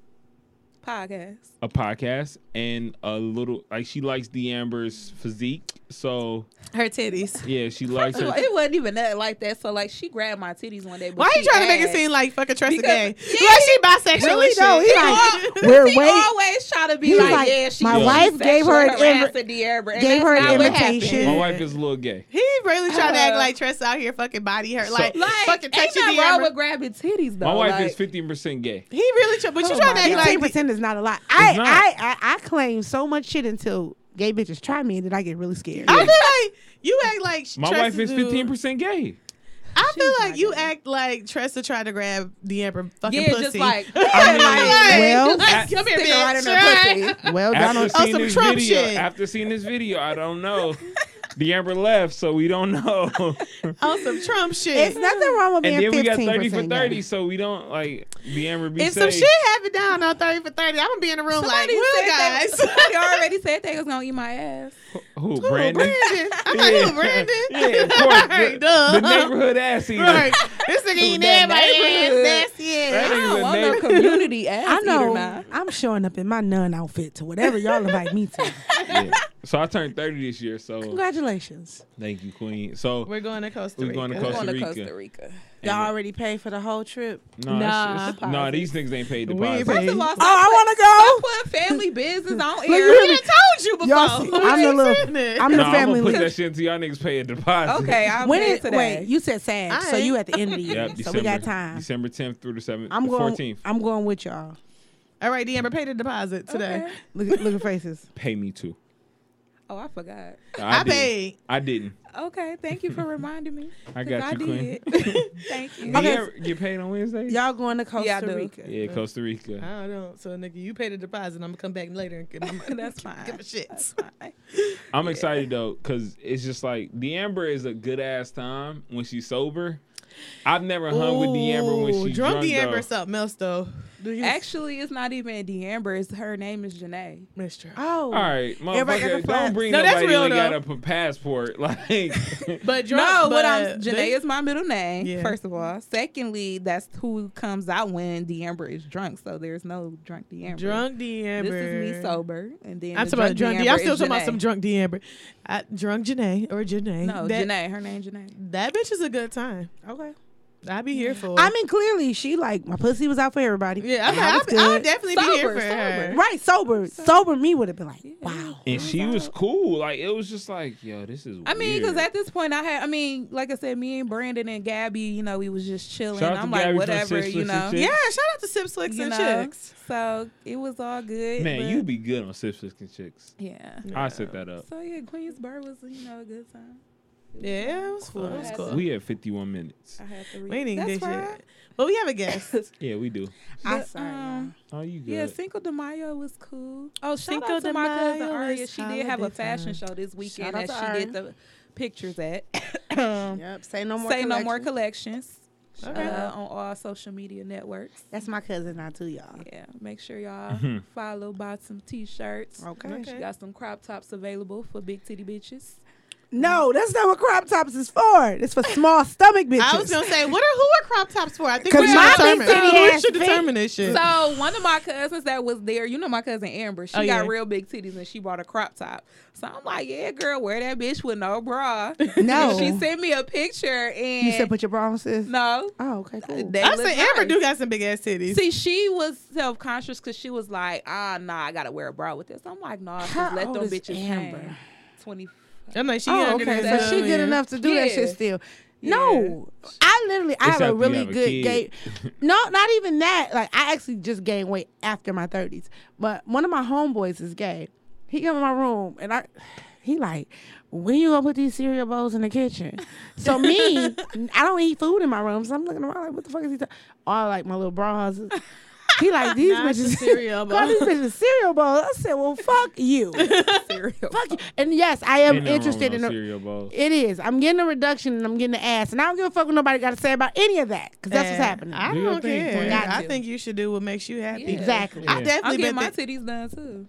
Speaker 5: ah, podcast.
Speaker 6: a podcast and a little like she likes the Amber's physique. So
Speaker 3: Her titties.
Speaker 6: yeah, she likes
Speaker 5: So
Speaker 6: her.
Speaker 5: it wasn't even nothing like that. So like, she grabbed my titties one day. But
Speaker 3: Why
Speaker 5: she
Speaker 3: you trying to make it
Speaker 5: asked-
Speaker 3: seem like fucking Tressa
Speaker 5: Because-
Speaker 3: gay?
Speaker 5: Yeah.
Speaker 3: like she bisexual
Speaker 7: Really
Speaker 3: and shit.
Speaker 7: though, he
Speaker 3: He
Speaker 7: like-
Speaker 3: all-
Speaker 7: We're
Speaker 5: He
Speaker 7: waiting.
Speaker 5: always try to be
Speaker 7: He's
Speaker 5: like,
Speaker 7: like,
Speaker 5: yeah, she
Speaker 7: my
Speaker 5: she
Speaker 7: wife gave her an
Speaker 5: sexually
Speaker 7: invi-
Speaker 5: harassing the Amber, and
Speaker 7: gave
Speaker 5: that's
Speaker 7: her an
Speaker 5: not what happened.
Speaker 7: invitation.
Speaker 6: My wife is a little gay.
Speaker 3: he really trying to act like Tress out here fucking body hurt.
Speaker 6: So-
Speaker 3: Like,
Speaker 5: Like,
Speaker 3: fucking touch
Speaker 5: ain't
Speaker 3: your
Speaker 5: nothing wrong
Speaker 3: DM.
Speaker 5: with grabbing titties though.
Speaker 6: My wife
Speaker 5: like,
Speaker 6: is fifty percent gay.
Speaker 3: He really try,
Speaker 4: Oh
Speaker 3: but you trying to act
Speaker 4: Fifteen
Speaker 3: like
Speaker 4: percent is not a lot. I,
Speaker 6: not.
Speaker 4: I I I claim so much shit until gay bitches try me and then I get really scared.
Speaker 3: I feel like you act like
Speaker 6: My
Speaker 3: Tressa
Speaker 6: wife is
Speaker 3: do-
Speaker 6: fifteen percent gay.
Speaker 3: I feel like you act like Tressa tried to grab the Amber fucking
Speaker 5: yeah,
Speaker 3: pussy.
Speaker 5: just like,
Speaker 6: I mean,
Speaker 4: well,
Speaker 5: like, come here,
Speaker 3: stick her right in
Speaker 5: bitch.
Speaker 3: her
Speaker 5: Right.
Speaker 4: well,
Speaker 6: after
Speaker 4: Donald.
Speaker 3: Oh,
Speaker 6: seeing
Speaker 3: some
Speaker 6: this
Speaker 3: Trump
Speaker 6: video,
Speaker 3: shit.
Speaker 6: after seeing this video, I don't know. The Amber left, so we don't know. and
Speaker 3: on some Trump shit.
Speaker 4: It's nothing wrong with being
Speaker 6: then we got
Speaker 4: fifteen
Speaker 6: thirty for
Speaker 4: percent.
Speaker 6: thirty, so we don't like the Amber be
Speaker 3: If some
Speaker 6: safe.
Speaker 3: shit happened down on thirty for thirty, I'm gonna be in the room like,
Speaker 5: Somebody
Speaker 3: well,
Speaker 5: said guys.
Speaker 3: guys.
Speaker 5: They, you already said they was gonna eat my ass.
Speaker 6: Who,
Speaker 3: Who,
Speaker 6: Brandon?
Speaker 3: Oh, Brandon. I'm like,
Speaker 6: Yeah.
Speaker 3: who, Brandon?
Speaker 6: Yeah, of course.
Speaker 3: Right,
Speaker 6: the,
Speaker 3: duh.
Speaker 6: the neighborhood ass eater.
Speaker 3: Right. This nigga eating
Speaker 5: that
Speaker 3: everybody ass.
Speaker 5: neighborhood.
Speaker 3: Nasty ass.
Speaker 6: That
Speaker 5: I
Speaker 6: nigga's
Speaker 5: don't
Speaker 6: a
Speaker 5: want
Speaker 6: neighbor-
Speaker 5: no community ass.
Speaker 4: I
Speaker 5: Eater
Speaker 4: know.
Speaker 5: now.
Speaker 4: I'm showing up in my nun outfit to whatever y'all invite me to.
Speaker 6: Yeah. So I turned thirty this year. So
Speaker 4: Congratulations.
Speaker 6: thank you, Queen. So
Speaker 3: We're going to Costa
Speaker 6: We're
Speaker 3: Rica.
Speaker 6: going to
Speaker 5: I'm going
Speaker 6: Costa
Speaker 5: to
Speaker 6: Rica.
Speaker 5: Costa Rica.
Speaker 9: Y'all already paid for the whole trip.
Speaker 6: no, nah,
Speaker 5: Nah.
Speaker 6: nah, these niggas ain't paid
Speaker 3: We ain't
Speaker 6: deposits.
Speaker 3: paid.
Speaker 5: First of all,
Speaker 4: Oh, I
Speaker 5: stop
Speaker 4: want to go.
Speaker 5: put, stop put family business on
Speaker 4: you
Speaker 5: air.
Speaker 4: hear
Speaker 5: We
Speaker 4: me?
Speaker 5: done told you before.
Speaker 4: Y'all see, I'm the little, I'm the
Speaker 6: Nah, I'm
Speaker 4: family
Speaker 6: gonna put
Speaker 4: leader.
Speaker 6: that shit into y'all niggas pay a deposit.
Speaker 5: Okay, I'm
Speaker 4: When
Speaker 5: when
Speaker 4: it,
Speaker 5: today.
Speaker 4: wait, you said sad, so
Speaker 3: Aight.
Speaker 4: you at the end of the year,
Speaker 6: Yeah,
Speaker 4: so
Speaker 6: December,
Speaker 4: we got time.
Speaker 6: December 10th through the 7th,
Speaker 4: I'm going.
Speaker 6: 14th.
Speaker 4: I'm going with y'all.
Speaker 3: All right, Amber, pay the deposit today.
Speaker 5: Okay.
Speaker 4: Look, look at faces.
Speaker 6: Pay me too.
Speaker 5: Oh, I forgot.
Speaker 3: I,
Speaker 6: didn't.
Speaker 3: paid.
Speaker 6: I didn't.
Speaker 5: Okay, thank you for reminding me.
Speaker 6: I
Speaker 5: 'cause
Speaker 6: got you, Queen.
Speaker 5: did. thank you.
Speaker 6: You ever get paid on Wednesday?
Speaker 4: Y'all going to Costa
Speaker 5: Yeah, I do.
Speaker 4: Rica?
Speaker 6: Yeah, Costa Rica.
Speaker 3: I don't. So nigga, you pay the deposit. I'm gonna come back later and get my money.
Speaker 5: That's fine.
Speaker 3: Give a shit.
Speaker 5: That's fine.
Speaker 6: I'm excited though, cause it's just like the Amber is a good ass time when she's sober. I've never hung with the Amber when
Speaker 3: Ooh,
Speaker 6: she's
Speaker 3: drunk.
Speaker 6: drunk.
Speaker 3: the Amber
Speaker 6: though.
Speaker 3: is something else though. Do you?
Speaker 5: Actually, it's not even D'Amber. It's her name is Janae.
Speaker 3: That's true.
Speaker 4: Oh,
Speaker 6: All right,
Speaker 4: Everybody got the flags.
Speaker 6: motherfucker, don't bring
Speaker 3: No, that's
Speaker 6: nobody
Speaker 3: real,
Speaker 6: that got
Speaker 3: though.
Speaker 6: a p- passport. Like,
Speaker 3: But drunk.
Speaker 5: No,
Speaker 3: but
Speaker 5: what I'm Janae
Speaker 3: they-
Speaker 5: is my middle name.
Speaker 3: Yeah.
Speaker 5: First of all, secondly, that's who comes out when D'Amber is drunk. So there's no drunk D'Amber.
Speaker 3: Drunk the Amber.
Speaker 5: This is me sober, and then
Speaker 3: I'm
Speaker 5: the
Speaker 3: talking about drunk. D-
Speaker 5: D'Amber
Speaker 3: I'm still
Speaker 5: is
Speaker 3: talking about
Speaker 5: Janae.
Speaker 3: some drunk D Amber. I, drunk Janae or Janae.
Speaker 5: No,
Speaker 3: that,
Speaker 5: Janae. Her name Janae.
Speaker 3: That bitch is a good time.
Speaker 4: okay.
Speaker 3: I be here for.
Speaker 4: I mean, clearly she like my pussy was out for everybody.
Speaker 3: yeah, I'm,
Speaker 4: I
Speaker 3: I'm,
Speaker 4: was good.
Speaker 3: I'll definitely be here
Speaker 5: Sober,
Speaker 3: for her.
Speaker 5: sober.
Speaker 4: right, sober, sober me would have been like, wow.
Speaker 6: and she was cool. Like, it was just like, yo, this is.
Speaker 5: I mean,
Speaker 6: weird.
Speaker 5: because at this point, I had. I mean, like I said, me and Brandon and Gabby, you know, we was just chilling.
Speaker 6: Shout out
Speaker 5: I'm
Speaker 6: to
Speaker 5: like,
Speaker 6: Gabby from
Speaker 5: whatever,
Speaker 6: Six
Speaker 5: you
Speaker 6: Chicks and
Speaker 5: know.
Speaker 6: Chicks.
Speaker 3: Yeah, shout out to Sip Slicks
Speaker 5: You
Speaker 3: and
Speaker 5: know,
Speaker 3: Chicks.
Speaker 5: so it was all good.
Speaker 6: man,
Speaker 5: but-
Speaker 6: you be good on Sips Chicks and Chicks.
Speaker 5: Yeah.
Speaker 6: I set that up.
Speaker 5: So yeah, Queensborough was you know a good time.
Speaker 3: Yeah, it was cool. It was
Speaker 5: That's
Speaker 3: cool.
Speaker 6: We at 51 minutes.
Speaker 5: I had to. Re-
Speaker 3: We ain't even
Speaker 5: That's
Speaker 3: did
Speaker 5: right.
Speaker 3: yet. But we have a guest.
Speaker 6: Yeah, we do.
Speaker 4: I
Speaker 5: But,
Speaker 4: sorry.
Speaker 5: um,
Speaker 6: Oh, you good?
Speaker 5: Yeah, Cinco de Mayo was cool. Oh, shout
Speaker 3: Cinco
Speaker 5: out to
Speaker 3: de
Speaker 5: my
Speaker 3: Mayo
Speaker 5: cousin Aria.
Speaker 3: is
Speaker 5: She did have a
Speaker 3: holiday time.
Speaker 5: fashion show this weekend
Speaker 4: out
Speaker 5: that
Speaker 4: to
Speaker 5: she did the pictures at.
Speaker 4: y'all. Yep. Say no more.
Speaker 5: Say no more
Speaker 4: collections.
Speaker 5: collections
Speaker 3: Okay.
Speaker 5: uh, on all social media networks.
Speaker 4: That's my cousin now too, y'all.
Speaker 5: Yeah, make sure y'all follow, buy some t-shirts.
Speaker 4: Okay.
Speaker 5: She got some crop tops available for big titty bitches.
Speaker 4: No, that's not what crop tops is for. It's for small stomach bitches.
Speaker 3: I was gonna say, what are who are crop tops for? I think
Speaker 4: 'Cause
Speaker 3: we should
Speaker 4: my
Speaker 3: determine.
Speaker 4: big titty
Speaker 3: We
Speaker 4: ass
Speaker 3: should
Speaker 4: feet.
Speaker 3: determine this shit.
Speaker 5: So one of my cousins that was there, you know my cousin Amber, she
Speaker 3: Oh,
Speaker 5: got
Speaker 3: yeah.
Speaker 5: real big titties and she bought a crop top. So I'm like, yeah, girl, wear that bitch with no bra.
Speaker 4: No.
Speaker 5: she sent me a picture and
Speaker 4: you said put your bra on, sis.
Speaker 5: no.
Speaker 4: Oh, okay, cool.
Speaker 5: They
Speaker 3: I
Speaker 5: look
Speaker 3: say Amber
Speaker 5: nice.
Speaker 3: do got some big ass titties.
Speaker 5: See, she was self conscious because she was like, ah, nah, I gotta wear a bra with this. I'm like, nah, just
Speaker 4: How
Speaker 5: let
Speaker 4: old
Speaker 5: them
Speaker 4: is
Speaker 5: bitches
Speaker 4: Amber?
Speaker 5: hang. Twenty.
Speaker 3: I'm like she
Speaker 4: oh,
Speaker 3: younger
Speaker 4: okay.
Speaker 3: than
Speaker 4: So
Speaker 3: us,
Speaker 4: she good
Speaker 3: yeah.
Speaker 4: enough to do that shit
Speaker 5: Yeah.
Speaker 4: still. No, I literally, I
Speaker 6: It's
Speaker 4: have a
Speaker 6: after you
Speaker 4: really
Speaker 6: have a
Speaker 4: good
Speaker 6: kid.
Speaker 4: gait. No, not even that. Like I actually just gained weight after my thirties. But one of my homeboys is gay. He come in my room and I, he like, when you gonna put these cereal bowls in the kitchen? So me, I don't eat food in my room. So I'm looking around like, what the fuck is he? talking? All like my little bras. He like these
Speaker 3: Nah, it's a
Speaker 4: bitches
Speaker 3: cereal
Speaker 4: Call
Speaker 3: bowl.
Speaker 4: these bitches cereal bowls. I said, well, fuck you,
Speaker 5: cereal.
Speaker 4: fuck you. And yes, I am
Speaker 6: Ain't nothing wrong
Speaker 4: interested
Speaker 6: with
Speaker 4: in.
Speaker 6: no
Speaker 4: A,
Speaker 6: cereal bowls.
Speaker 4: it is. I'm getting a reduction and I'm getting an ass. And I don't give a fuck what nobody got to say about any of that because that's
Speaker 3: And
Speaker 4: what's happening.
Speaker 3: I
Speaker 6: Do your
Speaker 3: don't
Speaker 6: thing,
Speaker 3: care.
Speaker 6: Queen.
Speaker 5: Got
Speaker 3: I
Speaker 5: to.
Speaker 3: think you should do what makes you happy.
Speaker 5: Yeah.
Speaker 4: exactly.
Speaker 3: I
Speaker 5: I'm
Speaker 3: definitely
Speaker 5: getting
Speaker 3: been
Speaker 5: my
Speaker 3: thi-
Speaker 5: titties done too.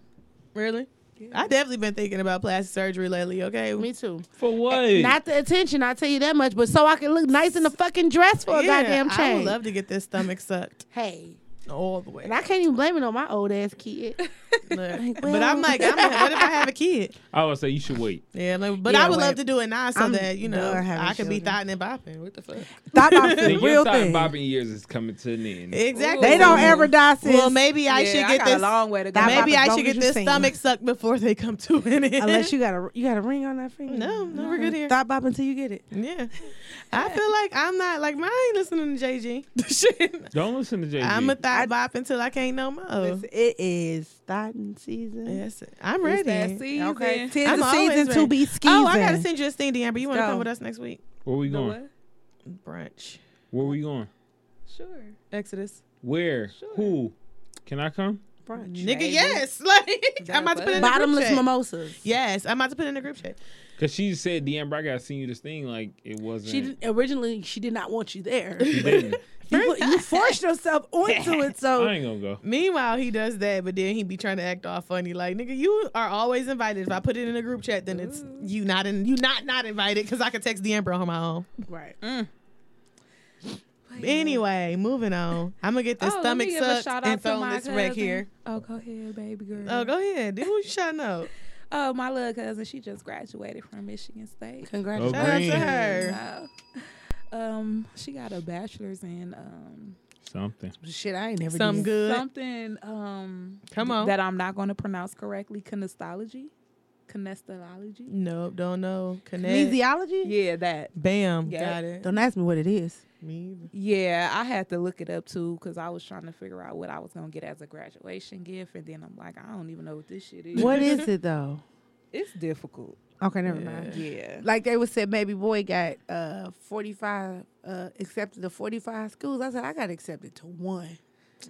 Speaker 3: really. I definitely been thinking about plastic surgery lately. Okay,
Speaker 4: Me too.
Speaker 6: For what?
Speaker 4: Not the attention, I'll tell you that much, but so I can look nice in a fucking dress for a
Speaker 3: Yeah, I
Speaker 4: goddamn
Speaker 3: would
Speaker 4: change.
Speaker 3: love to get this stomach sucked.
Speaker 4: hey.
Speaker 3: all the way.
Speaker 4: And I can't even blame it on my old ass kid.
Speaker 3: Look, but I'm like, I'm, what if I have a kid?
Speaker 6: I would say you should wait.
Speaker 3: Yeah, like, but
Speaker 4: Yeah,
Speaker 3: I would love
Speaker 4: wait.
Speaker 3: to do it now so
Speaker 4: I'm
Speaker 3: that you know
Speaker 4: done having
Speaker 3: I could be
Speaker 4: children.
Speaker 3: thotting and bopping. What the fuck?
Speaker 4: Stop about
Speaker 6: Then
Speaker 4: the
Speaker 6: your
Speaker 4: real
Speaker 6: thought
Speaker 4: thing.
Speaker 6: bobbing years is coming to an end.
Speaker 3: Exactly.
Speaker 4: They don't ever die, sis.
Speaker 3: Well, maybe I
Speaker 5: Yeah,
Speaker 3: should
Speaker 5: I
Speaker 3: get
Speaker 5: got
Speaker 3: this.
Speaker 5: a long way to go.
Speaker 4: That
Speaker 3: maybe
Speaker 4: about
Speaker 3: I
Speaker 4: as long
Speaker 3: should
Speaker 4: as
Speaker 3: get
Speaker 4: you
Speaker 3: this
Speaker 4: sing.
Speaker 3: stomach sucked before they come to an end.
Speaker 4: Unless you got a you got a ring on that finger.
Speaker 3: No, no, we're good here.
Speaker 4: Stop bopping till you get it.
Speaker 3: Yeah. I feel like I'm not like mine ain't listening to JG. Shit.
Speaker 6: Don't listen to JG.
Speaker 3: I'm a thought bop until I can't know more.
Speaker 4: Listen, It is starting season.
Speaker 3: Yes, I'm
Speaker 5: It's that
Speaker 3: ready.
Speaker 5: season.
Speaker 4: Okay,
Speaker 5: The
Speaker 4: tis
Speaker 3: I'm
Speaker 4: the
Speaker 3: always
Speaker 4: season
Speaker 3: ready.
Speaker 4: to be skeezing.
Speaker 3: Oh, I gotta send you a thing, Amber. You want to
Speaker 5: Let's
Speaker 3: come
Speaker 5: go.
Speaker 3: with us next week?
Speaker 6: Where we going?
Speaker 5: what?
Speaker 3: Brunch.
Speaker 6: Where we going?
Speaker 5: Sure.
Speaker 3: Exodus.
Speaker 6: Where? Who? Can I come?
Speaker 3: Nigga, yes. Like I'm about to put it in the group
Speaker 4: Bottomless
Speaker 3: chat.
Speaker 4: mimosas.
Speaker 3: Yes, I'm about to put it in the group chat.
Speaker 6: Cause she said DM Brock got seen you this thing like it wasn't.
Speaker 4: She didn't, originally she did not want you there.
Speaker 6: She
Speaker 4: you,
Speaker 6: didn't.
Speaker 4: put- you forced yourself onto it,
Speaker 6: I
Speaker 4: so
Speaker 6: ain't gonna go.
Speaker 3: Meanwhile, he does that, but then he be trying to act all funny, like nigga, you are always invited. If I put it in the group chat, then it's you not in, you not not invited because I could text the Amber on my own.
Speaker 4: right.
Speaker 3: Anyway, moving on. I'm gonna get this
Speaker 5: Oh, let
Speaker 3: stomach
Speaker 5: me give a shout
Speaker 3: sucked
Speaker 5: out
Speaker 3: and
Speaker 5: to
Speaker 3: throw
Speaker 5: my
Speaker 3: this wreck
Speaker 5: cousin.
Speaker 3: here.
Speaker 5: Oh, go ahead, baby girl.
Speaker 3: Oh, go ahead. Dude, who you shouting out?
Speaker 5: Oh, my little cousin, she just graduated from Michigan State.
Speaker 4: Congratulations.
Speaker 6: Okay.
Speaker 3: Shout out to
Speaker 6: Green.
Speaker 3: her.
Speaker 5: Wow. Um, she got a bachelor's in um
Speaker 6: Something.
Speaker 4: Shit, I ain't never.
Speaker 3: Something
Speaker 4: did.
Speaker 3: good.
Speaker 5: something um
Speaker 3: Come on.
Speaker 5: that I'm not going to pronounce correctly, kinestology, kinestology.
Speaker 4: Mm-hmm.
Speaker 3: Nope, don't know. Connect.
Speaker 4: Kinesiology.
Speaker 5: Yeah, that.
Speaker 3: Bam.
Speaker 5: Yeah.
Speaker 3: Got it.
Speaker 4: Don't ask me what it is.
Speaker 3: Me either.
Speaker 5: Yeah, I had to look it up too because I was trying to figure out what I was gonna get as a graduation gift, and then I'm like, I don't even know what this shit is.
Speaker 4: What is it though?
Speaker 5: It's difficult.
Speaker 4: Okay, never mind.
Speaker 5: Yeah.
Speaker 4: Like they would said, baby boy got uh forty five uh accepted to forty five schools. I said I got accepted to one.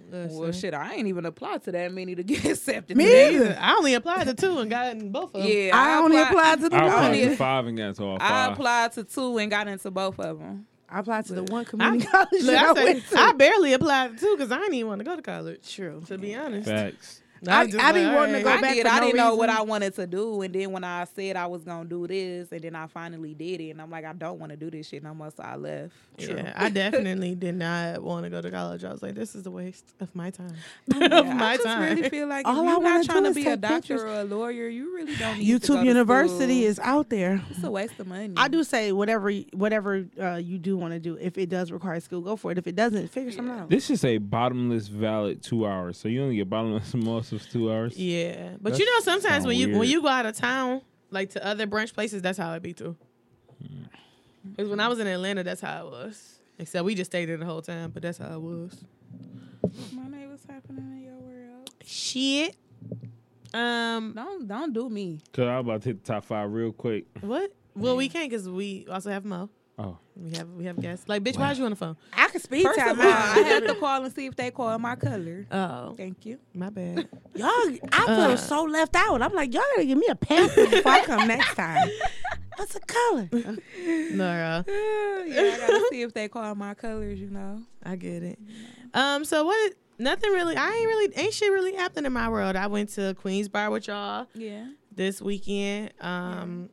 Speaker 5: Well, shit, I ain't even applied to that many to get accepted.
Speaker 4: Me
Speaker 5: to that.
Speaker 4: either.
Speaker 3: I only applied to two and got in both of them.
Speaker 5: Yeah,
Speaker 4: I, only
Speaker 5: applied-
Speaker 4: applied to the
Speaker 6: I
Speaker 4: one.
Speaker 6: applied
Speaker 5: only-
Speaker 6: to five and got to all
Speaker 5: I
Speaker 6: five.
Speaker 5: applied to two and got into both of them.
Speaker 4: I applied to the
Speaker 3: I'm-
Speaker 4: one community college
Speaker 3: Look,
Speaker 4: that I,
Speaker 3: I, say,
Speaker 4: went to.
Speaker 3: I barely applied to two because I didn't even want to go to college. True. To be honest.
Speaker 6: Facts.
Speaker 3: I,
Speaker 4: I- I be wanting to go
Speaker 5: I
Speaker 4: back
Speaker 5: did.
Speaker 4: for
Speaker 5: I
Speaker 4: no
Speaker 5: didn't know what
Speaker 4: reason.
Speaker 5: I wanted to do, and then when I said I was gonna do this, and then I finally did it, and I'm like, I don't want to do this shit no more, so I left.
Speaker 3: Yeah, I definitely did not want to go to college. I was like, this is a waste of my time.
Speaker 5: Yeah,
Speaker 3: of
Speaker 5: I
Speaker 3: my
Speaker 5: just
Speaker 3: time.
Speaker 5: really feel like
Speaker 4: All
Speaker 5: if
Speaker 4: I
Speaker 5: you're
Speaker 4: wanna
Speaker 5: not
Speaker 4: do
Speaker 5: trying to
Speaker 4: is
Speaker 5: be a
Speaker 4: take
Speaker 5: doctor
Speaker 4: pictures.
Speaker 5: or a lawyer, you really don't need to go
Speaker 4: YouTube
Speaker 5: to
Speaker 4: University
Speaker 5: school.
Speaker 4: is out there.
Speaker 5: It's a waste of money.
Speaker 4: I do say whatever whatever uh, you do want to do. If it does require school, go for it. If it doesn't, figure something out.
Speaker 6: This is a bottomless valid two hours. So you only get bottomless mimosas two hours.
Speaker 3: Yeah, but
Speaker 6: That's
Speaker 3: you know, sometimes
Speaker 6: kinda
Speaker 3: when you
Speaker 6: weird.
Speaker 3: when you go out of town, like to other brunch places, that's how it be too.
Speaker 6: Hmm.
Speaker 3: Because when I was in Atlanta, that's how it was. Except we just stayed there the whole time, but that's how it was.
Speaker 5: My name was happening in your world.
Speaker 3: Shit. Um.
Speaker 5: Don't don't do me.
Speaker 6: Cause I'm about to hit the top five real quick.
Speaker 3: What? Well, we can't because we also have Mo.
Speaker 6: Oh.
Speaker 3: We have we have guests. Like, bitch, why is you on the phone?
Speaker 4: I can speak
Speaker 5: First of all, I had to call and see if they call my color.
Speaker 3: Oh,
Speaker 5: Thank you.
Speaker 3: my bad.
Speaker 4: Y'all, I feel
Speaker 5: Uh.
Speaker 4: so left out. I'm like, y'all gotta give me a pamphlet before I come next time. What's a color?
Speaker 3: Nora,
Speaker 5: yeah, I gotta see if they call my colors. You know.
Speaker 3: I get it. Um. So what? Nothing really. I ain't really. Ain't shit really happening in my world. I went to Queens Bar with y'all.
Speaker 5: Yeah.
Speaker 3: this weekend. Um,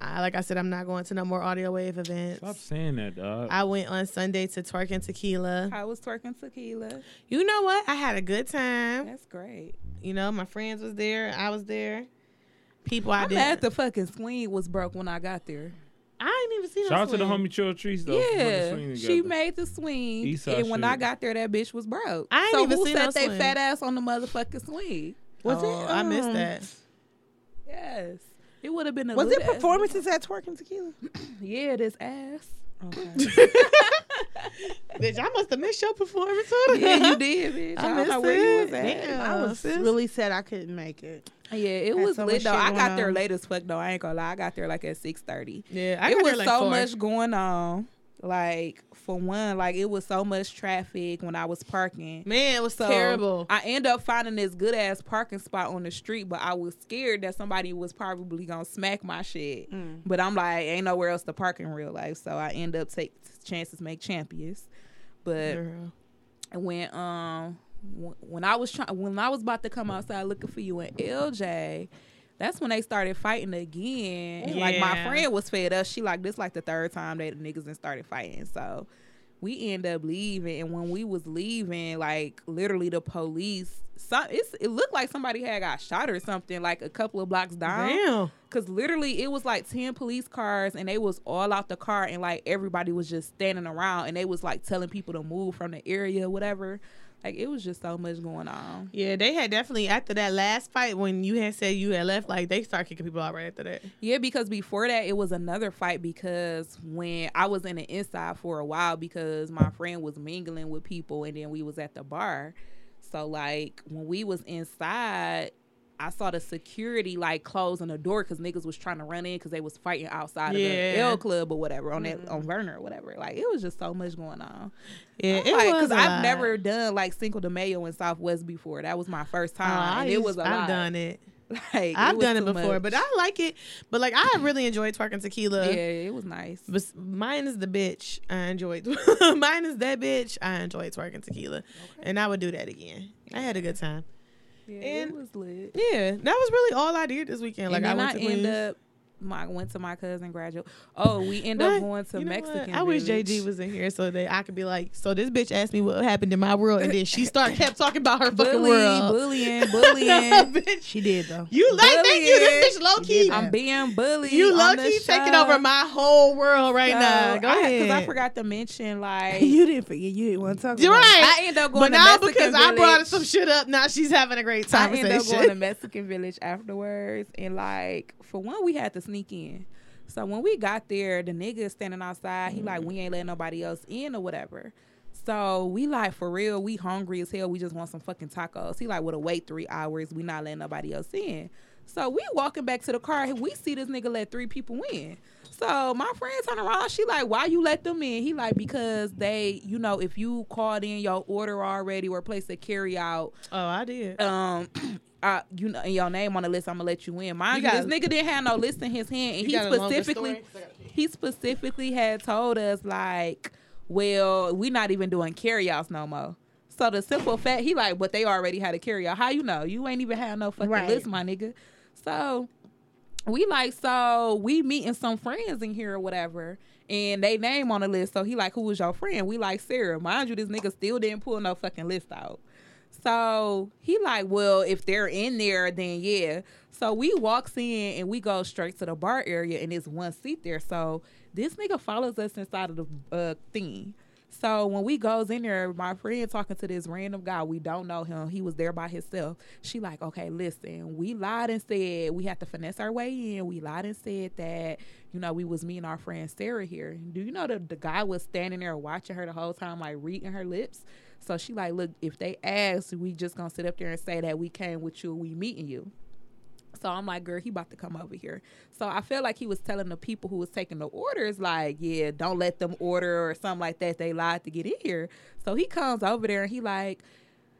Speaker 3: I like I said, I'm not going to no more audio wave events.
Speaker 6: Stop saying that, dog.
Speaker 3: I went on Sunday to twerk and tequila.
Speaker 5: I was twerking tequila.
Speaker 3: You know what? I had a good time.
Speaker 5: That's great.
Speaker 3: You know, my friends was there. I was there. People I
Speaker 5: I'm glad
Speaker 3: didn't.
Speaker 5: the fucking swing was broke when I got there.
Speaker 3: I ain't even see. no
Speaker 6: Shout out to the
Speaker 3: swing.
Speaker 6: homie Chill Trees though. for putting the
Speaker 5: Yeah,
Speaker 6: swing
Speaker 5: she
Speaker 6: together.
Speaker 5: made the swing,
Speaker 6: Eastside
Speaker 5: and when I
Speaker 6: shit.
Speaker 5: got there, that bitch was broke.
Speaker 3: I ain't
Speaker 5: so
Speaker 3: even
Speaker 5: who
Speaker 3: seen
Speaker 5: set
Speaker 3: no
Speaker 5: they
Speaker 3: swing.
Speaker 5: fat ass on the motherfucking swing?
Speaker 4: Was
Speaker 3: oh, I missed
Speaker 4: um,
Speaker 3: that.
Speaker 5: Yes, it would have been a
Speaker 4: Was
Speaker 5: good
Speaker 4: it
Speaker 5: ass-
Speaker 4: performances at Twerking Tequila?
Speaker 5: Yeah, this ass.
Speaker 3: Bitch, I must have missed your performance.
Speaker 5: Yeah, you did, bitch. I, don't know
Speaker 3: missed
Speaker 5: where you was
Speaker 3: it.
Speaker 5: at.
Speaker 3: Damn.
Speaker 4: I was
Speaker 3: sis.
Speaker 4: really sad I couldn't make it.
Speaker 5: Yeah, it
Speaker 4: Had
Speaker 5: was
Speaker 4: so much
Speaker 5: lit though.
Speaker 4: shit
Speaker 5: I got
Speaker 4: going
Speaker 5: there
Speaker 4: on.
Speaker 5: late as fuck though. I ain't gonna lie. I got there like at six thirty.
Speaker 3: yeah, I
Speaker 5: it
Speaker 3: got
Speaker 5: was
Speaker 3: there, like
Speaker 5: so
Speaker 3: four.
Speaker 5: much going on. Like for one, like it was so much traffic when I was parking.
Speaker 3: Man, it was
Speaker 5: So
Speaker 3: terrible.
Speaker 5: I end up finding this good ass parking spot on the street, but I was scared that somebody was probably gonna smack my shit. But I'm like, ain't nowhere else to park in real life, so I end up take chances make champions. But
Speaker 3: Girl.
Speaker 5: when um wh- when I was trying when I was about to come outside looking for you and LJ, that's when they started fighting again. And, Like my
Speaker 3: Yeah.
Speaker 5: friend was fed up. She like this like the third time that the niggas and started fighting. So we end up leaving and when we was leaving like literally the police some it's, it looked like somebody had got shot or something like a couple of blocks down
Speaker 3: Damn.
Speaker 5: Cause literally it was like ten police cars and they was all out the car and like everybody was just standing around and they was like telling people to move from the area, whatever. Like it was just so much going on.
Speaker 3: Yeah, they had definitely after that last fight when you had said you had left, like they started kicking people out right after that.
Speaker 5: Yeah, because before that it was another fight because when I was in the inside for a while because my friend was mingling with people and then we was at the bar. So like when we was inside, I saw the security like closing the door because niggas was trying to run in because they was fighting outside
Speaker 3: Yeah.
Speaker 5: of the L Club or whatever on that on Werner or whatever. Like it was just so much going on.
Speaker 3: Yeah,
Speaker 5: It like because
Speaker 3: a
Speaker 5: I've
Speaker 3: lot.
Speaker 5: never done like Cinco de Mayo in Southwest before. That was my first
Speaker 3: Oh,
Speaker 5: time.
Speaker 3: I
Speaker 5: and it
Speaker 3: used-
Speaker 5: was a
Speaker 3: I've
Speaker 5: lot.
Speaker 3: done it.
Speaker 5: Like, it
Speaker 3: I've
Speaker 5: was
Speaker 3: done it
Speaker 5: too
Speaker 3: before,
Speaker 5: much.
Speaker 3: but I uh, like it. But like I really enjoyed twerking tequila.
Speaker 5: yeah, it was nice.
Speaker 3: Bes- Mine is the bitch. I enjoyed. mine is that bitch. I enjoyed twerking tequila, and I would do that again. I had a good time.
Speaker 5: Yeah,
Speaker 3: And-
Speaker 5: it was lit.
Speaker 3: Yeah, that was really all I did this weekend. Like
Speaker 5: and then
Speaker 3: I
Speaker 5: I,
Speaker 3: went to
Speaker 5: end
Speaker 3: Queens.
Speaker 5: up. My went to my cousin graduate. Oh, we end
Speaker 3: Right.
Speaker 5: up going to
Speaker 3: You know what?
Speaker 5: Mexican.
Speaker 3: I wish
Speaker 5: Village.
Speaker 3: JG was in here so that I could be like, so this bitch asked me what happened in my world, and then she start kept talking about her fucking
Speaker 5: Bully,
Speaker 3: world.
Speaker 5: bullying,
Speaker 3: No,
Speaker 5: bullying.
Speaker 3: bitch.
Speaker 4: She did though.
Speaker 3: You like thank you. This bitch low key.
Speaker 5: I'm being bullied.
Speaker 3: You
Speaker 5: on
Speaker 3: low
Speaker 5: the
Speaker 3: key taking
Speaker 5: show.
Speaker 3: over my whole world right
Speaker 5: So,
Speaker 3: now. Go
Speaker 5: I,
Speaker 3: ahead.
Speaker 5: Because I forgot to mention, like,
Speaker 4: You didn't forget. You didn't want to talk.
Speaker 3: You're
Speaker 4: about
Speaker 3: right.
Speaker 5: I end up going
Speaker 3: But now
Speaker 5: to Mexican
Speaker 3: because I
Speaker 5: Village.
Speaker 3: brought some shit up, now she's having a great
Speaker 5: I ended up going to
Speaker 3: conversation.
Speaker 5: Mexican Village afterwards, and like for one, we had to sneak in. So when we got there, the nigga standing outside, he like, we ain't letting nobody else in or whatever. So we like for real, we hungry as hell. We just want some fucking tacos. He like, well, to wait three hours, we not letting nobody else in. So we walking back to the car, and we see this nigga let three people in. So my friend turned around, she like, why you let them in? He like, because they, you know, if you called in your order already or placed a carry out,
Speaker 3: Oh, I did.
Speaker 5: um I, you know, and your name on the list, I'm gonna let you in. Mind
Speaker 3: You
Speaker 5: you,
Speaker 3: got-
Speaker 5: this nigga didn't have no list in his hand, and he
Speaker 3: got a longer
Speaker 5: specifically,
Speaker 3: story? 'Cause I gotta pee.
Speaker 5: he specifically had told us like, well, we not even doing carryouts no more. So the simple fact, he like, but they already had a carryout. How you know? You ain't even have no fucking
Speaker 4: Right.
Speaker 5: list, my nigga. So we like, so we meeting some friends in here or whatever, and they name on the list. So he like, who was your friend? We like Sarah. Mind you, this nigga still didn't pull no fucking list out. So he like, well, if they're in there, then yeah. So we walks in and we go straight to the bar area, and it's one seat there. So this nigga follows us inside of the uh, thing. So when we goes in there, my friend talking to this random guy, we don't know him. He was there by himself. She like, okay, listen, we lied and said we had to finesse our way in. We lied and said that, you know, we was me and our friend Sarah here. Do you know that the guy was standing there watching her the whole time, like reading her lips? So she like, look, if they ask, we just gonna sit up there and say that we came with you, we meeting you. So I'm like, girl, he about to come over here. So I feel like he was telling the people who was taking the orders, like, yeah, don't let them order or something like that. They lied to get in here. So he comes over there and he like,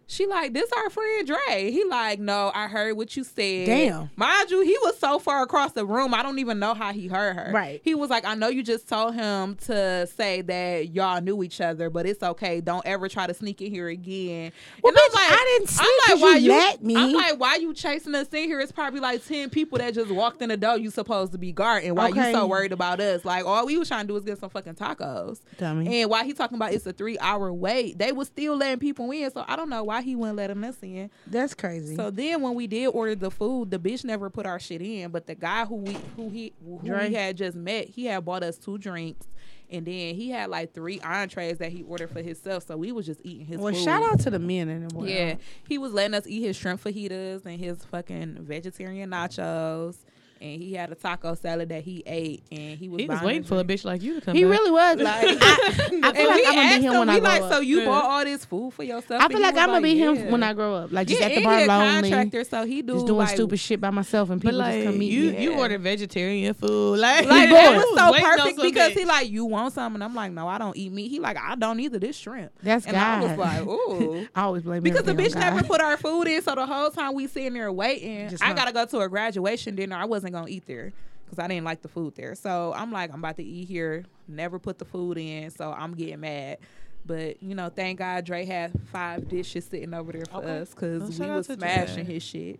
Speaker 5: she like, this our friend Dre. He like, no, I heard what you said.
Speaker 4: Damn.
Speaker 5: Mind you, he was so far across the room, I don't even know how he heard her.
Speaker 4: Right.
Speaker 5: He was like, I know you just told him to say that y'all knew each other, but it's okay. Don't ever try to sneak in here again.
Speaker 4: Well,
Speaker 5: And I'm
Speaker 4: bitch, I didn't sneak 'cause you let me.
Speaker 5: I'm like, why you chasing us in here? It's probably like ten people that just walked in the door. You supposed to be guarding. Why
Speaker 4: Okay.
Speaker 5: you so worried about us? Like all we was trying to do is get some fucking tacos.
Speaker 4: Dummy.
Speaker 5: And why he talking about it's a three hour wait? They was still letting people in, so I don't know why he wouldn't let them us in.
Speaker 4: That's crazy.
Speaker 5: So then when we did order the food, the bitch never put our shit in. But the guy who we who he who
Speaker 4: Drink.
Speaker 5: we had just met, he had bought us two drinks. And then he had like three entrees that he ordered for himself. So we was just eating his
Speaker 4: well,
Speaker 5: food.
Speaker 4: shout out to the men in the world.
Speaker 5: Yeah. He was letting us eat his shrimp fajitas and his fucking vegetarian nachos. And he had a taco salad that he ate and he was,
Speaker 3: He was
Speaker 5: buying
Speaker 3: waiting
Speaker 5: us
Speaker 3: for a bitch like you to come.
Speaker 4: He
Speaker 3: back.
Speaker 4: really was like. I, I
Speaker 5: and
Speaker 4: feel like
Speaker 5: we
Speaker 4: I'm gonna
Speaker 5: asked
Speaker 4: be him
Speaker 5: him,
Speaker 4: when
Speaker 5: we
Speaker 4: I grow
Speaker 5: like,
Speaker 4: up.
Speaker 5: so you
Speaker 3: Yeah.
Speaker 5: bought all this food for yourself?
Speaker 4: I
Speaker 5: And
Speaker 4: feel
Speaker 5: he
Speaker 4: like
Speaker 5: was
Speaker 4: I'm gonna be him
Speaker 5: yeah.
Speaker 4: when I grow up. Like just
Speaker 5: yeah,
Speaker 4: at the
Speaker 5: and
Speaker 4: bar
Speaker 5: he a
Speaker 4: lonely,
Speaker 5: contractor, so he do
Speaker 4: just doing
Speaker 5: like,
Speaker 4: stupid shit by myself, and
Speaker 3: But
Speaker 4: people just
Speaker 3: like
Speaker 4: come meet
Speaker 3: you,
Speaker 4: me.
Speaker 3: you
Speaker 5: Yeah.
Speaker 3: order vegetarian food. Like,
Speaker 5: Like
Speaker 4: bored.
Speaker 5: that
Speaker 4: I
Speaker 5: was so perfect because
Speaker 3: he
Speaker 5: he like you want some and I'm like no I don't eat meat. He like I don't either this shrimp.
Speaker 4: That's
Speaker 5: and I was
Speaker 4: God.
Speaker 5: like ooh.
Speaker 4: I always blame
Speaker 5: Because the bitch
Speaker 4: everything on
Speaker 5: never
Speaker 4: God.
Speaker 5: put our food in, so the whole time we sitting there waiting,
Speaker 4: Just
Speaker 5: I
Speaker 4: not-
Speaker 5: gotta go to a graduation dinner. I wasn't gonna eat there because I didn't like the food there. So I'm like, I'm about to eat here. Never put the food in, so I'm getting mad. But you know, thank God Dre had five dishes sitting over there for us
Speaker 3: Well,
Speaker 5: because
Speaker 3: shout
Speaker 5: we
Speaker 3: out
Speaker 5: was
Speaker 3: to Dre.
Speaker 5: smashing his shit.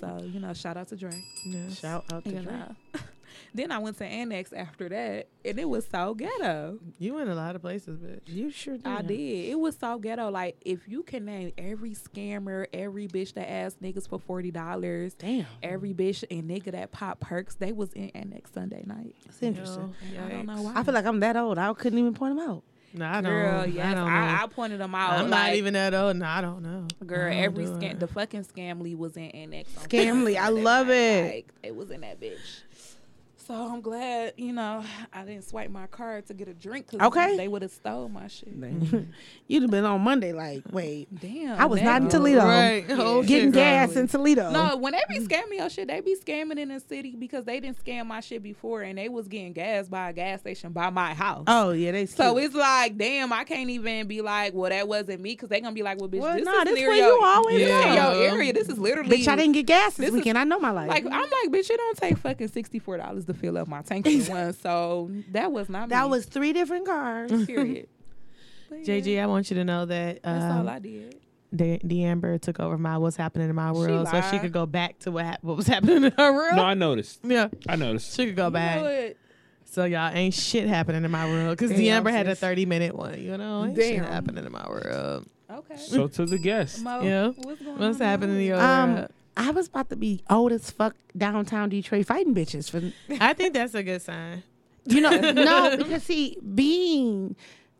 Speaker 5: So you know, shout out to Dre.
Speaker 3: Shout out
Speaker 5: You know. Then I went to Annex after that, and it was so ghetto.
Speaker 3: You went a lot of places, bitch.
Speaker 7: You sure did.
Speaker 5: I did. It was so ghetto. Like if you can name every scammer, every bitch that asked niggas for forty dollars,
Speaker 7: Damn.
Speaker 5: every bitch and nigga that pop perks, they was in Annex Sunday night.
Speaker 7: It's interesting.
Speaker 5: I don't know
Speaker 3: Yikes.
Speaker 5: why.
Speaker 7: I feel like I'm that old. I couldn't even point them out.
Speaker 3: No, I don't.
Speaker 5: Girl, yes,
Speaker 3: I
Speaker 5: I,
Speaker 3: don't know.
Speaker 5: I, pointed them out.
Speaker 3: I'm not
Speaker 5: like,
Speaker 3: even that old. No, I don't know.
Speaker 5: Girl,
Speaker 3: I don't
Speaker 5: every
Speaker 3: do
Speaker 5: scam,
Speaker 3: it.
Speaker 5: the fucking scamly was in annex. on
Speaker 7: Oh, Scamly,
Speaker 5: Sunday
Speaker 7: I love it.
Speaker 5: Like, it was in that bitch. So I'm glad, you know, I didn't swipe my card to get a drink. 'cause
Speaker 7: Okay.
Speaker 5: they would have stole my shit.
Speaker 7: You'd have been on Monday. Like, wait,
Speaker 5: Damn,
Speaker 7: I was not in
Speaker 5: until.
Speaker 7: Toledo.
Speaker 3: Right. Oh, shit,
Speaker 7: Getting
Speaker 3: girl.
Speaker 7: gas in Toledo.
Speaker 5: No, when they be scamming your shit, they be scamming in the city because they didn't scam my shit before, and they was getting gas by a gas station by my house.
Speaker 7: Oh yeah, they.
Speaker 5: So it's like, damn, I can't even be like, well, that wasn't me, because they gonna be like, well, bitch,
Speaker 7: Well,
Speaker 5: this
Speaker 7: nah,
Speaker 5: is
Speaker 7: this
Speaker 5: near
Speaker 7: where
Speaker 5: your-
Speaker 7: you always
Speaker 5: this is
Speaker 3: go.
Speaker 5: your area. This is literally.
Speaker 7: Bitch, I didn't get gas this,
Speaker 5: This is-
Speaker 7: weekend. I know my life.
Speaker 5: Like I'm like, bitch, you don't take fucking sixty four dollars to fill up my tank for one. So that was not
Speaker 7: that
Speaker 5: me.
Speaker 7: was three different cars.
Speaker 5: Mm-hmm. period. But yeah,
Speaker 3: JG, I want you to know that
Speaker 5: that's all I
Speaker 3: um,
Speaker 5: did.
Speaker 3: D- D'Amber took over my what's happening in my world, so she
Speaker 5: lied.
Speaker 3: could go back to what hap- what was happening in her world.
Speaker 6: No, I noticed.
Speaker 3: yeah,
Speaker 6: I noticed.
Speaker 3: she could go
Speaker 5: You know
Speaker 3: back.
Speaker 5: what?
Speaker 3: So y'all ain't shit happening in my world because
Speaker 7: Damn,
Speaker 3: D'Amber had a
Speaker 7: sis.
Speaker 3: thirty minute one. You know, ain't shit
Speaker 5: Damn.
Speaker 3: happening in my world.
Speaker 5: Okay.
Speaker 6: So to the guest,
Speaker 5: Mo,
Speaker 3: Yeah.
Speaker 5: What's going
Speaker 3: What's
Speaker 5: on in
Speaker 3: happening in
Speaker 5: your
Speaker 3: your uh,
Speaker 7: Um,
Speaker 3: world?
Speaker 7: I was about to be old as fuck downtown Detroit fighting bitches for
Speaker 3: I think that's a good sign.
Speaker 7: you know no because see being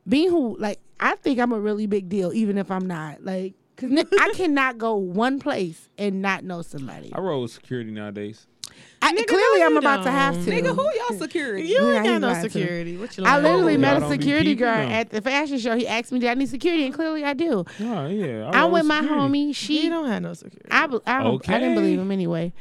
Speaker 7: being who like I think I'm a really big deal even if I'm not like because I cannot go one place and not know somebody.
Speaker 6: I roll with security nowadays.
Speaker 7: I,
Speaker 3: Nigga,
Speaker 7: clearly,
Speaker 3: no,
Speaker 7: I'm
Speaker 3: you
Speaker 7: about to
Speaker 3: don't.
Speaker 7: have to.
Speaker 5: Nigga, who y'all security?
Speaker 3: You
Speaker 7: Yeah,
Speaker 3: ain't
Speaker 7: you
Speaker 3: got no
Speaker 7: lied to me.
Speaker 3: security. What you
Speaker 7: I
Speaker 3: lying
Speaker 7: literally
Speaker 3: for?
Speaker 7: met
Speaker 6: Y'all
Speaker 7: a
Speaker 6: don't be
Speaker 7: security
Speaker 6: peeping
Speaker 7: guard
Speaker 6: them.
Speaker 7: at the fashion show. He asked me, "Do I need security?" And clearly, I do.
Speaker 6: Oh yeah,
Speaker 7: I'm
Speaker 6: roll
Speaker 7: with my
Speaker 6: security.
Speaker 7: homie.
Speaker 3: She
Speaker 7: She,
Speaker 3: don't have no security.
Speaker 7: I, be- I, don't, I didn't
Speaker 6: Okay.
Speaker 7: believe him anyway.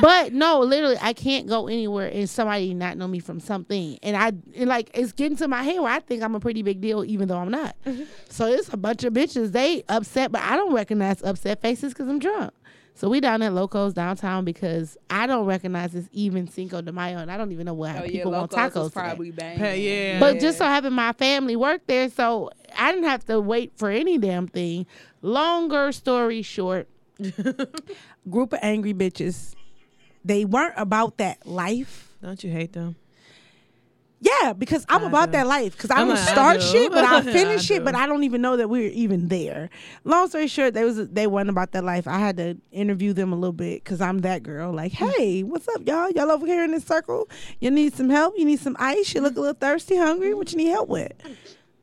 Speaker 7: but no, literally, I can't go anywhere and somebody not know me from something. And I, and like, it's getting to my head where I think I'm a pretty big deal, even though I'm not.
Speaker 5: Mm-hmm.
Speaker 7: So it's a bunch of bitches. They upset, but I don't recognize upset faces because I'm drunk. So we down at Locos downtown because I don't recognize this even Cinco de Mayo, and I don't even know why
Speaker 5: Oh,
Speaker 7: people
Speaker 5: yeah,
Speaker 7: want
Speaker 5: Locos
Speaker 7: tacos.
Speaker 5: is
Speaker 7: today.
Speaker 5: probably bang.
Speaker 3: Hey, yeah.
Speaker 7: But just so happened my family worked there, so I didn't have to wait for any damn thing. Longer story short,
Speaker 4: Group of angry bitches. They weren't about that life.
Speaker 3: don't you hate them?
Speaker 4: Yeah, because I'm
Speaker 3: I
Speaker 4: about
Speaker 3: do.
Speaker 4: that life. Because I
Speaker 3: I'm
Speaker 4: will
Speaker 3: like, I
Speaker 4: start
Speaker 3: do.
Speaker 4: shit, but I'll
Speaker 3: Yeah, I
Speaker 4: finish
Speaker 3: do.
Speaker 4: it, but I don't even know that we were even there. Long story short, they was they weren't about that life. I had to interview them a little bit because I'm that girl. Like,
Speaker 3: Mm.
Speaker 4: hey, what's up, y'all? Y'all over here in this circle? You need some help? You need some ice? You look a little thirsty, hungry? What you need help with?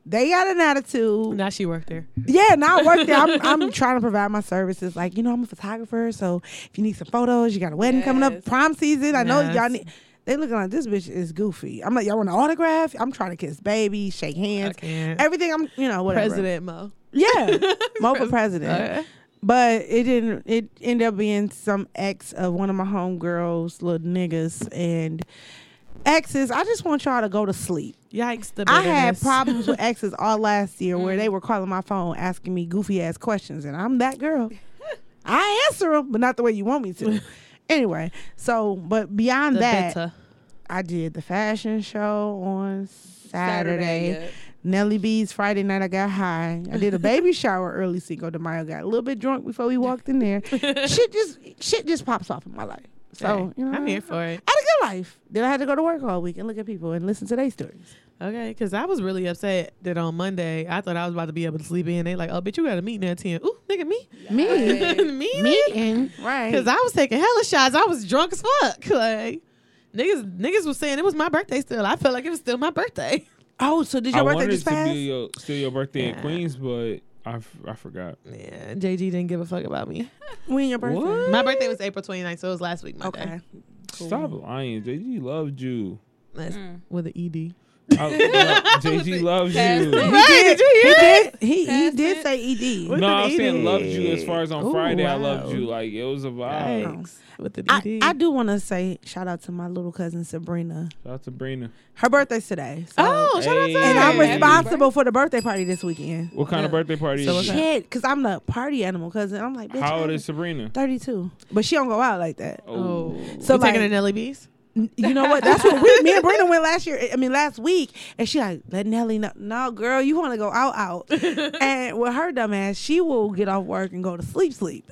Speaker 4: They got an attitude.
Speaker 3: Now she worked there.
Speaker 4: Yeah, now I work there. I'm, I'm trying to provide my services. Like, you know, I'm a photographer, so if you need some photos, you got a wedding coming
Speaker 5: Yes.
Speaker 4: up, prom season. I know y'all
Speaker 3: Yes.
Speaker 4: need. They looking like this bitch is goofy. I'm like, y'all want an autograph? I'm trying to kiss baby, shake hands,
Speaker 3: can't.
Speaker 4: everything. I'm, you know, whatever.
Speaker 3: President Mo. Uh,
Speaker 4: Yeah, Mo for president. But it didn't. It ended up being some ex of one of my homegirls, little niggas, and exes. I just want y'all to go to sleep.
Speaker 3: Yikes! The
Speaker 4: I had
Speaker 3: bitterness. Mm.
Speaker 4: problems with exes all last year where they were calling my phone asking me goofy ass questions, and I'm that girl. I answer them, but not the way you want me to. anyway, so but beyond
Speaker 3: The
Speaker 4: that,
Speaker 3: bitter.
Speaker 4: I did the fashion show on Saturday.
Speaker 5: Saturday.
Speaker 4: Nelly B's Friday night. I got high. I did a baby shower early. Cinco de Mayo. Got a little bit drunk before we walked in there. shit just shit just pops off in my life. So
Speaker 3: Hey,
Speaker 4: you know,
Speaker 3: I'm here for it.
Speaker 4: I had a good life. Then I had to go to work all week and look at people and listen to their stories.
Speaker 3: Okay, because I was really upset that on Monday I thought I was about to be able to sleep in. They like, oh, bitch, you got a meeting at ten. Ooh, nigga, me,
Speaker 7: me,
Speaker 3: me,
Speaker 7: me, and right.
Speaker 3: because I was taking hella shots. I was drunk as fuck. Like niggas, niggas was saying it was my birthday still. I felt like it was still my birthday.
Speaker 4: Oh, so did
Speaker 6: I
Speaker 4: your
Speaker 6: wanted
Speaker 4: birthday just
Speaker 6: to
Speaker 4: pass?
Speaker 6: be your, still your birthday in Queens, but I, f- I forgot.
Speaker 3: Yeah, JG didn't give a fuck about me.
Speaker 4: When your birthday?
Speaker 3: My birthday was April 29th, so it was last week. Monday.
Speaker 4: Okay.
Speaker 6: Stop lying. JG loved you.
Speaker 3: That's
Speaker 6: Mm.
Speaker 3: with E an ED.
Speaker 6: I, lo- JG Oh, loves you.
Speaker 3: Right? Did you hear that?
Speaker 4: He did. He, he
Speaker 5: Pass
Speaker 4: did
Speaker 5: it.
Speaker 4: say E ED.
Speaker 3: With
Speaker 6: no,
Speaker 3: an
Speaker 6: I'm saying
Speaker 3: ED.
Speaker 6: loved you as far as on
Speaker 3: Ooh,
Speaker 6: Friday I
Speaker 3: wow.
Speaker 6: loved you. Like it was a vibe.
Speaker 3: Yikes. With the
Speaker 4: Oh. I,
Speaker 3: DD.
Speaker 4: I do want to say shout out to my little cousin Sabrina.
Speaker 6: Shout out to Brina.
Speaker 4: Her birthday's today. So.
Speaker 3: oh, shout out to
Speaker 6: Hey.
Speaker 4: And
Speaker 3: her.
Speaker 4: I'm
Speaker 6: Hey.
Speaker 4: responsible for the birthday party this weekend.
Speaker 6: What kind of
Speaker 3: Yeah.
Speaker 6: birthday party
Speaker 3: So
Speaker 6: is
Speaker 3: what's
Speaker 6: it?
Speaker 4: Shit, because I'm the party animal cousin. I'm like, bitch,
Speaker 6: How old
Speaker 4: I'm
Speaker 6: is Sabrina?
Speaker 4: 32. But she don't go out like that.
Speaker 3: so
Speaker 4: So,
Speaker 6: Oh.
Speaker 3: you taking
Speaker 4: like-
Speaker 3: an Nelly B's?
Speaker 4: You know what? That's what we, me and Brenda went last year. I mean, last week, and she like let Nelly know. No, girl, you want to go out, out, and with her dumb ass, she will get off work and go to sleep, sleep.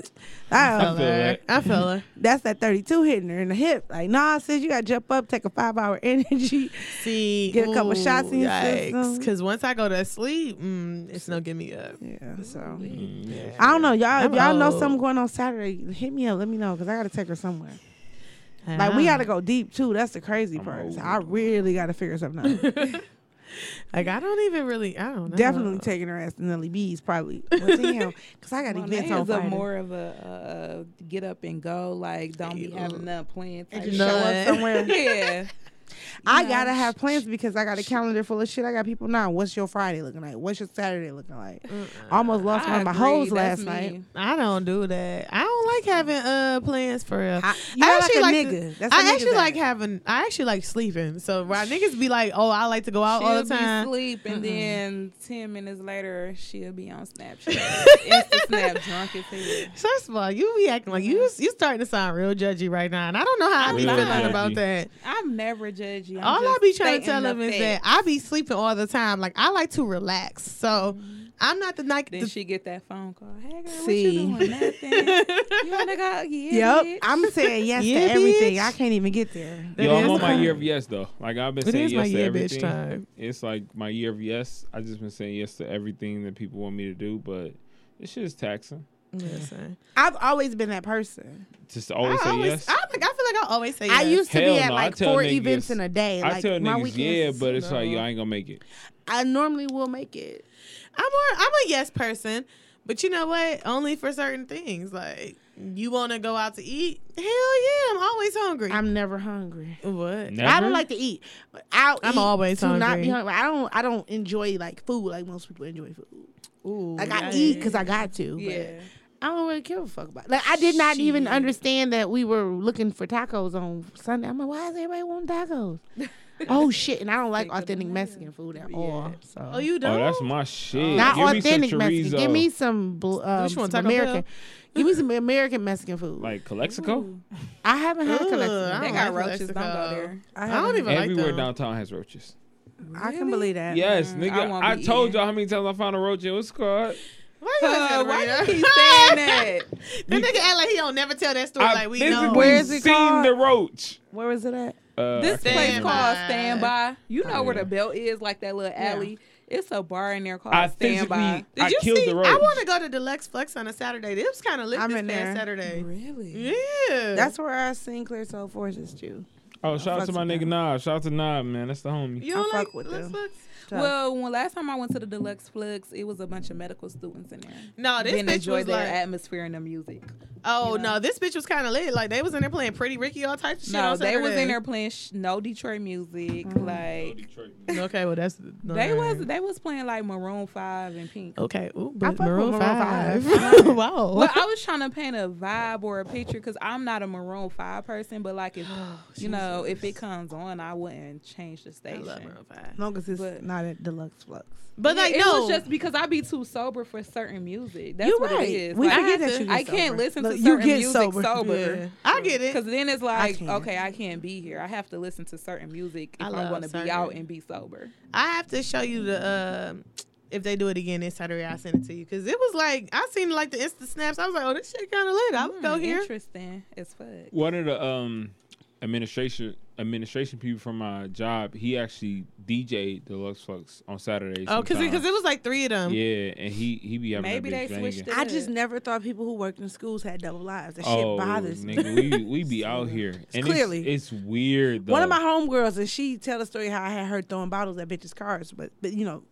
Speaker 6: I
Speaker 4: I, um,
Speaker 6: feel that.
Speaker 3: I feel her.
Speaker 4: that's that thirty-two hitting her in the hip. Like, nah, sis, you gotta jump up, take a five-hour energy.
Speaker 3: See,
Speaker 4: Get a couple shots in your system.
Speaker 3: Because once I go to sleep, mm, it's no get me up.
Speaker 4: Yeah, so.
Speaker 6: Mm,
Speaker 4: I don't know, y'all. If
Speaker 3: I'm
Speaker 4: y'all know
Speaker 3: old.
Speaker 4: something going on Saturday, hit me up. Let me know because I gotta take her somewhere. Like we gotta go deep too. That's the crazy
Speaker 6: I'm
Speaker 4: part. So
Speaker 6: old.
Speaker 4: I really gotta figure something out.
Speaker 3: Like I don't even really. I don't know.
Speaker 4: Definitely taking her ass to Nelly B's probably. Well, damn, because I got
Speaker 5: Well,
Speaker 4: events on
Speaker 5: Naya's a
Speaker 4: Friday.
Speaker 5: more of a uh, get up and go, like don't be having nothing planned.
Speaker 4: And
Speaker 5: type
Speaker 4: just show up
Speaker 5: shit.
Speaker 4: somewhere.
Speaker 5: yeah,
Speaker 4: I gotta have plans because I got a calendar full of shit. I got people now. What's your Friday looking like? What's your Saturday looking like? Almost lost
Speaker 5: I
Speaker 4: one of my
Speaker 5: agree,
Speaker 4: hoes last
Speaker 5: that's
Speaker 4: night.
Speaker 5: me.
Speaker 3: I don't do that. I don't like having uh plans for real.
Speaker 4: I, you are like a
Speaker 3: to-
Speaker 4: nigga. That's what
Speaker 3: I
Speaker 4: niggas
Speaker 3: actually like
Speaker 4: are.
Speaker 3: having. I actually like sleeping. So why niggas be like, oh, I like to go out all
Speaker 5: she'll
Speaker 3: the time.
Speaker 5: be asleep, and then ten minutes later she'll be on Snapchat, Insta Snap, drunk as hell.
Speaker 3: First of all, you be acting like you. You starting to sound real judgy right now, and I don't know how I be
Speaker 6: I'm
Speaker 3: feeling
Speaker 6: not.
Speaker 3: about that.
Speaker 5: I'm never judgy. I'm
Speaker 3: all I
Speaker 5: just
Speaker 3: be trying to
Speaker 5: stating
Speaker 3: tell
Speaker 5: the
Speaker 3: them is that
Speaker 5: fact.
Speaker 3: I be sleeping all the time. Like I like to relax, so I'm not the like.
Speaker 5: Then
Speaker 3: the-
Speaker 5: she get that phone call. Hey girl,
Speaker 4: See.
Speaker 5: what you doing? Nothing. you wanna go? Yeah.
Speaker 4: Yep, I'm saying yes
Speaker 3: Yeah,
Speaker 4: to everything.
Speaker 3: bitch.
Speaker 4: I can't even get there.
Speaker 3: that
Speaker 6: Yo, I'm
Speaker 3: is
Speaker 6: on my
Speaker 3: fine.
Speaker 6: year of yes though. Like I've been
Speaker 3: It
Speaker 6: saying
Speaker 3: is my
Speaker 6: yes to
Speaker 3: year, bitch.
Speaker 6: everything.
Speaker 3: Time.
Speaker 6: It's like my year of yes. I just been saying yes to everything that people want me to do, but this shit is taxing.
Speaker 3: Listen.
Speaker 4: I've always been that person.
Speaker 6: Just
Speaker 3: I
Speaker 6: always say
Speaker 3: always.
Speaker 6: yes.
Speaker 3: I think I feel like I always say yes.
Speaker 4: I used to
Speaker 6: Hell
Speaker 4: be at
Speaker 6: no, I
Speaker 4: like
Speaker 6: tell
Speaker 4: four
Speaker 6: niggas-
Speaker 4: events in a day.
Speaker 6: I
Speaker 4: like
Speaker 6: tell
Speaker 4: my
Speaker 6: niggas yeah,
Speaker 4: weekends,
Speaker 6: but it's like
Speaker 3: no.
Speaker 6: yo, I ain't gonna make it.
Speaker 4: I normally will make it.
Speaker 3: I'm a, I'm a yes person, but you know what? Only for certain things. Like you want to go out to eat? Hell yeah! I'm always hungry.
Speaker 4: I'm never hungry.
Speaker 3: what?
Speaker 6: Never.
Speaker 4: I don't like to eat. I'll
Speaker 3: I'm
Speaker 4: eat
Speaker 3: always
Speaker 4: to not be
Speaker 3: hungry.
Speaker 4: hungry. I don't. I don't enjoy like food like most people enjoy food.
Speaker 3: Ooh,
Speaker 4: Like I
Speaker 5: E.
Speaker 4: eat because I got to.
Speaker 5: Yeah.
Speaker 4: But I don't really give a fuck about. Like I did not even understand that we were looking for tacos on Sunday. I'm like, why does everybody want tacos? oh shit! And I don't like authentic Mexican food at all. So
Speaker 3: Oh, you don't.
Speaker 6: Oh, that's my shit.
Speaker 4: Not
Speaker 6: Give me some
Speaker 4: authentic Mexican. Give
Speaker 6: chorizo.
Speaker 4: me some, bl- um,
Speaker 3: Which one,
Speaker 4: some
Speaker 3: Taco
Speaker 4: American.
Speaker 3: Bell?
Speaker 4: Give me some American Mexican food.
Speaker 6: like Calexico.
Speaker 4: I haven't had
Speaker 3: Ugh,
Speaker 4: Calexico.
Speaker 3: I
Speaker 5: They
Speaker 3: don't
Speaker 5: got
Speaker 3: like
Speaker 5: roaches. Don't
Speaker 3: Mexico.
Speaker 5: go there.
Speaker 3: I don't even
Speaker 6: Everywhere
Speaker 3: like them.
Speaker 6: downtown has roaches.
Speaker 4: I can believe that.
Speaker 6: Yes,
Speaker 5: Mm, I
Speaker 6: nigga.
Speaker 5: won't be
Speaker 6: I, told
Speaker 5: eating.
Speaker 6: y'all how many times I found a roach in what's called.
Speaker 3: Why you
Speaker 5: Uh,
Speaker 3: uh,
Speaker 5: why you
Speaker 3: that?
Speaker 5: keep saying that?
Speaker 3: That nigga act like he don't never tell that story. like we know.
Speaker 4: Where is it
Speaker 6: seen
Speaker 4: called?
Speaker 6: the roach.
Speaker 4: Where was it at?
Speaker 6: Uh, I
Speaker 5: This
Speaker 6: can't
Speaker 5: place
Speaker 6: remember.
Speaker 5: called
Speaker 3: Standby.
Speaker 5: Standby. You know where
Speaker 6: yeah.
Speaker 5: the belt is, like that little alley. It's a bar in there called
Speaker 6: I
Speaker 5: Standby.
Speaker 6: physically
Speaker 5: Did
Speaker 6: I
Speaker 5: you
Speaker 6: killed
Speaker 5: see?
Speaker 6: the roach.
Speaker 3: I want to go to Deluxe Flex on a Saturday. It was kind of lit
Speaker 4: I'm
Speaker 3: this
Speaker 4: in
Speaker 3: past
Speaker 4: there.
Speaker 3: Saturday.
Speaker 5: Really?
Speaker 3: Yeah,
Speaker 4: That's where I seen Clear Soul Forces too.
Speaker 6: Oh, shout out to
Speaker 4: fucks
Speaker 6: my
Speaker 4: with
Speaker 6: nigga
Speaker 4: them.
Speaker 6: Knob. Shout out to Knob, man. That's the homie.
Speaker 3: you
Speaker 4: I
Speaker 3: don't
Speaker 4: fuck
Speaker 3: like
Speaker 4: with
Speaker 3: Deluxe
Speaker 4: them.
Speaker 3: Flex?
Speaker 5: Well, when last time I went to the Deluxe Flux, it was a bunch of medical students in there.
Speaker 3: No, Oh, this
Speaker 5: Then
Speaker 3: bitch
Speaker 5: enjoy
Speaker 3: was
Speaker 5: their
Speaker 3: like,
Speaker 5: atmosphere and the music.
Speaker 3: oh
Speaker 5: you know.
Speaker 3: no, this bitch was kind of lit. Like they was in there playing Pretty Ricky, all types of shit.
Speaker 5: no,
Speaker 3: on
Speaker 5: they was
Speaker 3: Saturday.
Speaker 5: in there playing sh- no Detroit music.
Speaker 4: Mm.
Speaker 5: Like
Speaker 3: Okay, well that's no,
Speaker 5: they
Speaker 3: all right.
Speaker 5: was they was playing like Maroon Five and Pink.
Speaker 3: Okay. Ooh, but
Speaker 4: fuck with
Speaker 3: Maroon,
Speaker 4: Maroon
Speaker 3: 5. wow.
Speaker 4: Oh.
Speaker 5: Well, I was trying to paint a vibe or a picture because I'm not a Maroon Five person, but like if you know if it comes on, I wouldn't change the
Speaker 3: Oh, I
Speaker 5: station.
Speaker 3: love Maroon 5.
Speaker 4: As long as it's
Speaker 5: But-
Speaker 4: not at Deluxe Flux.
Speaker 3: But
Speaker 5: Yeah,
Speaker 3: like,
Speaker 5: it
Speaker 3: no.
Speaker 5: was just because I be too sober for certain music. That's
Speaker 4: You're
Speaker 5: what
Speaker 4: right.
Speaker 5: it is.
Speaker 4: We
Speaker 5: Like, I
Speaker 4: forget
Speaker 5: have
Speaker 4: that
Speaker 5: to-
Speaker 4: you get
Speaker 5: I can't
Speaker 4: sober.
Speaker 5: listen to
Speaker 4: Look, you
Speaker 5: certain
Speaker 4: get
Speaker 5: music
Speaker 4: sober.
Speaker 5: sober.
Speaker 3: Yeah. I get
Speaker 5: Because
Speaker 3: it.
Speaker 5: then it's like,
Speaker 4: can't.
Speaker 5: okay, I can't be here. I have to listen to certain music if
Speaker 3: I
Speaker 5: I,
Speaker 3: love
Speaker 5: want to
Speaker 3: certain-
Speaker 5: be out and be sober.
Speaker 3: I have to show you the um if they do it again this Saturday, I'll send it to you. Cause it was like I seen like the instant snaps. I was like, oh, this shit kind of lit. I would go
Speaker 5: Hmm,
Speaker 3: here.
Speaker 5: Interesting as fuck.
Speaker 6: One of the um administration administration people from my job, he actually DJ'd Deluxe Flux on Saturdays.
Speaker 3: Oh, cause it, cause
Speaker 6: sometimes.
Speaker 3: it was like three of them.
Speaker 6: yeah, and he he be having
Speaker 5: Maybe
Speaker 6: that
Speaker 5: they
Speaker 6: bitch
Speaker 5: switched
Speaker 6: banging.
Speaker 5: it
Speaker 4: I just
Speaker 5: up.
Speaker 4: never thought people who worked in schools had double lives. That
Speaker 6: Oh,
Speaker 4: shit bothers me.
Speaker 6: nigga, we we be out here. And
Speaker 4: Clearly.
Speaker 6: it's, it's weird. Though.
Speaker 4: One of my homegirls, and she tell the story how I had her throwing bottles at bitches' cars, but but you know,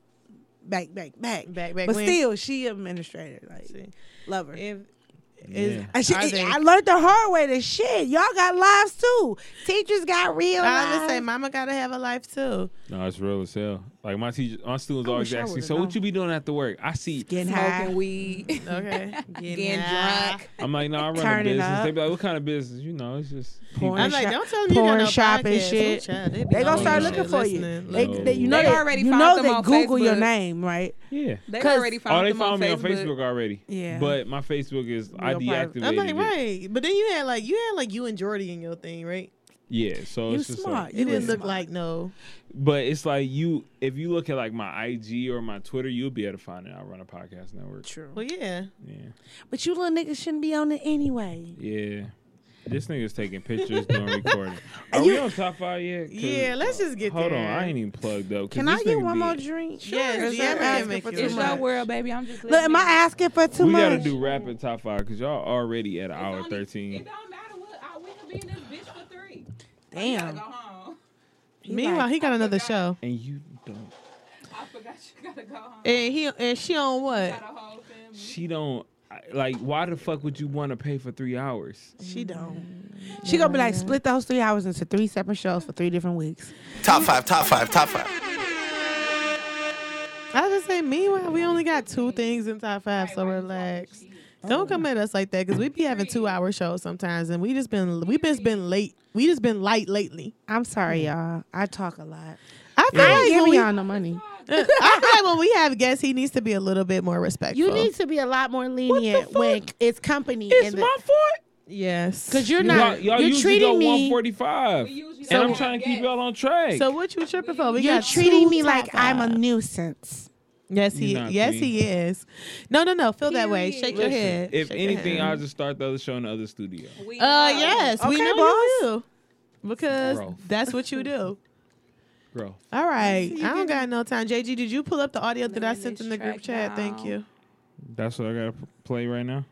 Speaker 4: back back back
Speaker 3: Back, back
Speaker 4: But
Speaker 3: when.
Speaker 4: still, she administrator, like
Speaker 3: See.
Speaker 4: love her.
Speaker 3: If is
Speaker 6: Yeah.
Speaker 4: And she-
Speaker 3: I think-
Speaker 4: I learned the hard way that shit. Y'all got lives too. Teachers got real
Speaker 3: I would say,
Speaker 4: lives.
Speaker 3: Mama gotta have a life too.
Speaker 6: No, it's real as hell. Like my teacher, my students always
Speaker 4: wish I
Speaker 6: ask me,
Speaker 4: would've
Speaker 6: "So
Speaker 4: known."
Speaker 6: what you be doing after work?" I see.
Speaker 4: Getting high.
Speaker 5: Smoking weed,
Speaker 3: Okay, getting,
Speaker 5: getting
Speaker 3: high.
Speaker 5: drunk.
Speaker 6: I'm like, "No, I run a
Speaker 4: Turning
Speaker 6: business."
Speaker 4: up.
Speaker 6: They be like, "What kind of business?" You know, it's just.
Speaker 4: Porn.
Speaker 3: I'm like,
Speaker 4: shop-
Speaker 3: don't tell them you got
Speaker 4: porn
Speaker 3: no
Speaker 4: shop and
Speaker 3: podcast. Ooh,
Speaker 4: shit.
Speaker 3: child, They, be
Speaker 4: They
Speaker 3: on
Speaker 4: gonna
Speaker 3: that
Speaker 4: start looking
Speaker 3: shit,
Speaker 4: for you.
Speaker 3: listening.
Speaker 4: They,
Speaker 6: No.
Speaker 4: they, you know
Speaker 5: They
Speaker 4: they,
Speaker 5: already
Speaker 4: you
Speaker 5: found
Speaker 4: know
Speaker 5: them
Speaker 4: they
Speaker 5: on
Speaker 4: Google your
Speaker 5: Facebook.
Speaker 4: name, right?
Speaker 6: Yeah.
Speaker 5: They
Speaker 4: 'Cause-
Speaker 5: already
Speaker 6: Oh,
Speaker 5: found,
Speaker 6: they
Speaker 5: them
Speaker 6: found me
Speaker 5: on
Speaker 6: on Facebook
Speaker 5: Facebook.
Speaker 6: already.
Speaker 4: Yeah.
Speaker 6: But my Facebook is I
Speaker 4: Real private.
Speaker 6: deactivated.
Speaker 3: I'm like,
Speaker 6: it.
Speaker 3: right. But then you had like you had like you and Jordy in your thing, right?
Speaker 6: Yeah, so
Speaker 7: You
Speaker 6: it's just
Speaker 7: smart.
Speaker 6: Like,
Speaker 3: It
Speaker 7: you
Speaker 3: didn't look
Speaker 7: smart.
Speaker 3: like no.
Speaker 6: but it's like you if you look at like my IG or my Twitter, you'll be able to find it. I run a podcast network.
Speaker 7: true.
Speaker 3: Well, yeah.
Speaker 6: Yeah,
Speaker 7: But you little niggas shouldn't be on it anyway.
Speaker 6: yeah. This nigga's taking pictures doing recording. Are we on top five yet? 'Cause-
Speaker 3: Yeah, let's just get
Speaker 6: Hold on,
Speaker 3: there.
Speaker 6: I ain't even plugged up. 'cause
Speaker 7: Can I
Speaker 6: this
Speaker 7: get
Speaker 6: nigga
Speaker 7: one
Speaker 6: be-
Speaker 7: more drink?
Speaker 3: Yes,
Speaker 7: Is
Speaker 3: yeah,
Speaker 7: that
Speaker 3: we can
Speaker 7: asking
Speaker 3: make
Speaker 7: for
Speaker 3: you
Speaker 7: too
Speaker 3: a
Speaker 5: It's
Speaker 3: much.
Speaker 7: much?
Speaker 5: your world, baby. I'm just
Speaker 7: Look,
Speaker 5: letting
Speaker 7: am I
Speaker 5: you-
Speaker 7: asking for too
Speaker 6: We
Speaker 7: much?
Speaker 6: gotta do rapid top five because y'all already at an hour
Speaker 5: only- It
Speaker 6: thirteen.
Speaker 5: don't matter what. I will be in this bitch for three. I gotta
Speaker 7: Damn.
Speaker 5: go home.
Speaker 3: Meanwhile, he got another show,
Speaker 6: And you don't.
Speaker 5: I forgot you gotta go home.
Speaker 3: and he and she on what?
Speaker 5: Got a whole family.
Speaker 6: She don't. I- Like, why the fuck would you want to pay for three hours?
Speaker 7: She don't. She gonna be like, split those three hours into three separate shows for three different weeks.
Speaker 10: Top five, top five, top five.
Speaker 3: I just say, meanwhile, we only got two things in top five, so relax. Don't come at us like that, cause we be having two hour shows sometimes, and we just been we just been late. We just been light lately.
Speaker 7: I'm sorry, y'all. I talk a lot.
Speaker 3: I feel
Speaker 7: Mm. I e- ain't
Speaker 3: like when
Speaker 7: giving
Speaker 3: we,
Speaker 7: y'all no money.
Speaker 3: I feel like when we have guests, he needs to be a little bit more respectful.
Speaker 7: You need to be a lot more lenient when it's company.
Speaker 6: It's
Speaker 7: and the-
Speaker 6: my fault.
Speaker 3: yes,
Speaker 7: Cause you're
Speaker 6: Y'all,
Speaker 7: not.
Speaker 6: y'all
Speaker 7: you're
Speaker 6: usually go
Speaker 7: treating me.
Speaker 6: 145,
Speaker 5: usually
Speaker 6: and
Speaker 5: go
Speaker 6: I'm
Speaker 5: one
Speaker 6: trying to keep
Speaker 5: guess.
Speaker 6: y'all on track.
Speaker 3: So what you tripping for? We
Speaker 7: You're
Speaker 3: got
Speaker 7: treating
Speaker 3: two
Speaker 7: me
Speaker 3: top
Speaker 7: like I'm a
Speaker 3: five.
Speaker 7: nuisance.
Speaker 3: Yes, he.
Speaker 6: You're not,
Speaker 3: yes,
Speaker 6: B.
Speaker 3: he is. No, no, no. Feel that way. Shake your
Speaker 6: Listen,
Speaker 3: head.
Speaker 6: If
Speaker 3: Shake your
Speaker 6: anything,
Speaker 3: head.
Speaker 6: I'll just start the other show in the other studio.
Speaker 5: We
Speaker 3: Uh,
Speaker 5: know.
Speaker 3: yes, we
Speaker 7: Okay,
Speaker 3: know you will. Because
Speaker 6: Growth.
Speaker 3: that's what you do.
Speaker 6: Bro,
Speaker 3: All right. I don't got no time. JG, did you pull up the audio that I sent in the group
Speaker 5: track
Speaker 3: chat? Thank
Speaker 5: now.
Speaker 3: you.
Speaker 6: that's what I gotta p- play right now.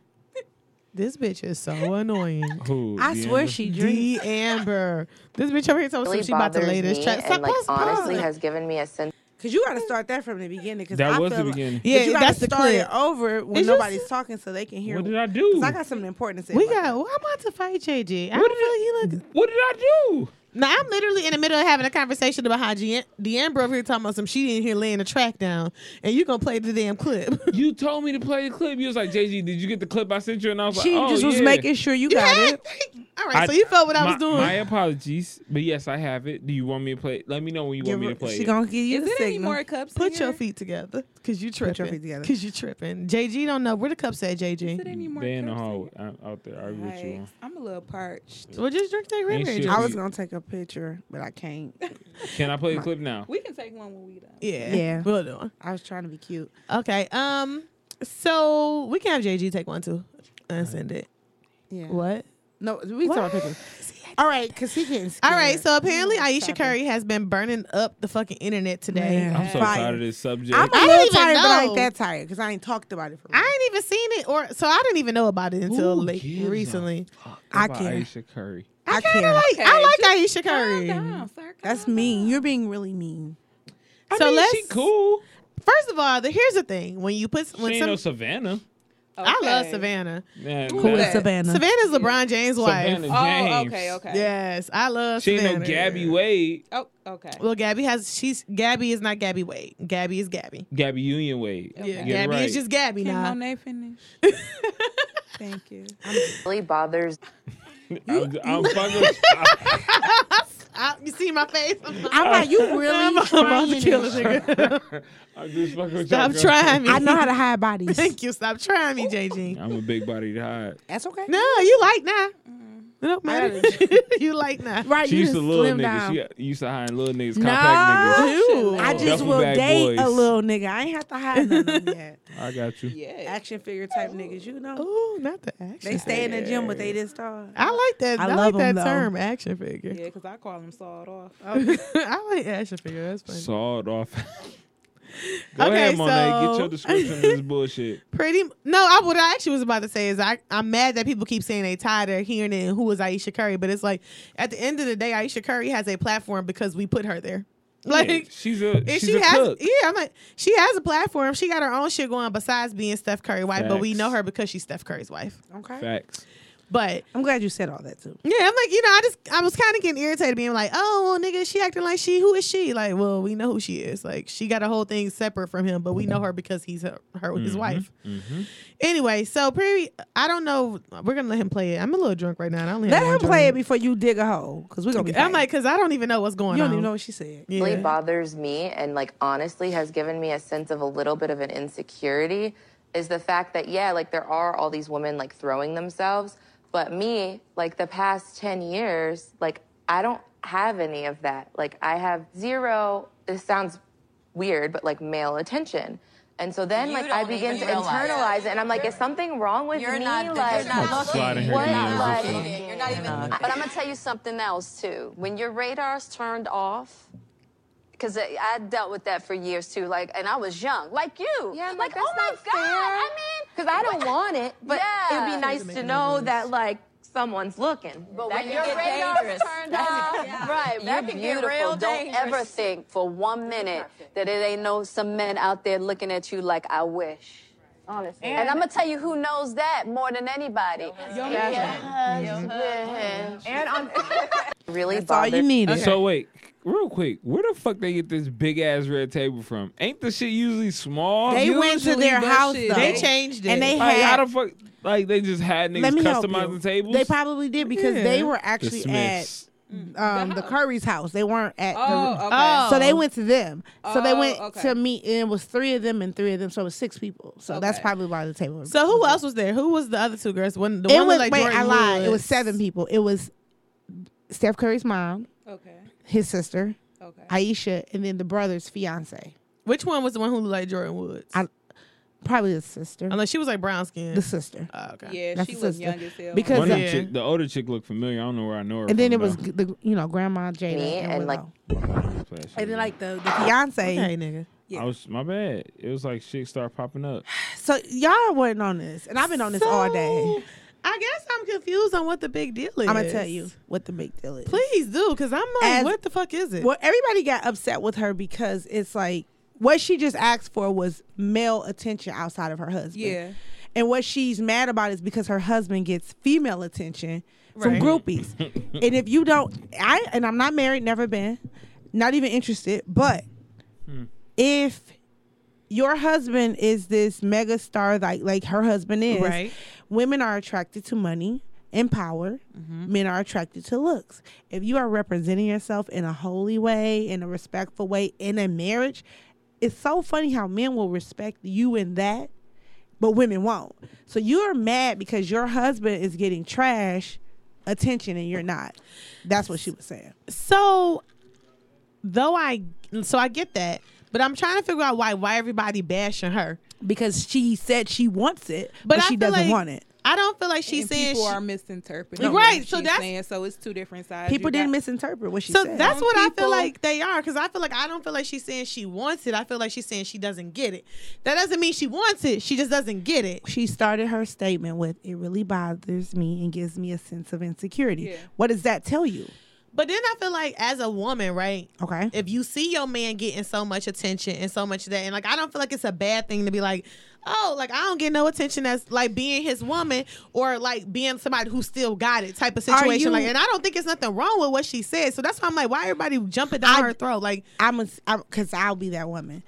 Speaker 3: This bitch is so annoying.
Speaker 6: Who?
Speaker 7: I swear she drinks.
Speaker 3: D Amber. This bitch over here told
Speaker 11: really
Speaker 3: us she about to
Speaker 11: bothers
Speaker 3: lay this
Speaker 11: me
Speaker 3: track. Stop
Speaker 11: and like
Speaker 3: pause,
Speaker 11: honestly
Speaker 3: pause.
Speaker 11: has given me a sense
Speaker 4: Cause you gotta start that from the beginning. Cause
Speaker 6: that
Speaker 4: I
Speaker 6: was
Speaker 4: feel
Speaker 6: the
Speaker 4: like-
Speaker 6: beginning.
Speaker 4: But
Speaker 3: yeah,
Speaker 4: you gotta
Speaker 3: that's the
Speaker 4: start
Speaker 3: clip.
Speaker 4: it over when
Speaker 3: It's just-
Speaker 4: nobody's talking, so they can hear.
Speaker 6: What did
Speaker 4: I?
Speaker 6: I do?
Speaker 4: I got something important to say.
Speaker 3: We
Speaker 4: about
Speaker 3: got. Well, I'm about to fight JG. I don't feel he look.
Speaker 6: What did I do?
Speaker 3: Now I'm literally in the middle of having a conversation about how G- D Amber over here talking about some she in here laying the track down, and you gonna play the damn clip.
Speaker 6: You told me to play the clip. You was like, JG, did you get the clip I sent you? And I was
Speaker 4: that.
Speaker 6: like,
Speaker 4: She
Speaker 6: oh,
Speaker 4: just was
Speaker 6: yeah.
Speaker 4: making sure you got it.
Speaker 3: All right, so you felt what I was
Speaker 6: my-
Speaker 3: doing.
Speaker 6: My apologies, but yes, I have it. Do you want me to play? it? Let me know when you want me to play.
Speaker 4: She
Speaker 6: it.
Speaker 4: gonna give you
Speaker 5: Is
Speaker 4: the
Speaker 5: it any
Speaker 4: signal.
Speaker 5: more cups? in
Speaker 3: Put your
Speaker 5: here?
Speaker 3: feet together, cause you tripping.
Speaker 4: your feet together.
Speaker 3: cause you tripping. JG don't know where the cups at.
Speaker 5: Is it
Speaker 3: JG.
Speaker 5: any more
Speaker 6: they in the
Speaker 5: cups in
Speaker 6: hallway.
Speaker 5: here?
Speaker 6: I'm out there arguing with you.
Speaker 5: I'm a little parched.
Speaker 3: Well, just drink that
Speaker 6: Ain't
Speaker 3: red
Speaker 6: shit.
Speaker 3: juice.
Speaker 4: I was gonna take a picture, but I can't.
Speaker 6: Can I play the clip now?
Speaker 5: We can take one when we done.
Speaker 3: Yeah,
Speaker 7: Yeah.
Speaker 3: We'll do it.
Speaker 4: I was trying to be cute.
Speaker 3: Okay. Um. So we can have JG take one too and send it.
Speaker 4: Yeah.
Speaker 3: What?
Speaker 4: No, we talking about pictures. All right, cause he getting. Scared.
Speaker 3: All right. So apparently Aisha Curry has been burning up the fucking internet today.
Speaker 4: Man.
Speaker 6: I'm so
Speaker 4: Fire.
Speaker 6: tired of this subject.
Speaker 4: I'm a
Speaker 3: I
Speaker 4: little
Speaker 3: even
Speaker 4: tired, but I ain't
Speaker 3: know.
Speaker 4: that tired because I ain't talked about it for.
Speaker 3: I ain't even seen it, or so I didn't even know about it until
Speaker 6: Who
Speaker 3: late
Speaker 6: gives a
Speaker 3: recently.
Speaker 4: I
Speaker 6: About
Speaker 4: care.
Speaker 6: Aisha Curry.
Speaker 4: I
Speaker 3: I
Speaker 4: can't.
Speaker 3: like I
Speaker 5: Okay,
Speaker 3: like Aisha
Speaker 5: Calm
Speaker 3: Curry.
Speaker 5: down, sir. Calm
Speaker 4: That's
Speaker 5: down.
Speaker 4: mean. You're being really mean.
Speaker 6: I
Speaker 3: So
Speaker 6: mean,
Speaker 3: let's
Speaker 6: she cool.
Speaker 3: first of all, the, here's the thing: when you put when
Speaker 6: she
Speaker 3: some,
Speaker 6: ain't no Savannah.
Speaker 3: I love
Speaker 5: Okay.
Speaker 3: Savannah.
Speaker 6: Yeah,
Speaker 5: Who
Speaker 6: nah.
Speaker 5: is Savannah?
Speaker 3: Savannah's LeBron James' wife.
Speaker 6: Savannah
Speaker 5: Oh,
Speaker 6: James.
Speaker 5: okay, okay.
Speaker 3: Yes, I love.
Speaker 6: She ain't
Speaker 3: Savannah.
Speaker 6: no Gabby Wade.
Speaker 5: Oh, okay.
Speaker 3: Well, Gabby has she's Gabby is not Gabby Wade. Gabby is Gabby.
Speaker 6: Gabby Union Wade.
Speaker 3: Yeah,
Speaker 6: Get it
Speaker 3: Gabby
Speaker 6: right.
Speaker 3: is just Gabby
Speaker 5: Can
Speaker 3: now.
Speaker 5: Monet finish? Thank you.
Speaker 11: really bothers
Speaker 6: I'm, I'm fucking.
Speaker 3: Ah, you see my face? I'm,
Speaker 4: Uh,
Speaker 7: I'm like, you
Speaker 3: I'm
Speaker 7: really
Speaker 3: about to
Speaker 7: trying
Speaker 3: kill
Speaker 7: to
Speaker 3: this nigga.
Speaker 6: I'm just fucking. with
Speaker 3: Stop
Speaker 6: y'all, girl.
Speaker 3: trying me.
Speaker 7: I know how to hide bodies.
Speaker 3: Thank you. Stop trying me, JG.
Speaker 6: I'm a big body hide.
Speaker 4: That's okay.
Speaker 3: No, you like nah. It don't matter. you like nah.
Speaker 7: Right,
Speaker 6: She
Speaker 7: you
Speaker 6: used
Speaker 7: just
Speaker 6: to little
Speaker 7: slim
Speaker 6: niggas.
Speaker 7: down.
Speaker 6: She used to hide little niggas,
Speaker 7: No.
Speaker 6: compact
Speaker 3: Ew.
Speaker 7: I just
Speaker 6: Duffel
Speaker 7: will
Speaker 6: bag
Speaker 7: date a
Speaker 6: boys.
Speaker 7: little nigga. I ain't have to hide none of them yet.
Speaker 6: niggas. I got you.
Speaker 5: Yeah.
Speaker 4: Action figure type niggas, you know.
Speaker 3: Oh, not the action.
Speaker 4: They stay in the gym, but they didn't start.
Speaker 3: I like that. I,
Speaker 7: I
Speaker 3: like
Speaker 7: love 'em,
Speaker 3: that
Speaker 7: though.
Speaker 3: term, action figure.
Speaker 5: Yeah, because I call them sawed off.
Speaker 3: I like action figure. That's funny.
Speaker 6: Sawed off. Go
Speaker 3: Okay,
Speaker 6: ahead, Monet.
Speaker 3: so-
Speaker 6: Get your description of this bullshit.
Speaker 3: Pretty m- no, I what I actually was about to say is I I'm mad that people keep saying they tired of hearing it and who is Aisha Curry, but it's like at the end of the day, Aisha Curry has a platform because we put her there. Like
Speaker 6: Yeah, she's a
Speaker 3: and
Speaker 6: she's
Speaker 3: she
Speaker 6: a
Speaker 3: has
Speaker 6: cook.
Speaker 4: e-
Speaker 3: yeah, I'm like she has a platform. She got her own shit going besides being Steph Curry wife, but we
Speaker 6: Facts.
Speaker 3: know her because she's Steph Curry's wife.
Speaker 4: Okay.
Speaker 6: Facts.
Speaker 3: But
Speaker 4: I'm glad you said all that too.
Speaker 3: yeah, I'm like, you know, I just I was kind of getting irritated being like, "Oh, well, nigga, she acting like she who is she?" Like, well, we know who she is. Like, she got a whole thing separate from him, but we know her because he's her, her his wife.
Speaker 6: Mm-hmm.
Speaker 3: Anyway, so Perry, I don't know. We're gonna let him play it. I'm a little drunk right now. and I only
Speaker 4: Let
Speaker 3: had
Speaker 4: him
Speaker 3: one
Speaker 4: play it
Speaker 3: drink.
Speaker 4: before you dig a hole, cause we're gonna be.
Speaker 3: I'm like, cause I don't even know what's going
Speaker 4: you don't
Speaker 3: on.
Speaker 4: even know what she said.
Speaker 3: Yeah.
Speaker 11: really bothers me and like honestly has given me a sense of a little bit of an insecurity is the fact that yeah like there are all these women like throwing themselves but me like the past 10 years like I don't have any of that. Like, I have zero, this sounds weird, but like male attention. And so then,
Speaker 12: You
Speaker 11: like, I
Speaker 12: don't
Speaker 11: begin to
Speaker 12: even realize.
Speaker 11: internalize it. And I'm like, is something wrong with
Speaker 12: You're
Speaker 11: me?
Speaker 12: not, you're
Speaker 11: like,
Speaker 12: not
Speaker 6: Slide in
Speaker 12: looking.
Speaker 6: here
Speaker 12: You're
Speaker 11: to the
Speaker 12: not
Speaker 11: resistance.
Speaker 12: looking. You're not even.
Speaker 11: But
Speaker 12: But
Speaker 11: I'm gonna tell you something else too. When your radar's turned off, because I dealt with that for years too. Like, and I was young, like you.
Speaker 12: Yeah, I'm
Speaker 11: like,
Speaker 12: like,
Speaker 11: oh my
Speaker 12: that's
Speaker 11: god.
Speaker 12: not fair.
Speaker 11: I mean, because I don't want it, but
Speaker 12: Yeah.
Speaker 11: it'd be nice to know that like someone's looking.
Speaker 12: But
Speaker 11: That
Speaker 12: when
Speaker 11: your
Speaker 12: you get
Speaker 11: radar's
Speaker 12: dangerous.
Speaker 11: turned off, right? That
Speaker 12: You're
Speaker 11: can
Speaker 12: beautiful.
Speaker 11: get real
Speaker 12: Don't
Speaker 11: dangerous.
Speaker 12: ever
Speaker 11: think for one minute that it ain't no some men out there looking at you like I wish. Honestly. And, I'm gonna tell you who knows that more than anybody.
Speaker 12: and on.
Speaker 11: Really
Speaker 4: That's all you needed.
Speaker 6: So wait, real quick, where the fuck they get this big ass red table from? Ain't the shit usually small?
Speaker 4: They went to
Speaker 7: Usually
Speaker 4: their
Speaker 7: that
Speaker 4: house
Speaker 7: shit-
Speaker 4: though,
Speaker 3: They changed it.
Speaker 4: and they
Speaker 6: like
Speaker 4: had.
Speaker 6: how the fuck? Like they just had niggas
Speaker 4: let me help
Speaker 6: customizing
Speaker 4: you.
Speaker 6: tables.
Speaker 4: They probably did because they were actually
Speaker 6: Dismiss.
Speaker 4: at um, the, Curry's house. They weren't at the.
Speaker 12: Oh, okay.
Speaker 3: Oh.
Speaker 4: So they went to them. So they
Speaker 12: Oh,
Speaker 4: went
Speaker 12: okay.
Speaker 4: to meet, and it was three of them and three of them. So it was six people. So that's probably why the table. was-
Speaker 3: So who else was there? Who was the other two girls? One, the
Speaker 4: It
Speaker 3: one
Speaker 4: was
Speaker 3: was like
Speaker 4: wait,
Speaker 3: Jordan
Speaker 4: I lied. It was
Speaker 3: Woods.
Speaker 4: seven people. It was Steph Curry's mom,
Speaker 12: Okay.
Speaker 4: his sister,
Speaker 12: Okay.
Speaker 4: Aisha, and then the brother's fiance.
Speaker 3: Which one was the one who looked like Jordan Woods?
Speaker 4: I- Probably his sister.
Speaker 3: Unless she was like brown skin.
Speaker 4: The sister.
Speaker 3: Oh, okay.
Speaker 12: Yeah,
Speaker 4: That's
Speaker 12: she
Speaker 4: the
Speaker 12: was
Speaker 4: sister.
Speaker 12: young as hell.
Speaker 4: Because
Speaker 6: One
Speaker 4: the-
Speaker 6: of the
Speaker 3: Yeah.
Speaker 6: chick, the older chick looked familiar. I don't know where I know her.
Speaker 4: And then it
Speaker 6: from,
Speaker 4: was
Speaker 6: though.
Speaker 4: g- the you know grandma Jada
Speaker 11: Me
Speaker 4: and,
Speaker 11: and, like,
Speaker 4: Willow.
Speaker 6: And then
Speaker 4: like the, the fiance.
Speaker 3: Hey, nigga.
Speaker 6: I was my bad. It was like shit started popping up.
Speaker 4: So y'all weren't on this, and I've been on this all day.
Speaker 3: So, I guess I'm confused on what the big deal is.
Speaker 4: I'm gonna tell you what the big deal is.
Speaker 3: Please do, because I'm like,
Speaker 4: As-
Speaker 3: what the fuck is it?
Speaker 4: Well, everybody got upset with her because it's like what she just asked for was male attention outside of her husband.
Speaker 12: Yeah.
Speaker 4: And what she's mad about is because her husband gets female attention from
Speaker 3: Right.
Speaker 4: groupies. and if you don't I and I'm not married, never been, not even interested, but
Speaker 3: Hmm.
Speaker 4: if your husband is this mega star like like her husband is,
Speaker 3: Right.
Speaker 4: women are attracted to money and power.
Speaker 3: Mm-hmm.
Speaker 4: Men are attracted to looks. If you are representing yourself in a holy way, in a respectful way, in a marriage, it's so funny how men will respect you in that, but women won't. So you're mad because your husband is getting trash attention and you're not. That's what she was saying.
Speaker 3: So, though I, so I get that, but I'm trying to figure out why why everybody bashing her.
Speaker 4: Because she said she wants it, but,
Speaker 3: I
Speaker 4: she
Speaker 3: feel
Speaker 4: doesn't
Speaker 3: like-
Speaker 4: want it.
Speaker 3: I don't feel like she's
Speaker 12: and
Speaker 3: saying.
Speaker 12: people
Speaker 3: She,
Speaker 12: are misinterpreting.
Speaker 3: Right,
Speaker 12: what
Speaker 3: so
Speaker 12: she's
Speaker 3: that's-
Speaker 12: saying, so it's two different sides.
Speaker 4: People
Speaker 12: You
Speaker 4: didn't
Speaker 12: got-
Speaker 4: misinterpret what she
Speaker 3: so
Speaker 4: said.
Speaker 3: that's what I feel
Speaker 12: people-
Speaker 3: like they are, because I feel like I don't feel like she's saying she wants it. I feel like she's saying she doesn't get it. That doesn't mean she wants it. She just doesn't get it.
Speaker 4: she started her statement with it really bothers me and gives me a sense of insecurity what does that tell you
Speaker 3: But then I feel like as a woman, right?
Speaker 4: okay
Speaker 3: if you see your man getting so much attention and so much of that, and like I don't feel like it's a bad thing to be like, oh, like I don't get no attention as like being his woman or like being somebody who still got it type of
Speaker 4: Are
Speaker 3: situation.
Speaker 4: you-
Speaker 3: like, and I don't think it's nothing wrong with what she said. So that's why I'm like, why everybody jumping down
Speaker 4: I-
Speaker 3: her throat? Like,
Speaker 4: i'm because i'll be that woman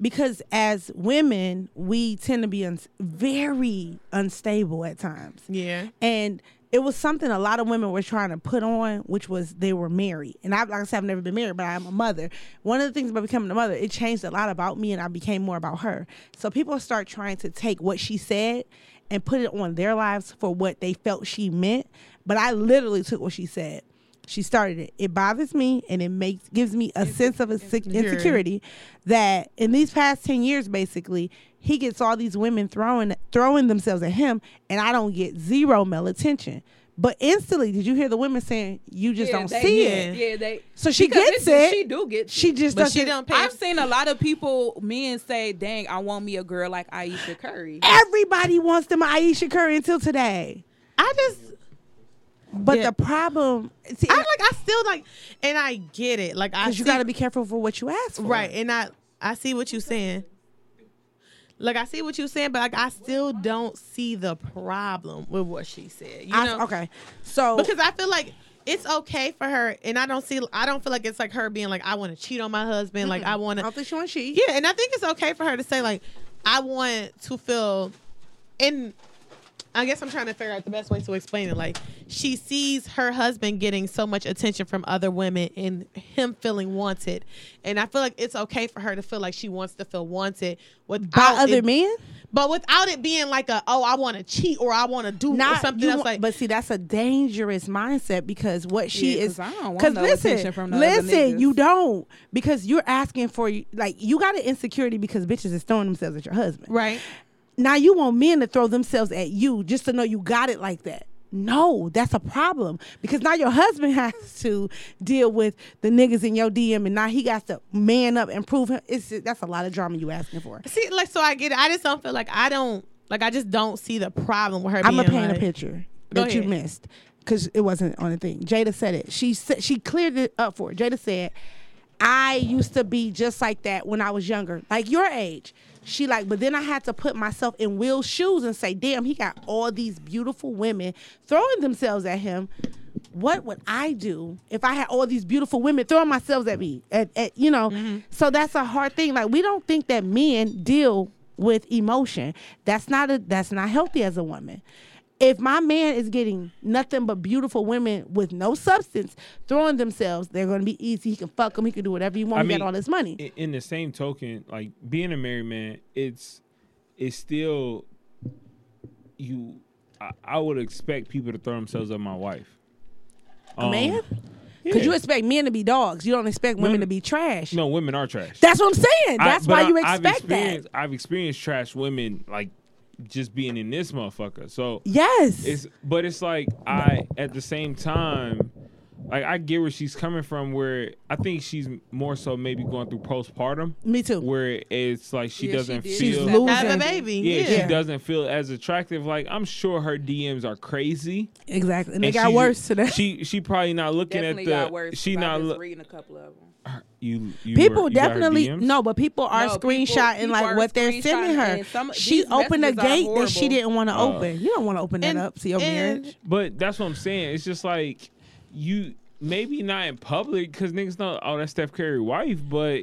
Speaker 4: because as women we tend to be uns very unstable at times
Speaker 3: yeah,
Speaker 4: and it was something a lot of women were trying to put on, which was they were married. And I, like I said, I've never been married, but I'm a mother. One of the things about becoming a mother, it changed a lot about me, and I became more about her. So people start trying to take what she said and put it on their lives for what they felt she meant. But I literally took what she said. She started it. It bothers me, and it makes gives me a sense of insecurity. insecurity that in these past ten years, basically, he gets all these women throwing throwing themselves at him, and I don't get zero male attention. But instantly, did you hear the women saying, "You just
Speaker 12: Yeah,
Speaker 4: don't
Speaker 12: they-
Speaker 4: see
Speaker 12: yeah,
Speaker 4: it"?
Speaker 12: Yeah, they.
Speaker 4: So she
Speaker 12: because
Speaker 4: gets
Speaker 12: listen,
Speaker 4: it.
Speaker 12: She do get.
Speaker 4: She
Speaker 12: it.
Speaker 4: just
Speaker 3: but
Speaker 4: doesn't.
Speaker 3: she don't pay.
Speaker 12: I've seen a lot of people, men say, "Dang, I want me a girl like Aisha Curry."
Speaker 4: Everybody wants them Aisha Curry until today.
Speaker 3: I just
Speaker 4: But
Speaker 3: Yeah.
Speaker 4: the problem, see,
Speaker 3: I like I still like, and I get it. Like I,
Speaker 4: because you
Speaker 3: see-
Speaker 4: got to be careful for what you ask for.
Speaker 3: right and i i see what you're saying like i see what you're saying but like i still don't see the problem with what she said you
Speaker 4: I-
Speaker 3: know
Speaker 4: okay. So
Speaker 3: because i feel like it's okay for her and i don't see i don't feel like it's like her being like i want to cheat on my husband like i want
Speaker 4: I
Speaker 3: to
Speaker 4: don't think she wants she.
Speaker 3: yeah, and I think it's okay for her to say like, I want to feel, and I guess I'm trying to figure out the best way to explain it. Like she sees her husband getting so much attention from other women and him feeling wanted, and I feel like it's okay for her to feel like she wants to feel wanted without
Speaker 4: By other
Speaker 3: it,
Speaker 4: men?
Speaker 3: but without it being like a oh I want to cheat or I want to do or
Speaker 4: Not
Speaker 3: something
Speaker 4: you
Speaker 3: else
Speaker 4: want-
Speaker 3: like
Speaker 4: but see, that's a dangerous mindset because what she
Speaker 12: Yeah,
Speaker 4: is.
Speaker 12: 'cause I don't want no
Speaker 4: listen,
Speaker 12: attention from the other
Speaker 4: listen,
Speaker 12: niggas.
Speaker 4: you don't because you're asking for like you got an insecurity because bitches is throwing themselves at your husband.
Speaker 3: right.
Speaker 4: Now you want men to throw themselves at you just to know you got it like that. No, that's a problem because now your husband has to deal with the niggas in your DM, and now he got to man up and prove him. It's that's a lot of drama you asking for.
Speaker 3: See, like so I get it. I just don't feel like I don't like I just don't see the problem with her.
Speaker 4: I'm
Speaker 3: being
Speaker 4: gonna paint
Speaker 3: like,
Speaker 4: a picture
Speaker 3: Go
Speaker 4: that you
Speaker 3: ahead.
Speaker 4: missed because it wasn't on the thing. Jada said it. She said she cleared it up for it. Jada said, "I used to be just like that when I was younger, like your age." She like, but then I had to put myself in Will's shoes and say, "Damn, he got all these beautiful women throwing themselves at him." What would I do if I had all these beautiful women throwing myself at me? At, at you know,
Speaker 3: Mm-hmm.
Speaker 4: so that's a hard thing. Like we don't think that men deal with emotion. That's not a that's not healthy as a woman if my man is getting nothing but beautiful women with no substance throwing themselves, they're going to be easy. He can fuck them. He can do whatever you want.
Speaker 6: I
Speaker 4: he
Speaker 6: mean,
Speaker 4: got all this money.
Speaker 6: in, in the same token, like being a married man, it's it's still you. I, I would expect people to throw themselves at my wife. Um,
Speaker 4: man?
Speaker 6: yeah.
Speaker 4: Because you expect men to be dogs. You don't expect women
Speaker 6: Women-
Speaker 4: to be trash.
Speaker 6: no women are trash.
Speaker 4: That's what I'm saying.
Speaker 6: I-
Speaker 4: That's
Speaker 6: but
Speaker 4: why
Speaker 6: I-
Speaker 4: you
Speaker 6: I've
Speaker 4: expect that.
Speaker 6: experienced, I've experienced trash women like just being in this motherfucker. So
Speaker 4: Yes.
Speaker 6: It's but it's like I at the same time, like I get where she's coming from. Where I think she's more so maybe going through postpartum,
Speaker 4: Me too.
Speaker 6: where it's like she
Speaker 12: Yeah, she
Speaker 6: doesn't
Speaker 12: did.
Speaker 6: feel.
Speaker 12: She's
Speaker 4: losing.
Speaker 3: Have a baby.
Speaker 6: yeah,
Speaker 3: Yeah.
Speaker 6: she doesn't feel as attractive. Like I'm sure her DMs are crazy.
Speaker 4: Exactly. And, it
Speaker 6: And
Speaker 4: got
Speaker 6: she-
Speaker 4: worse today.
Speaker 6: She she probably not looking
Speaker 12: Definitely
Speaker 6: at
Speaker 12: got
Speaker 6: the.
Speaker 12: worse.
Speaker 6: she
Speaker 12: 'cause I
Speaker 6: not
Speaker 12: was
Speaker 6: look.
Speaker 12: reading a couple of them.
Speaker 6: You, you
Speaker 4: People
Speaker 6: were- you got her
Speaker 4: definitely
Speaker 6: DMs?
Speaker 4: no, but people are
Speaker 12: No, people-
Speaker 4: screenshotting
Speaker 12: people
Speaker 4: like
Speaker 12: are
Speaker 4: what they're
Speaker 12: screenshotting
Speaker 4: sending her.
Speaker 12: and some-
Speaker 4: she
Speaker 12: these
Speaker 4: opened a
Speaker 12: messages are
Speaker 4: gate that she
Speaker 12: horrible.
Speaker 4: didn't want to
Speaker 6: Oh.
Speaker 4: open. You don't want to open that
Speaker 3: And-
Speaker 4: up to your
Speaker 3: and-
Speaker 4: marriage.
Speaker 6: But that's what I'm saying. It's just like you maybe not in public because niggas know oh that's Steph Curry wife, but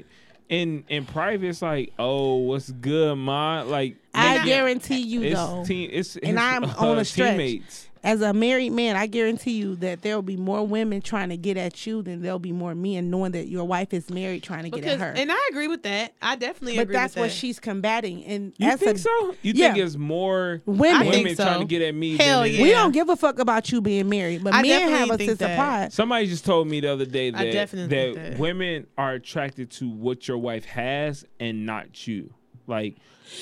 Speaker 6: in in private it's like oh what's good ma like
Speaker 4: I
Speaker 6: maybe
Speaker 4: guarantee you
Speaker 6: it's
Speaker 4: though.
Speaker 6: team it's
Speaker 4: and
Speaker 6: his,
Speaker 4: I'm
Speaker 6: uh,
Speaker 4: on a stretch.
Speaker 6: teammates.
Speaker 4: As a married man, I guarantee you that there will be more women trying to get at you than there'll be more men knowing that your wife is married trying to
Speaker 3: Because
Speaker 4: get at her.
Speaker 3: and I agree with that. I definitely
Speaker 4: but
Speaker 3: agree.
Speaker 4: that's
Speaker 3: with
Speaker 4: what
Speaker 3: that.
Speaker 4: she's combating. And
Speaker 6: You
Speaker 4: as
Speaker 6: think
Speaker 4: a,
Speaker 6: so? You
Speaker 4: yeah.
Speaker 6: think it's more
Speaker 4: Women. I
Speaker 6: women
Speaker 3: think
Speaker 6: trying
Speaker 3: so.
Speaker 6: to get at me?
Speaker 3: Hell
Speaker 6: than it is-
Speaker 3: yeah.
Speaker 4: We don't give a fuck about you being married, but
Speaker 3: I
Speaker 4: men
Speaker 3: definitely
Speaker 4: have a
Speaker 3: think
Speaker 4: sense of
Speaker 3: that.
Speaker 4: pride.
Speaker 6: Somebody just told me the other day
Speaker 3: I
Speaker 6: that
Speaker 3: definitely
Speaker 6: that,
Speaker 3: think that.
Speaker 6: women are attracted to what your wife has and not you. Like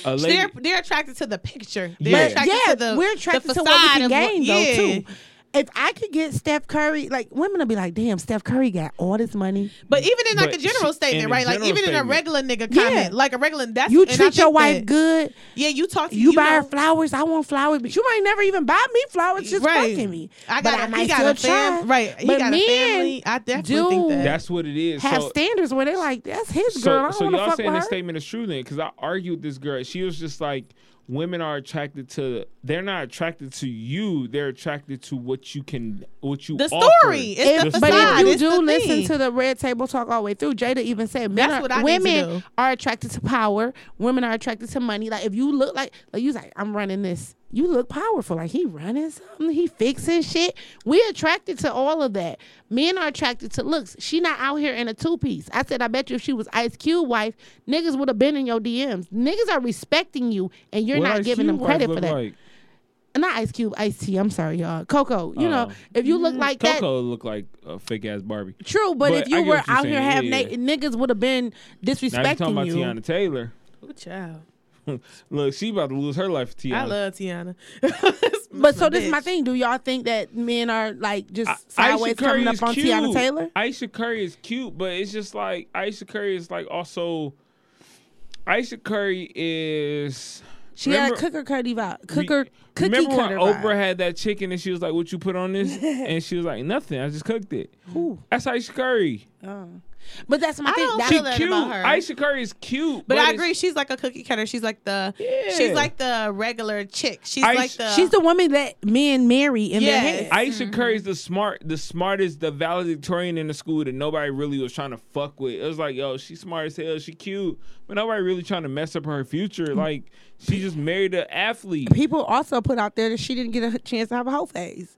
Speaker 6: a lady,
Speaker 3: They're they're attracted to the picture. They're
Speaker 6: Yeah.
Speaker 3: attracted
Speaker 4: yeah,
Speaker 3: to the
Speaker 4: we're attracted
Speaker 3: the
Speaker 4: to what we
Speaker 3: facade
Speaker 4: can
Speaker 3: of what-
Speaker 4: gain
Speaker 3: yeah.
Speaker 4: though too. If I could get Steph Curry, like women will be like, "Damn, Steph Curry got all this money."
Speaker 3: But even in like
Speaker 6: But
Speaker 3: a general
Speaker 6: she-
Speaker 3: statement,
Speaker 6: in a
Speaker 3: right? Like
Speaker 6: general
Speaker 3: even in a
Speaker 6: statement.
Speaker 3: regular nigga
Speaker 4: Yeah.
Speaker 3: comment, like a regular that's
Speaker 4: You
Speaker 3: and I
Speaker 4: treat your
Speaker 3: think
Speaker 4: wife
Speaker 3: that-
Speaker 4: good.
Speaker 3: Yeah, you talk. to
Speaker 4: You, buy her
Speaker 3: know-
Speaker 4: flowers. I want flowers, but you might never even buy me flowers. Just
Speaker 3: Right.
Speaker 4: fucking me.
Speaker 3: I
Speaker 4: But
Speaker 3: got. a-
Speaker 4: might
Speaker 3: he got a
Speaker 4: still try.
Speaker 3: family. Right. He
Speaker 4: But
Speaker 3: got a
Speaker 4: men
Speaker 3: family. I definitely
Speaker 4: do
Speaker 3: think that.
Speaker 6: that's what it is.
Speaker 4: Have
Speaker 6: so,
Speaker 4: standards where they like that's his
Speaker 6: So,
Speaker 4: girl. I
Speaker 6: so
Speaker 4: don't want
Speaker 6: y'all
Speaker 4: to fuck
Speaker 6: saying
Speaker 4: with her.
Speaker 6: this statement is true then? Because I argued with this girl. She was just like, women are attracted to. They're not attracted to you. They're attracted to what you can, what you.
Speaker 3: The
Speaker 6: offer.
Speaker 3: story. It's
Speaker 4: If-
Speaker 3: the
Speaker 4: but
Speaker 3: facade.
Speaker 4: if you
Speaker 3: It's
Speaker 4: do
Speaker 3: the
Speaker 4: listen
Speaker 3: thing.
Speaker 4: to the red table talk all the way through, Jada even said men
Speaker 3: That's
Speaker 4: are-
Speaker 3: what I need to
Speaker 4: women
Speaker 3: do.
Speaker 4: are attracted to power. Women are attracted to money. Like if you look like like you was like I'm running this, you look powerful. Like he running something, he fixing shit. We attracted to all of that. Men are attracted to looks. She not out here in a two piece. I said I bet you if she was Ice Cube wife, niggas would have been in your DMs. Niggas are respecting you, and you're
Speaker 6: What
Speaker 4: not
Speaker 6: Ice
Speaker 4: giving
Speaker 6: Cube
Speaker 4: them credit
Speaker 6: wife
Speaker 4: for
Speaker 6: look
Speaker 4: that.
Speaker 6: Like?
Speaker 4: Not Ice Cube, Ice T. I'm sorry, y'all. Coco. You know
Speaker 6: Oh.
Speaker 4: if you
Speaker 3: Mm-hmm.
Speaker 4: look like that,
Speaker 6: Coco look like a fake ass Barbie.
Speaker 4: True, but,
Speaker 6: But
Speaker 4: if you
Speaker 6: I get
Speaker 4: were
Speaker 6: what you're
Speaker 4: out here
Speaker 6: saying,
Speaker 4: having
Speaker 6: yeah,
Speaker 4: na- niggas would have been
Speaker 6: Now you talking
Speaker 4: disrespecting
Speaker 6: about
Speaker 4: you.
Speaker 6: Tiana Taylor.
Speaker 3: Ooh, child.
Speaker 6: Look, she about to lose her life. For Tiana.
Speaker 3: I love Tiana.
Speaker 4: But so this is my
Speaker 3: bitch.
Speaker 4: thing. Do y'all think that men are like just
Speaker 6: I-
Speaker 4: sideways
Speaker 6: Aisha Curry
Speaker 4: coming
Speaker 6: is
Speaker 4: up on
Speaker 6: cute.
Speaker 4: Tiana Taylor?
Speaker 6: Aisha Curry is cute, but it's just like Aisha Curry is like also. Aisha Curry is.
Speaker 4: She
Speaker 6: Remember-
Speaker 4: had a cooker cutie vibe.
Speaker 6: Re-
Speaker 4: Cooker cookie
Speaker 6: Remember
Speaker 4: cutter
Speaker 6: when
Speaker 4: vibe.
Speaker 6: Oprah had that chicken and she was like, "What you put on this?" and she was like, "Nothing. I just cooked it." That's Aisha Curry.
Speaker 4: Oh. But that's my
Speaker 3: I
Speaker 4: thing.
Speaker 3: don't
Speaker 4: That's
Speaker 3: feel
Speaker 6: She
Speaker 3: that
Speaker 6: cute.
Speaker 3: about her.
Speaker 6: Aisha Curry is cute,
Speaker 3: But I
Speaker 6: it's-
Speaker 3: agree. She's like a cookie cutter. She's like the
Speaker 6: Yeah.
Speaker 3: she's like the regular chick. She's
Speaker 6: I-
Speaker 3: like the
Speaker 4: She's the woman that men marry in
Speaker 3: yes.
Speaker 4: their head.
Speaker 6: Aisha Curry's the smart, the smartest, the valedictorian in the school that nobody really was trying to fuck with. It was like, yo, she's smart as hell, she cute, but nobody really trying to mess up her future.
Speaker 4: Mm.
Speaker 6: Like, she just married an athlete.
Speaker 4: People also put out there that she didn't get a chance to have a whole phase.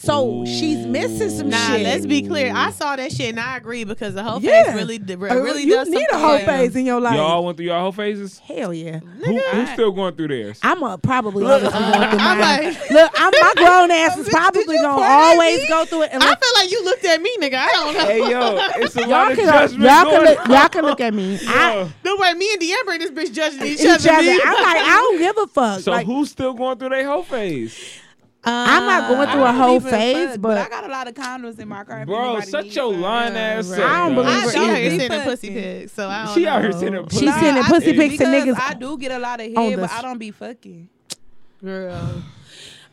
Speaker 4: So she's missing some
Speaker 3: Nah,
Speaker 4: shit.
Speaker 3: let's be clear. I saw that shit and I agree because the whole
Speaker 4: Yeah.
Speaker 3: face really
Speaker 6: Oh,
Speaker 3: d-
Speaker 4: Uh,
Speaker 3: really
Speaker 4: you
Speaker 3: does
Speaker 4: need a
Speaker 3: something
Speaker 4: whole
Speaker 3: to
Speaker 4: phase in your life.
Speaker 6: Y'all went through y'all whole phases.
Speaker 4: Hell yeah.
Speaker 6: Who, who's still going through theirs?
Speaker 4: I'm a probably always be going through
Speaker 3: I'm
Speaker 4: mine.
Speaker 3: like-
Speaker 4: Look, I'm, my grown ass is
Speaker 3: Did- did
Speaker 4: probably
Speaker 3: you
Speaker 4: gonna
Speaker 3: point at
Speaker 4: always
Speaker 3: me?
Speaker 4: go through it.
Speaker 3: I
Speaker 4: Unless,
Speaker 3: feel like you looked at me, nigga. I don't know.
Speaker 6: hey yo, it's a lot
Speaker 4: y'all
Speaker 6: of
Speaker 4: can,
Speaker 6: judgment
Speaker 4: y'all,
Speaker 6: going
Speaker 4: can look,
Speaker 6: on.
Speaker 4: y'all can look at me. I,
Speaker 6: Yo,
Speaker 3: The way me and De'Amber and this bitch judging each,
Speaker 4: each other. I'm
Speaker 3: B.
Speaker 4: like, I don't give a fuck.
Speaker 6: so
Speaker 4: like,
Speaker 6: who's still going through their whole phase,
Speaker 4: I'm not going through
Speaker 5: I
Speaker 4: a
Speaker 5: don't
Speaker 4: whole
Speaker 5: give a
Speaker 4: phase,
Speaker 5: fuck,
Speaker 4: but
Speaker 5: I got a lot of condoms in my car. if
Speaker 6: bro?
Speaker 5: anybody
Speaker 6: Such
Speaker 5: needs
Speaker 6: your
Speaker 5: some.
Speaker 6: lying ass.
Speaker 3: right.
Speaker 6: self,
Speaker 4: I don't
Speaker 6: dog.
Speaker 4: believe
Speaker 3: I
Speaker 4: we're
Speaker 3: saw her
Speaker 4: either.
Speaker 3: sending pussy pics, so I don't
Speaker 6: She
Speaker 3: know.
Speaker 6: out here sending. pussy.
Speaker 4: She's sending
Speaker 5: I
Speaker 4: pussy
Speaker 5: do
Speaker 4: pics to
Speaker 5: because
Speaker 4: niggas.
Speaker 5: I do get a lot of
Speaker 4: on
Speaker 5: head, but
Speaker 4: this.
Speaker 5: I don't be fucking.
Speaker 3: girl.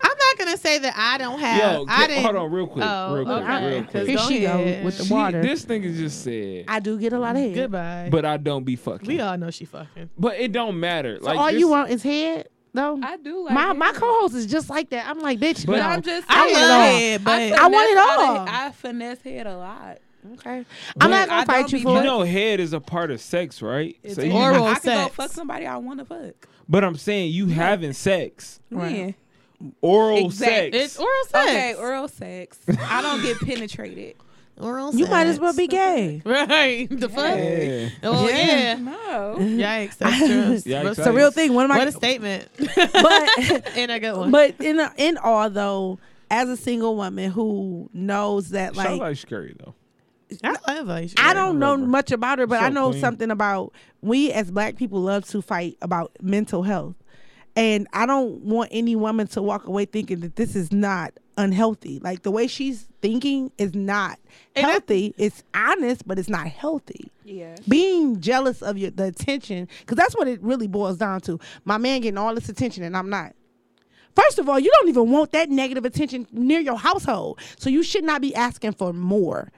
Speaker 3: I'm not gonna say that I don't have.
Speaker 6: Yo,
Speaker 3: I
Speaker 6: get-
Speaker 3: didn't.
Speaker 6: hold on, real quick,
Speaker 3: Oh,
Speaker 6: real quick,
Speaker 3: okay.
Speaker 6: real quick.
Speaker 3: 'Cause
Speaker 4: Here
Speaker 3: go
Speaker 4: she go
Speaker 3: ahead.
Speaker 4: with the
Speaker 6: She-
Speaker 4: water.
Speaker 6: This nigga just said,
Speaker 4: I do get a lot of head.
Speaker 3: Goodbye.
Speaker 6: but I don't be fucking.
Speaker 3: we all know she fucking.
Speaker 6: But it don't matter.
Speaker 4: So
Speaker 6: like
Speaker 4: all
Speaker 6: this-
Speaker 4: you want is head, though.
Speaker 5: I do like
Speaker 4: my my
Speaker 5: head.
Speaker 4: co-host is just like that. I'm like, bitch,
Speaker 6: But
Speaker 4: no.
Speaker 5: I'm just.
Speaker 4: I
Speaker 3: I
Speaker 4: want
Speaker 5: saying,
Speaker 4: it
Speaker 3: love
Speaker 4: all.
Speaker 3: it,
Speaker 5: I
Speaker 3: but
Speaker 4: I want it
Speaker 5: finesse
Speaker 4: all.
Speaker 5: the- I finesse head a lot.
Speaker 4: okay. I'm not
Speaker 5: I
Speaker 4: gonna
Speaker 5: don't
Speaker 4: fight you
Speaker 5: be
Speaker 4: for
Speaker 6: You
Speaker 4: it.
Speaker 6: know, head is a part of sex, right? So you-
Speaker 3: oral. Mm-hmm.
Speaker 5: I can go
Speaker 3: sex.
Speaker 5: fuck somebody I want to fuck.
Speaker 6: but I'm saying you having sex,
Speaker 5: Right.
Speaker 6: oral
Speaker 5: Exact-
Speaker 6: sex.
Speaker 3: it's oral sex.
Speaker 5: Okay, oral sex. I don't get penetrated.
Speaker 3: oral
Speaker 4: You
Speaker 3: sex.
Speaker 4: might as well be gay.
Speaker 3: Right. The fuck?
Speaker 6: Yeah.
Speaker 3: Oh, yeah.
Speaker 5: No.
Speaker 3: Yikes. That's true.
Speaker 6: Yikes,
Speaker 4: It's a real thing. One of my
Speaker 3: What a statement.
Speaker 4: but
Speaker 3: and a good one.
Speaker 4: but in in all though, as a single woman who knows that
Speaker 6: Shout
Speaker 4: like
Speaker 6: out Shkari, though.
Speaker 3: I love Aisha.
Speaker 4: I don't know
Speaker 6: love her.
Speaker 4: much about her, but
Speaker 6: So
Speaker 4: I know
Speaker 6: clean.
Speaker 4: something about we as black people love to fight about mental health. And I don't want any woman to walk away thinking that this is not unhealthy. Like the way she's thinking is not
Speaker 3: And that-
Speaker 4: healthy. it's honest, but it's not healthy.
Speaker 5: Yeah.
Speaker 4: Being jealous of your the attention, because that's what it really boils down to. My man getting all this attention and I'm not. First of all, you don't even want that negative attention near your household. So you should not be asking for more.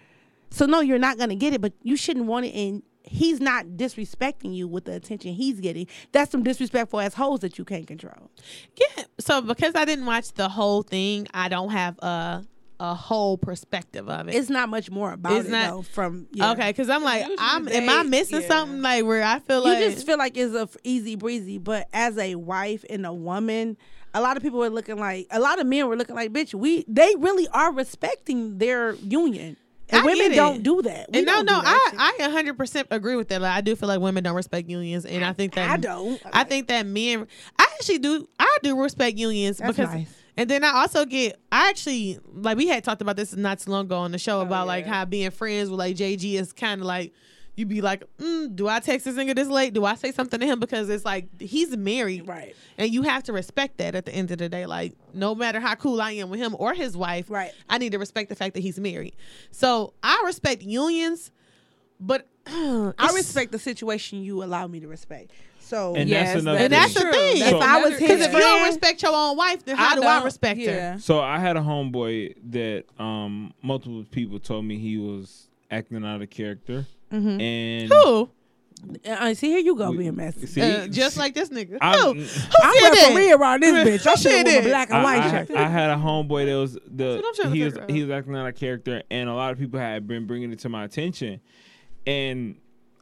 Speaker 4: So no, you're not gonna get it, but you shouldn't want it. And he's not disrespecting you with the attention he's getting. That's some disrespectful assholes that you can't control.
Speaker 3: Yeah. So because I didn't watch the whole thing, I don't have a a whole perspective of it.
Speaker 4: It's not much more about
Speaker 3: It's
Speaker 4: it
Speaker 3: not-
Speaker 4: though. From yeah.
Speaker 3: Okay, because I'm like,
Speaker 5: Usually
Speaker 3: I'm am I
Speaker 5: they-
Speaker 3: missing
Speaker 5: yeah.
Speaker 3: something like where I feel
Speaker 4: you
Speaker 3: like
Speaker 4: just feel like it's a f- easy breezy. But as a wife and a woman, a lot of people were looking like a lot of men were looking like, bitch, we they really are respecting their union. And
Speaker 3: I
Speaker 4: women
Speaker 3: get it.
Speaker 4: don't do that. We
Speaker 3: and no,
Speaker 4: don't
Speaker 3: no,
Speaker 4: do that shit.
Speaker 3: I I 100 percent agree with that. Like I do feel like women don't respect unions, and I think that
Speaker 4: I don't.
Speaker 3: I think that men, I actually do, I do respect unions
Speaker 4: That's
Speaker 3: because,
Speaker 4: nice.
Speaker 3: and then I also get, I actually like we had talked about this not too long ago on the
Speaker 4: Oh,
Speaker 3: show about like how being friends with like JG is kind of like. You be like, mm, do I text this nigga this late? Do I say something to him because it's like he's married,
Speaker 4: Right.
Speaker 3: And you have to respect that at the end of the day. Like, no matter how cool I am with him or his wife,
Speaker 4: Right.
Speaker 3: I need to respect the fact that he's married. So I respect unions, but
Speaker 4: I respect the situation you allow me to respect. So
Speaker 6: And
Speaker 5: Yes,
Speaker 6: that's another
Speaker 5: that
Speaker 3: And
Speaker 5: is
Speaker 3: that's the
Speaker 5: true.
Speaker 3: thing.
Speaker 4: If I was
Speaker 5: another
Speaker 4: his
Speaker 5: issue.
Speaker 3: Because if you don't
Speaker 4: Yeah.
Speaker 3: respect your own wife, then how do I
Speaker 5: don't-
Speaker 3: respect
Speaker 5: yeah.
Speaker 3: her?
Speaker 6: So I had a homeboy that um, multiple people told me he was acting out of character, and
Speaker 3: Mm-hmm. Who?
Speaker 4: Uh, see, here you go being messy.
Speaker 6: see,
Speaker 3: Uh, just like this nigga.
Speaker 6: I-
Speaker 3: Who? Who
Speaker 6: I'm
Speaker 3: said
Speaker 4: I'm referee
Speaker 3: that?
Speaker 4: around this bitch. I
Speaker 3: Who
Speaker 4: should
Speaker 3: said
Speaker 4: have worn a
Speaker 3: that?
Speaker 4: black
Speaker 6: I,
Speaker 4: and white
Speaker 6: I,
Speaker 4: shirt.
Speaker 6: I had a homeboy that was the
Speaker 3: what I'm trying to
Speaker 6: he was
Speaker 3: figure out.
Speaker 6: he was acting out of character, and a lot of people had been bringing it to my attention, and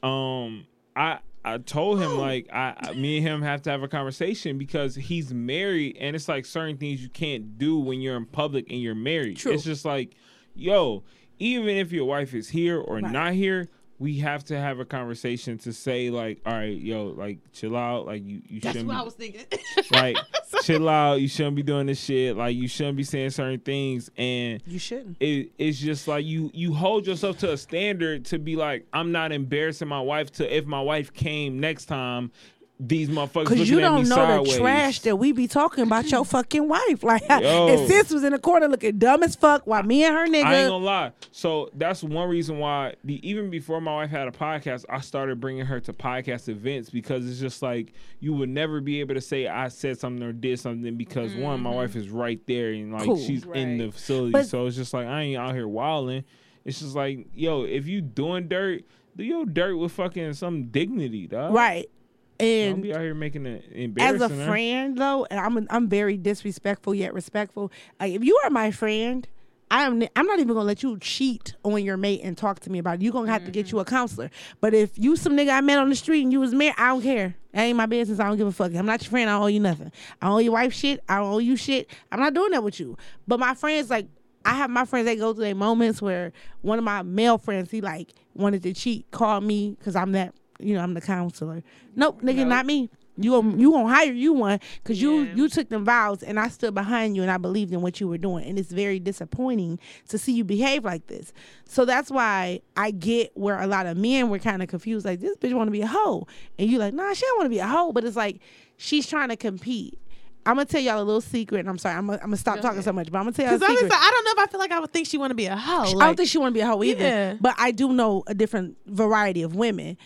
Speaker 6: um I I told him like I I- me and him have to have a conversation because he's married, and it's like certain things you can't do when you're in public and you're married. It's just like, yo, even if your wife is here or not here. We have to have a conversation to say like, all right, yo, like chill out, like you, you
Speaker 3: That's
Speaker 6: shouldn't.
Speaker 3: what
Speaker 6: be
Speaker 3: I was thinking.
Speaker 6: like chill out you shouldn't be doing this shit like you shouldn't be saying certain things and
Speaker 4: you shouldn't.
Speaker 6: it, it's just like you you hold yourself to a standard to be like i'm not embarrassing my wife to if my wife came next time these motherfuckers looking
Speaker 4: Cause you
Speaker 6: at
Speaker 4: don't
Speaker 6: me
Speaker 4: know
Speaker 6: sideways.
Speaker 4: the trash that we be talking about your fucking wife. Like,
Speaker 6: Yo.
Speaker 4: and sis was in the corner looking dumb as fuck while me and her
Speaker 6: I ain't
Speaker 4: nigga.
Speaker 6: gonna lie. So that's one reason why, the, even before my wife had a podcast, I started bringing her to podcast events because it's just like you would never be able to say I said something or did something because one, my wife is right there and like she's in the facility,
Speaker 4: Mm-hmm. But-
Speaker 6: so it's just like I ain't out here wilding. It's just like, yo, if you doing dirt, do your dirt with fucking some dignity, dog.
Speaker 4: Right.
Speaker 6: Don't
Speaker 4: And
Speaker 6: be out here making it embarrassing.
Speaker 4: as a
Speaker 6: huh?
Speaker 4: friend though, and I'm I'm very disrespectful yet respectful. Like if you are my friend, I'm I'm not even gonna let you cheat on your mate and talk to me about it. You gonna have to get you a counselor. But if you some nigga I met on the street and you was married, I don't care. That ain't my business. I don't give a fuck. I'm not your friend. I don't owe you nothing. I don't owe your wife shit. I don't owe you shit. I'm not doing that with you. But my friends like. I have my friends that go through their moments where one of my male friends he like wanted to cheat, called me because I'm that you know I'm the counselor. Nope, nigga, not me. You gon' you gonna hire you one because you you took them vows and I stood behind you and I believed in what you were doing and it's very disappointing to see you behave like this. So that's why I get where a lot of men were kind of confused like this bitch want to be a hoe and you like nah she don't want to be a hoe but it's like she's trying to compete. I'm gonna tell y'all a little secret and I'm sorry I'm gonna, I'm gonna stop talking so much but I'm gonna tell y'all a
Speaker 3: Because I,
Speaker 4: secret.
Speaker 3: I don't know if I feel like I would think she want to be a hoe.
Speaker 4: I
Speaker 3: Oh, Like,
Speaker 4: don't think she want to be a hoe either.
Speaker 3: Yeah.
Speaker 4: But I do know a different variety of women.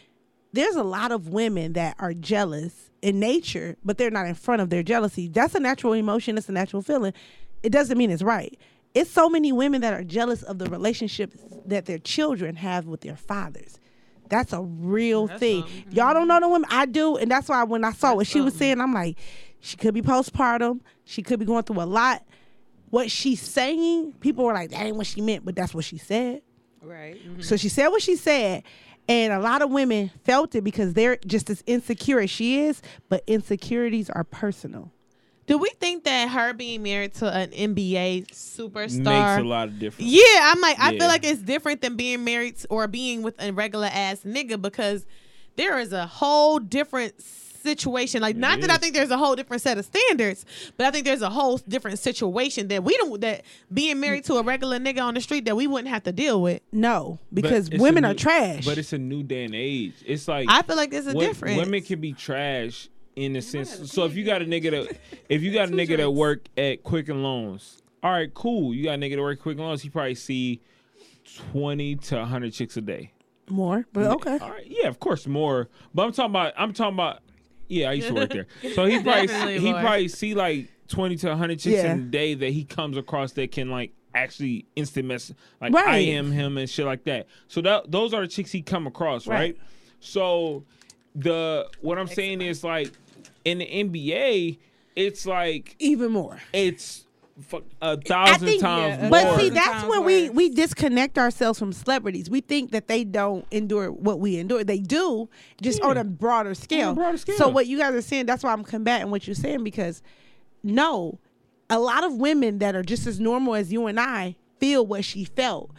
Speaker 4: There's a lot of women that are jealous in nature, but they're not in front of their jealousy. That's a natural emotion. It's a natural feeling. It doesn't mean it's right. It's so many women that are jealous of the relationships that their children have with their fathers. That's a real thing. Y'all don't know the women. I do, and that's why when I saw what she was saying, I'm like, she could be postpartum. She could be going through a lot what she's saying, people were like, that ain't what she meant, but that's what she said.
Speaker 5: Right.
Speaker 4: So she said what she said. And a lot of women felt it because they're just as insecure as she is, but insecurities are personal.
Speaker 3: do we think that her being married to an NBA superstar
Speaker 6: Makes a lot of difference.
Speaker 3: Yeah, I'm like, I
Speaker 6: Yeah.
Speaker 3: feel like it's different than being married to- or being with a regular ass nigga because there is a whole different situation. Like, not that I
Speaker 6: is.
Speaker 3: think there's a whole different set of standards, but I think there's a whole different situation that we don't that being married to a regular nigga on the street that we wouldn't have to deal with.
Speaker 4: No,
Speaker 6: But
Speaker 4: because
Speaker 6: it's a
Speaker 4: women
Speaker 6: new-
Speaker 4: are trash.
Speaker 6: But it's a new day and age. It's like
Speaker 3: I feel like there's a
Speaker 6: wo-
Speaker 3: difference.
Speaker 6: Women can be trash in a sense. So if you got a nigga that if you got a nigga that work at Quicken Loans, all right, cool. You got a nigga that work at Quicken Loans, you probably see twenty to hundred chicks a day.
Speaker 4: More, but okay.
Speaker 6: All right, yeah, of course more. But I'm talking about I'm talking about yeah, I used to work there. So he probably
Speaker 3: Definitely
Speaker 6: he
Speaker 3: more.
Speaker 6: probably see like twenty to hundred chicks
Speaker 4: Yeah.
Speaker 6: in a day that he comes across that can like actually instant message like I
Speaker 4: Right.
Speaker 6: am him and shit like that. So that those are the chicks he come across, right?
Speaker 4: Right.
Speaker 6: So the what I'm saying is like in the NBA, it's like
Speaker 4: Even more.
Speaker 6: it's fuck, a thousand
Speaker 4: think-
Speaker 6: times
Speaker 5: yeah,
Speaker 6: more.
Speaker 4: But see,
Speaker 5: Thousand
Speaker 4: that's
Speaker 5: times
Speaker 4: when we,
Speaker 5: worse.
Speaker 4: we disconnect ourselves from celebrities. We think that they don't endure what we endure. They do, just on a broader scale.
Speaker 6: broader scale.
Speaker 4: So what you guys are saying, that's why I'm combating what you're saying because no, a lot of women that are just as normal as you and I feel what she felt.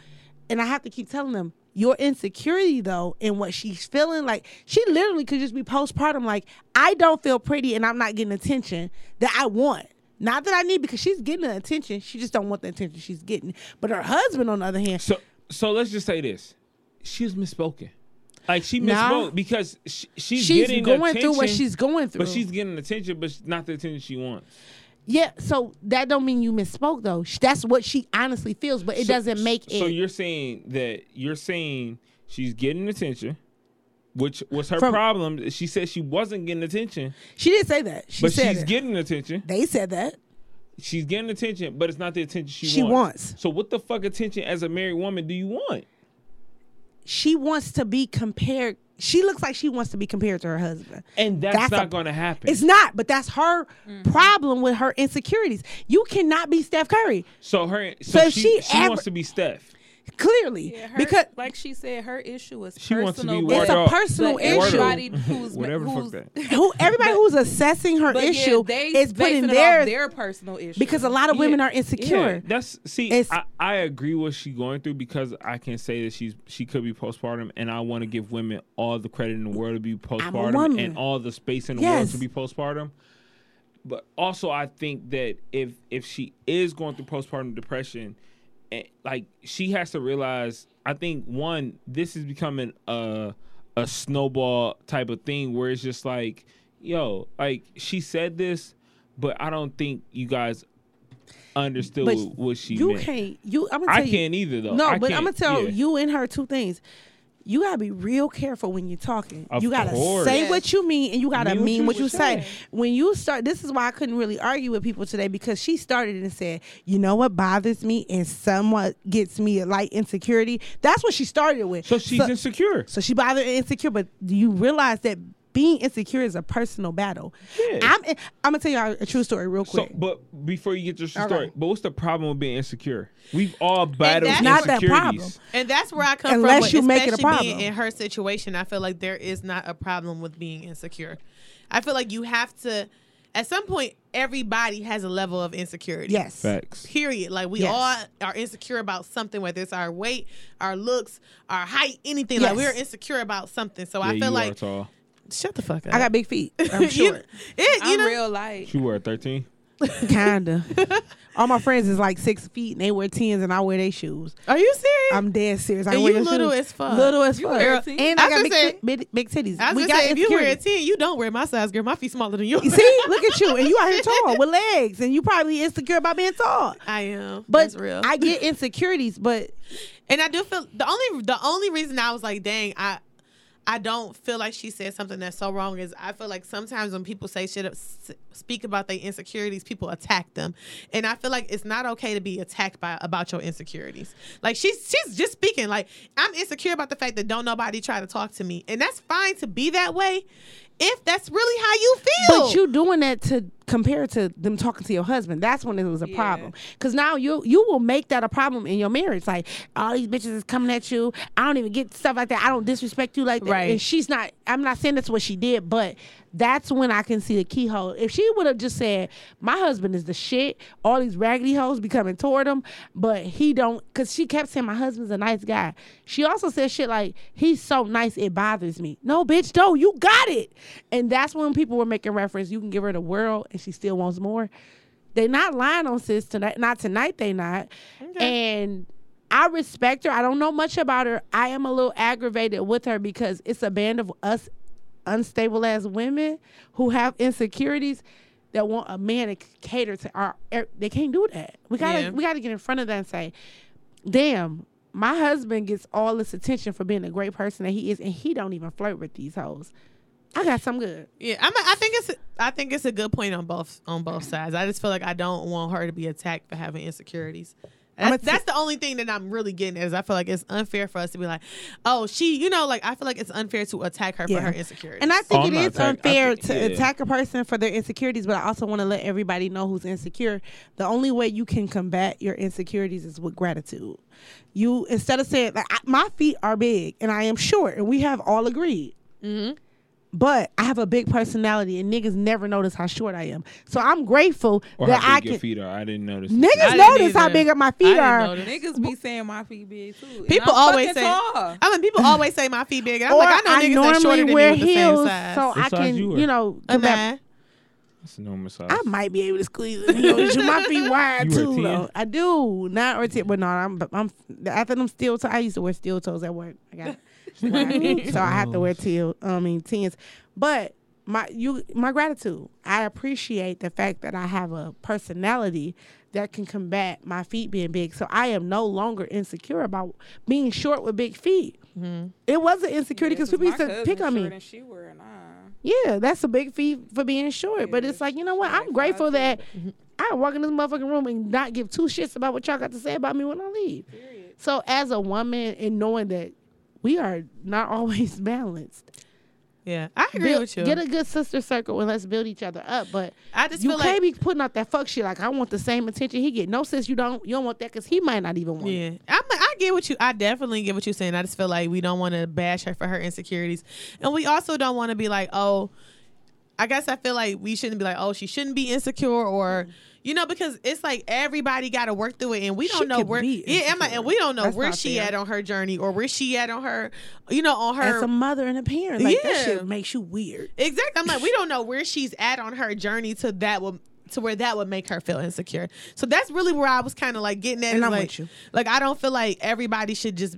Speaker 4: And I have to keep telling them, your insecurity though, and what she's feeling like, she literally could just be postpartum, like, I don't feel pretty and I'm not getting attention that I want. Not that I need because she's getting the attention. She just don't want the attention she's getting. But her husband, on the other hand,
Speaker 6: So so let's just say this: she was misspoken. Like she
Speaker 4: Nah.
Speaker 6: misspoke because she, she's,
Speaker 4: she's
Speaker 6: getting
Speaker 4: going through what
Speaker 6: attention,
Speaker 4: she's going through.
Speaker 6: But she's getting attention, but it's not the attention she wants.
Speaker 4: yeah. So that don't mean you misspoke though. Sh- That's what she honestly feels, but it
Speaker 6: So-
Speaker 4: doesn't make it
Speaker 6: So you're saying that you're saying she's getting attention, which was her
Speaker 4: From-
Speaker 6: problem. She said she wasn't getting attention,
Speaker 4: She didn't say that. She
Speaker 6: but
Speaker 4: said
Speaker 6: she's
Speaker 4: it.
Speaker 6: getting attention.
Speaker 4: They said that.
Speaker 6: She's getting attention, but it's not the attention she,
Speaker 4: She
Speaker 6: wants.
Speaker 4: wants.
Speaker 6: So what the fuck attention as a married woman do you want?
Speaker 4: She wants to be compared. She looks like she wants to be compared to her husband.
Speaker 6: And that's,
Speaker 4: That's
Speaker 6: not
Speaker 4: a-
Speaker 6: going to happen.
Speaker 4: It's not, but that's her
Speaker 5: Mm-hmm.
Speaker 4: problem with her insecurities. You cannot be Steph Curry,
Speaker 6: so her. So,
Speaker 4: So if
Speaker 6: she,
Speaker 4: she
Speaker 6: she,
Speaker 4: ever-
Speaker 6: wants to be Steph.
Speaker 4: clearly,
Speaker 5: Yeah, her,
Speaker 4: because
Speaker 5: like she said, her issue was
Speaker 6: She
Speaker 5: personal.
Speaker 6: wants to be
Speaker 5: but-
Speaker 4: it's
Speaker 6: Wardell-
Speaker 4: a personal
Speaker 5: but
Speaker 4: issue.
Speaker 5: Everybody who's
Speaker 6: Whatever the fuck
Speaker 5: who's,
Speaker 6: that.
Speaker 4: Who everybody who's assessing her
Speaker 5: But
Speaker 4: issue
Speaker 5: yeah, they
Speaker 4: is
Speaker 5: basing
Speaker 4: putting
Speaker 5: it off
Speaker 4: their
Speaker 5: their personal issue
Speaker 4: because a lot of women
Speaker 6: Yeah.
Speaker 4: are insecure.
Speaker 6: Yeah, that's see,
Speaker 4: It's-
Speaker 6: I, I agree what she's going through because I can say that she's she could be postpartum, and I want to give women all the credit in the world to be
Speaker 4: woman.
Speaker 6: postpartum and all the space in the world
Speaker 4: Yes.
Speaker 6: to be postpartum. But also, I think that if if she is going through postpartum depression, and like she has to realize, I think one, this is becoming a a snowball type of thing where it's just like, yo, like she said this, but I don't think you guys understood
Speaker 4: But
Speaker 6: what she
Speaker 4: you
Speaker 6: meant.
Speaker 4: can't. You, I'm gonna
Speaker 6: I
Speaker 4: tell you,
Speaker 6: can't either, though.
Speaker 4: No,
Speaker 6: I
Speaker 4: but I'm gonna
Speaker 6: can't,
Speaker 4: tell
Speaker 6: yeah.
Speaker 4: you and her two things. you gotta be real careful when you're talking.
Speaker 6: Of
Speaker 4: you gotta
Speaker 6: course.
Speaker 4: say
Speaker 6: Yes.
Speaker 4: what you mean and you gotta
Speaker 6: Mean
Speaker 4: mean,
Speaker 6: what you
Speaker 4: what you,
Speaker 6: were
Speaker 4: say.
Speaker 6: saying.
Speaker 4: When you start, this is why I couldn't really argue with people today because she started and said, "You know what bothers me and somewhat gets me a light insecurity." That's what she started with.
Speaker 6: So she's insecure.
Speaker 4: So she bothered and insecure, but do you realize that being insecure is a personal battle?
Speaker 6: Yeah.
Speaker 4: I'm. I'm gonna tell y'all a true story real
Speaker 6: So,
Speaker 4: quick.
Speaker 6: but before you get your story,
Speaker 4: right.
Speaker 6: but what's the problem with being insecure? We've all battled
Speaker 3: that's-
Speaker 4: Not that
Speaker 6: insecurities.
Speaker 4: problem.
Speaker 3: And that's where I come
Speaker 4: Unless you
Speaker 3: from. with
Speaker 4: make it a
Speaker 3: especially
Speaker 4: problem.
Speaker 3: being in her situation, I feel like there is not a problem with being insecure. I feel like you have to, at some point, everybody has a level of insecurity.
Speaker 4: yes.
Speaker 6: Facts.
Speaker 3: Period. Like we
Speaker 4: Yes.
Speaker 3: all are insecure about something, whether it's our weight, our looks, our height, anything. Like
Speaker 4: Yes.
Speaker 3: we're insecure about something. So I
Speaker 6: yeah,
Speaker 3: feel
Speaker 6: you are
Speaker 3: like
Speaker 6: tall.
Speaker 3: shut the fuck up.
Speaker 4: I got big feet. I'm
Speaker 3: You-
Speaker 4: sure.
Speaker 3: it,
Speaker 12: I'm
Speaker 3: you know,
Speaker 12: real light.
Speaker 6: She were 13.
Speaker 4: Kinda. All my friends is like six feet and they wear tens and I wear their shoes.
Speaker 3: Are you serious?
Speaker 4: I'm dead serious. I
Speaker 3: And
Speaker 4: wear
Speaker 3: you
Speaker 4: their
Speaker 3: little
Speaker 4: shoes.
Speaker 3: as fuck.
Speaker 4: Little as
Speaker 12: You
Speaker 4: fuck.
Speaker 12: wear a teen?
Speaker 4: And I,
Speaker 3: I
Speaker 4: got
Speaker 3: was
Speaker 4: big,
Speaker 3: gonna
Speaker 4: tit- big big titties.
Speaker 3: I was
Speaker 4: we
Speaker 3: gonna
Speaker 4: got
Speaker 3: say, if you wear a
Speaker 4: insecurities.
Speaker 3: 10, you don't wear my size, girl. My feet smaller than yours.
Speaker 4: See, look at you, and you out here tall with legs, and you probably insecure about being tall.
Speaker 3: I am.
Speaker 4: But
Speaker 3: That's real.
Speaker 4: I get insecurities, but
Speaker 3: And I do feel the only the only reason I was like, dang, I I don't feel like she said something that's so wrong is I feel like sometimes when people say shit, s- speak about their insecurities, people attack them, and I feel like it's not okay to be attacked by about your insecurities. Like she's she's just speaking like I'm insecure about the fact that don't nobody try to talk to me, and that's fine to be that way if that's really how you feel.
Speaker 4: But you doing that to compare to them talking to your husband. That's when it was a problem. Cause now you you will make that a problem in your marriage. Like all these bitches is coming at you. I don't even get stuff like that. I don't disrespect you like that.
Speaker 3: Right.
Speaker 4: And she's not. I'm not saying that's what she did, but that's when I can see the keyhole. If she would have just said, "My husband is the shit," all these raggedy hoes be coming toward him, but he don't. Cause she kept saying, "My husband's a nice guy." She also said shit like, "He's so nice it bothers me." No, bitch, no, you got it. And that's when people were making reference. You can give her the world, and she still wants more. They not lying on sis tonight. Not tonight. They not. And I respect her. I don't know much about her. I am a little aggravated with her because it's a band of us unstable as women who have insecurities that want a man to cater to our. er, They can't do that. We gotta
Speaker 3: Yeah.
Speaker 4: we gotta get in front of that and say, "Damn, my husband gets all this attention for being a great person that he is, and he don't even flirt with these hoes." I got some good.
Speaker 3: Yeah, I'm a, I think it's I think it's a good point on both on both sides. I just feel like I don't want her to be attacked for having insecurities. That's, that's the only thing that I'm really getting is I feel like it's unfair for us to be like, oh, she, you know, like I feel like it's unfair to attack her
Speaker 4: Yeah.
Speaker 3: for her insecurities.
Speaker 4: And I think
Speaker 6: Oh,
Speaker 4: it
Speaker 6: I'm not
Speaker 4: is
Speaker 6: attack- I
Speaker 4: unfair
Speaker 6: think-
Speaker 4: to
Speaker 6: yeah.
Speaker 4: attack a person for their insecurities, but I also want to let everybody know who's insecure. The only way you can combat your insecurities is with gratitude. You instead of saying like I, my feet are big and I am short, and we have all agreed.
Speaker 3: Mm-hmm.
Speaker 4: But I have a big personality, and niggas never notice how short I am. So I'm grateful
Speaker 6: Or
Speaker 4: that
Speaker 6: how
Speaker 4: I
Speaker 6: big your
Speaker 4: can.
Speaker 6: feet are. I didn't notice.
Speaker 4: Niggas
Speaker 3: didn't
Speaker 4: notice how
Speaker 3: either.
Speaker 4: big my
Speaker 3: I
Speaker 4: feet
Speaker 3: didn't
Speaker 4: are.
Speaker 3: notice.
Speaker 12: Niggas be saying my feet big too. and
Speaker 3: people
Speaker 12: I'm
Speaker 3: always
Speaker 12: fucking
Speaker 3: say,
Speaker 12: tall.
Speaker 3: I mean, people always say my feet big. And I'm
Speaker 4: Or
Speaker 3: like, I know niggas that shorter than me with the same size.
Speaker 4: so
Speaker 3: So
Speaker 6: What
Speaker 4: I
Speaker 6: size
Speaker 4: can,
Speaker 6: you
Speaker 4: you,
Speaker 6: wear?
Speaker 4: know,
Speaker 3: a
Speaker 4: combat
Speaker 3: nine.
Speaker 6: That's a normal size.
Speaker 4: I might be able to squeeze it. You know, it's just my feet wide
Speaker 6: You wear
Speaker 4: too.
Speaker 6: 10?
Speaker 4: Though. I do nine or ten, but no, I'm but I'm after them steel toes. I used to wear steel toes at work. I got so I have to wear
Speaker 6: Oh.
Speaker 4: teal. I mean tens, but my you my gratitude. I appreciate the fact that I have a personality that can combat my feet being big. So I am no longer insecure about being short with big feet. It was an insecurity because people used to pick on me.
Speaker 12: And she were and I.
Speaker 4: Yeah, that's a big fee for being short. but it's like, you know what? I'm grateful that
Speaker 3: Mm-hmm.
Speaker 4: I can walk in this motherfucking room and not give two shits about what y'all got to say about me when I leave. So as a woman and knowing that we are not always balanced.
Speaker 3: Yeah, I agree
Speaker 4: build-
Speaker 3: with you.
Speaker 4: Get a good sister circle and let's build each other up. But
Speaker 3: I just
Speaker 4: you
Speaker 3: feel like
Speaker 4: can't be putting out that fuck shit like I want the same attention he get. No sis, you don't you don't want that because he might not even want it.
Speaker 3: Yeah, I'm, I get what you. I definitely get what you're saying. I just feel like we don't want to bash her for her insecurities, and we also don't want to be like, oh, I guess I feel like we shouldn't be like, oh, she shouldn't be insecure, or you know, because it's like everybody got to work through it, and we don't know
Speaker 4: could
Speaker 3: where.
Speaker 4: be
Speaker 3: Yeah, Emma, and we don't know
Speaker 4: That's
Speaker 3: where
Speaker 4: not
Speaker 3: she
Speaker 4: fair.
Speaker 3: at on her journey, or where she at on her, you know, on her
Speaker 4: As a mother and a parent, like that
Speaker 3: Yeah.
Speaker 4: shit makes you weird.
Speaker 3: Exactly. I'm like, we don't know where she's at on her journey to that would to where that would make her feel insecure. So that's really where I was kind of like getting at.
Speaker 4: And
Speaker 3: is
Speaker 4: I'm
Speaker 3: like,
Speaker 4: with you.
Speaker 3: Like I don't feel like everybody should just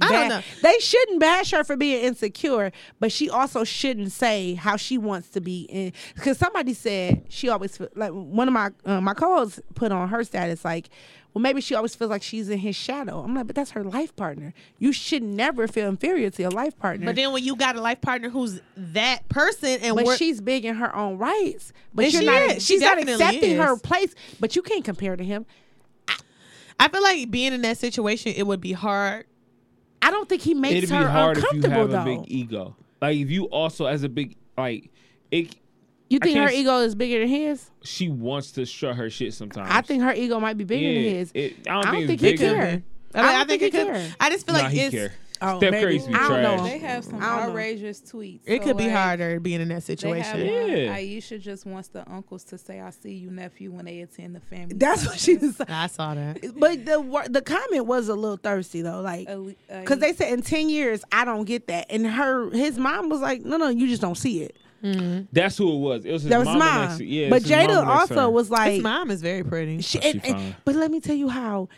Speaker 3: I don't
Speaker 4: ba-
Speaker 3: know.
Speaker 4: They shouldn't bash her for being insecure, but she also shouldn't say how she wants to be in. Because somebody said she always feel, like one of my uh, my co-hosts put on her status like, well maybe she always feels like she's in his shadow. I'm like, but that's her life partner. You should never feel inferior to your life partner.
Speaker 3: But then when you got a life partner who's that person and
Speaker 4: But
Speaker 3: we're-
Speaker 4: she's big in her own rights. But
Speaker 3: And
Speaker 4: you're
Speaker 3: she
Speaker 4: not.
Speaker 3: is. She
Speaker 4: she's not
Speaker 3: definitely
Speaker 4: accepting her
Speaker 3: is.
Speaker 4: place. But you can't compare to him.
Speaker 3: I feel like being in that situation, it would be hard.
Speaker 4: I don't think he makes
Speaker 6: It'd be
Speaker 4: her
Speaker 6: hard if you
Speaker 4: uncomfortable
Speaker 6: have
Speaker 4: though.
Speaker 6: a big e ego. Like if you also as a big like it.
Speaker 4: you
Speaker 6: I
Speaker 4: think her
Speaker 6: can't s-
Speaker 4: ego is bigger than his?
Speaker 6: She wants to shut her shit sometimes.
Speaker 4: I think her ego might be bigger
Speaker 6: yeah,
Speaker 4: than his.
Speaker 6: It, I
Speaker 4: I
Speaker 6: don't
Speaker 4: don't
Speaker 6: think,
Speaker 4: think
Speaker 6: it's
Speaker 4: he
Speaker 6: bigger.
Speaker 4: care.
Speaker 3: I, mean,
Speaker 4: I
Speaker 3: I
Speaker 4: don't
Speaker 3: think,
Speaker 4: think
Speaker 3: it
Speaker 4: he
Speaker 3: could.
Speaker 4: care.
Speaker 3: I just feel
Speaker 6: Nah,
Speaker 3: like
Speaker 6: he
Speaker 3: it's
Speaker 6: care.
Speaker 4: Oh,
Speaker 6: Steph
Speaker 4: maybe.
Speaker 6: Curry's be
Speaker 4: I don't
Speaker 6: trash.
Speaker 4: know.
Speaker 5: They have some
Speaker 4: I don't know.
Speaker 5: outrageous tweets.
Speaker 3: it
Speaker 5: So,
Speaker 3: could be
Speaker 5: like,
Speaker 3: harder being in that
Speaker 5: They
Speaker 3: situation.
Speaker 5: have one,
Speaker 6: Yeah.
Speaker 5: Aisha just wants the uncles to say, "I see you, nephew," when they attend the family.
Speaker 4: That's what she was.
Speaker 3: I saw that.
Speaker 4: But the wor- the comment was a little thirsty though, like
Speaker 5: Ali- uh,
Speaker 4: because they said in ten years I don't get that, and her his mom was like, no, no, you just don't see it.
Speaker 6: That's who it was. It was his
Speaker 4: That was
Speaker 6: mama
Speaker 4: mom.
Speaker 6: next to- yeah,
Speaker 4: but
Speaker 6: it's his mama
Speaker 4: Jada
Speaker 6: next to her.
Speaker 4: also was like,
Speaker 3: His mom is very pretty.
Speaker 4: She,
Speaker 6: Oh, she
Speaker 4: and- and-
Speaker 6: fine.
Speaker 4: but let me tell you how.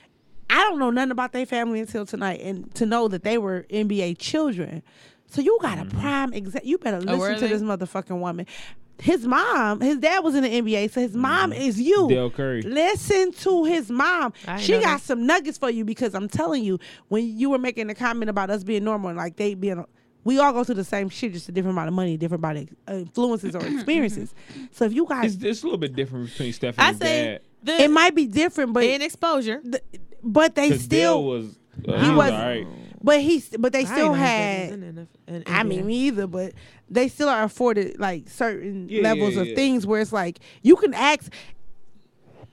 Speaker 4: I don't know nothing about their family until tonight, and to know that they were NBA children. So you got
Speaker 6: Mm-hmm.
Speaker 4: a prime exact. You better listen
Speaker 3: Oh, were
Speaker 4: to
Speaker 3: they?
Speaker 4: this motherfucking woman. His mom, his dad was in the NBA, so his mom is you.
Speaker 6: Mm-hmm. Dale Curry.
Speaker 4: Listen to his mom.
Speaker 3: I ain't
Speaker 4: She
Speaker 3: know
Speaker 4: got
Speaker 3: that.
Speaker 4: some nuggets for you because I'm telling you, when you were making the comment about us being normal, and like they being, we all go through the same shit, just a different amount of money, different amount of uh, influences or experiences.
Speaker 3: Mm-hmm.
Speaker 4: so if you guys,
Speaker 6: It's, it's a little bit different between Steph and
Speaker 3: I
Speaker 6: his
Speaker 3: say
Speaker 6: dad.
Speaker 3: the
Speaker 4: it might be different, but
Speaker 3: in exposure.
Speaker 4: th- but they
Speaker 6: 'Cause Dale
Speaker 4: still
Speaker 6: was. uh,
Speaker 4: he was
Speaker 6: all right.
Speaker 4: but he s- but they
Speaker 3: I
Speaker 4: still
Speaker 3: ain't know his
Speaker 4: had
Speaker 3: business in the- in- in
Speaker 4: I mean
Speaker 3: there.
Speaker 4: me either but they still are afforded like certain
Speaker 6: Yeah,
Speaker 4: levels
Speaker 6: yeah,
Speaker 4: of
Speaker 6: yeah.
Speaker 4: things where it's like you can ask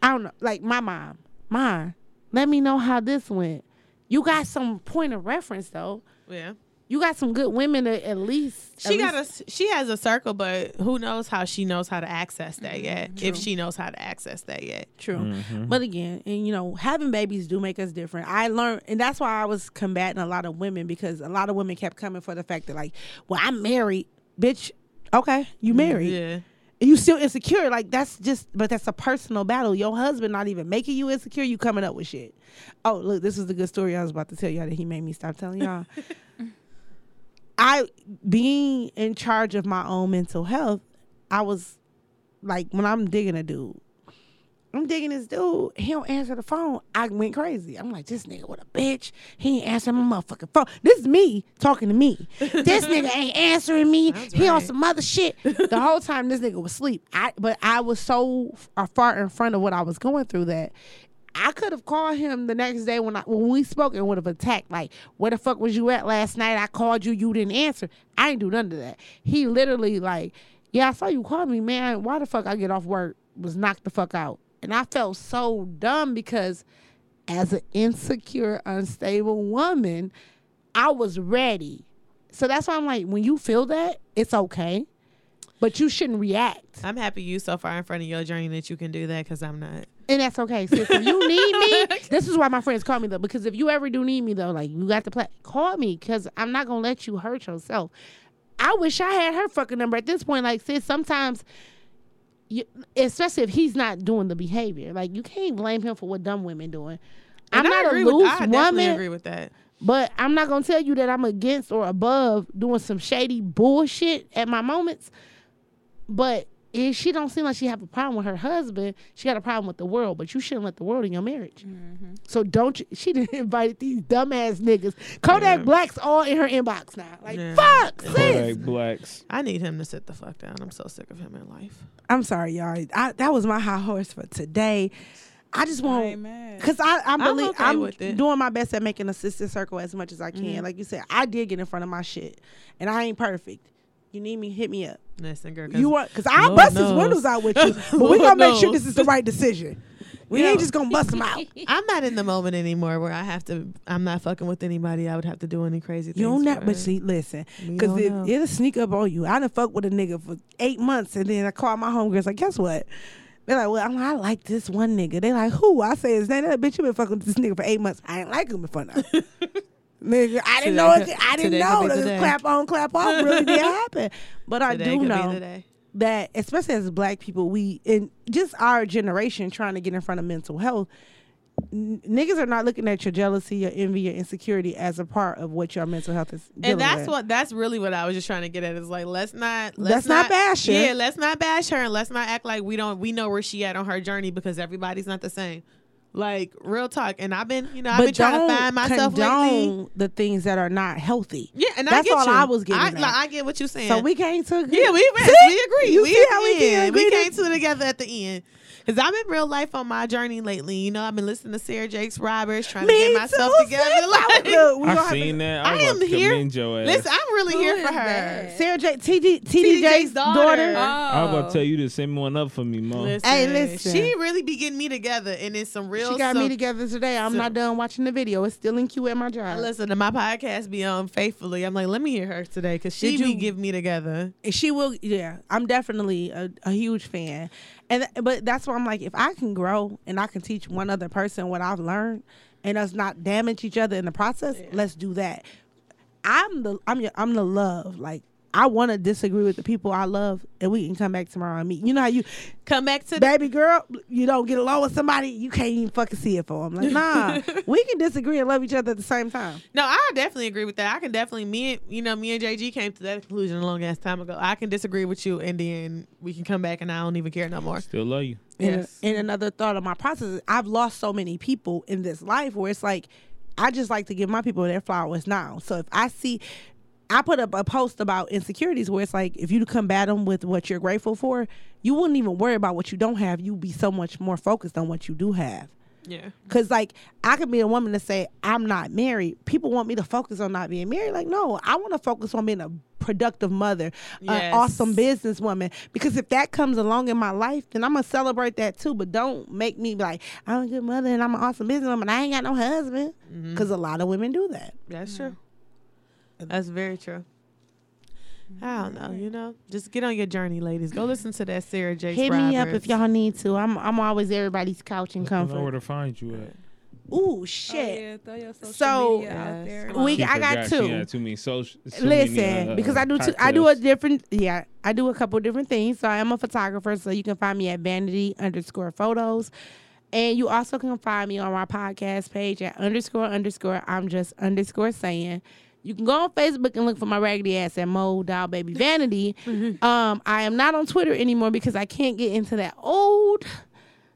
Speaker 4: I don't know like my mom mom let me know how this went you got some point of reference though
Speaker 3: yeah.
Speaker 4: you got some good women to, at least at
Speaker 3: She got
Speaker 4: least-
Speaker 3: a s- she has a circle, but who knows how she knows how to access that
Speaker 4: Mm-hmm.
Speaker 3: yet? If she knows how to access that yet,
Speaker 4: True.
Speaker 3: Mm-hmm.
Speaker 4: But again, and you know, having babies do make us different. I learned, and that's why I was combating a lot of women because a lot of women kept coming for the fact that, like, well, I'm married, bitch. Okay, you married.
Speaker 3: yeah.
Speaker 4: You still insecure. Like that's just, but that's a personal battle. Your husband not even making you insecure. You coming up with shit. Oh, look, this is the good story I was about to tell y'all that he made me stop telling y'all. I being in charge of my own mental health, I was like when I'm digging a dude, I'm digging this dude. He don't answer the phone. I went crazy. I'm like, this nigga what a bitch. He ain't answering my motherfucking phone. This is me talking to me. This nigga ain't answering me. He on some other shit. The whole time this nigga was asleep. I but I was so f- uh, far in front of what I was going through that I could have called him the next day when I when we spoke and would have attacked. Like, where the fuck was you at last night? I called you, you didn't answer. I ain't do none of that. He literally like, yeah, I saw you call me, man. Why the fuck I get off work was knocked the fuck out, and I felt so dumb because as an insecure, unstable woman, I was ready. So that's why I'm like, when you feel that, it's okay, but you shouldn't react.
Speaker 3: I'm happy you so far in front of your journey that you can do that because I'm not.
Speaker 4: And that's okay, sis. If you need me, this is why my friends call me though. Because if you ever do need me though, like you got to play, call me because I'm not gonna let you hurt yourself. I wish I had her fucking number at this point. Like, sis, sometimes, you, especially if he's not doing the behavior, like you can't blame him for what dumb women doing. I'm
Speaker 3: And I
Speaker 4: not a
Speaker 3: agree
Speaker 4: loose
Speaker 3: with, I definitely
Speaker 4: woman,
Speaker 3: agree with that.
Speaker 4: but I'm not gonna tell you that I'm against or above doing some shady bullshit at my moments. But if she don't seem like she have a problem with her husband, she got a problem with the world. But you shouldn't let the world in your marriage. So don't. You, she didn't invite these dumbass niggas. Kodak Black's all in her inbox now. Like
Speaker 3: Yeah.
Speaker 4: fuck, sis.
Speaker 6: Kodak Blacks.
Speaker 3: I need him to sit the fuck down. I'm so sick of him in life.
Speaker 4: I'm sorry, y'all. I, that was my high horse for today. I just want
Speaker 5: mad.
Speaker 4: because I I believe
Speaker 3: okay
Speaker 4: I'm,
Speaker 3: with it. Mm-hmm.
Speaker 4: doing my best at making a sister circle as much as I can. Like you said, I did get in front of my shit, and I ain't perfect. You need me, hit me up.
Speaker 3: Listen, girl,
Speaker 4: You want because I'll
Speaker 3: Lord
Speaker 4: bust his
Speaker 3: knows.
Speaker 4: windows out with you, but we
Speaker 3: Lord
Speaker 4: gonna make sure
Speaker 3: knows.
Speaker 4: this is the right decision. We ain't just gonna bust them out.
Speaker 3: I'm not in the moment anymore where I have to. I'm not fucking with anybody. I would have to do any crazy.
Speaker 4: You
Speaker 3: things
Speaker 4: don't not,
Speaker 3: for
Speaker 4: but
Speaker 3: her.
Speaker 4: see, listen,
Speaker 3: We
Speaker 4: because
Speaker 3: don't
Speaker 4: it,
Speaker 3: know.
Speaker 4: it'll sneak up on you. I done fuck with a nigga for eight months, and then I call my homegirls like, guess what? They're like, well, I'm, I like this one nigga. They like, who? I say his name. They're Like, Bitch, you been fucking with this nigga for eight months. I ain't like him before now. nigga, I didn't
Speaker 3: Today
Speaker 4: know. It,
Speaker 3: could-
Speaker 4: I didn't
Speaker 3: today could
Speaker 4: know.
Speaker 3: be
Speaker 4: that
Speaker 3: the
Speaker 4: this
Speaker 3: day.
Speaker 4: clap on, clap off really did happen. But I
Speaker 3: Today
Speaker 4: do
Speaker 3: could be
Speaker 4: know
Speaker 3: the day.
Speaker 4: that especially as black people we in just our generation trying to get in front of mental health n- niggas are not looking at your jealousy, your envy, your insecurity as a part of what your mental health is. dealing
Speaker 3: and that's
Speaker 4: with.
Speaker 3: what that's really what I was just trying to get at is like let's not let's
Speaker 4: Let's not bash her.
Speaker 3: Yeah, let's not bash her and let's not act like we don't we know where she at on her journey because everybody's not the same. Like real talk, and I've been you know I've been trying to find myself
Speaker 4: condone
Speaker 3: lately.
Speaker 4: the things that are not healthy.
Speaker 3: Yeah, and I
Speaker 4: that's
Speaker 3: get
Speaker 4: all
Speaker 3: you.
Speaker 4: I was getting.
Speaker 3: I,
Speaker 4: at.
Speaker 3: like, I get what you're saying.
Speaker 4: so we came to agree.
Speaker 3: yeah we
Speaker 4: See?
Speaker 3: we agree.
Speaker 4: You
Speaker 3: we
Speaker 4: see how we can
Speaker 3: We
Speaker 4: agree to-
Speaker 3: came to together at the end. Cause I'm in real life on my journey lately. You know, I've been listening to Sarah Jakes Roberts, trying to
Speaker 4: Me
Speaker 3: get
Speaker 4: too.
Speaker 3: myself
Speaker 4: sis.
Speaker 3: together. Like,
Speaker 4: Look, we gonna
Speaker 6: I've
Speaker 4: have to-
Speaker 6: seen that.
Speaker 3: I
Speaker 6: I,
Speaker 3: am
Speaker 6: am
Speaker 3: here.
Speaker 6: commend your ass.
Speaker 3: listen, I'm really here for her.
Speaker 4: Sarah J. TD, TDJ's daughter.
Speaker 6: I was about
Speaker 5: Oh.
Speaker 6: to tell you to send one up for me, mom.
Speaker 4: Hey, oh. listen.
Speaker 3: She really be getting me together, and it's some real.
Speaker 4: She got
Speaker 3: some-
Speaker 4: me together today. I'm not done watching the video. It's still in queue at my
Speaker 3: I
Speaker 4: job.
Speaker 3: listen to my podcast be on faithfully. I'm like, let me hear her today because she
Speaker 4: Did
Speaker 3: be
Speaker 4: you-
Speaker 3: give me together.
Speaker 4: And she will yeah i'm definitely a, a huge fan and th- but that's why i'm like if i can grow and i can teach one other person what i've learned and us not damage each other in the process let's do that i'm the i'm your, i'm the love like i want to disagree with the people i love and we can come back tomorrow and meet you know how you
Speaker 3: Come back to the
Speaker 4: baby girl you don't get along with somebody you can't even fucking see it for them like nah we can disagree and love each other at the same time
Speaker 3: no. I definitely agree with that. I can definitely me and you know me and JG came to that conclusion a long ass time ago. I can disagree with you, and then we can come back, and I don't even care no more.
Speaker 6: Still love you.
Speaker 4: And-
Speaker 3: Yes.
Speaker 4: And, another thought of my process is I've lost so many people in this life where it's like, I just like to give my people their flowers now. So if I see, I put up a post about insecurities where it's like, if you combat them with what you're grateful for, you wouldn't even worry about what you don't have. You'd be so much more focused on what you do have.
Speaker 3: Yeah,
Speaker 4: Cause like I could be a woman to say I'm not married. People want me to focus on not being married. Like no, I want to focus on being a productive mother,
Speaker 3: Yes.
Speaker 4: an awesome businesswoman. Because if that comes along in my life, then I'm gonna celebrate that too. But don't make me be like I'm a good mother and I'm an awesome businesswoman. I ain't got no husband. Cause a lot of women do that.
Speaker 3: that's true. That's very true. I don't know. You know, just get on your journey, ladies. Go listen to that Sarah Jakes.
Speaker 4: Hit me up
Speaker 3: Roberts.
Speaker 4: if y'all need to. I'm I'm always everybody's couch and
Speaker 6: I know where
Speaker 4: comfort.
Speaker 6: to find you at.
Speaker 4: Ooh
Speaker 5: Oh,
Speaker 4: shit.
Speaker 5: yeah, throw your social
Speaker 4: So-
Speaker 5: media out
Speaker 3: Yes.
Speaker 5: there.
Speaker 4: We
Speaker 6: She
Speaker 4: I got
Speaker 6: forgot
Speaker 4: two.
Speaker 6: She had too many uh, social.
Speaker 4: Listen,
Speaker 5: uh,
Speaker 4: because I do two, I do a different yeah I do a couple different things. So I am a photographer, so you can find me at vanity underscore photos, and you also can find me on my podcast page at underscore underscore I'm just underscore saying. You can go on Facebook and look for my raggedy ass at Mo Doll Baby Vanity.
Speaker 5: Mm-hmm.
Speaker 4: um, I am not on Twitter anymore because I can't get into that old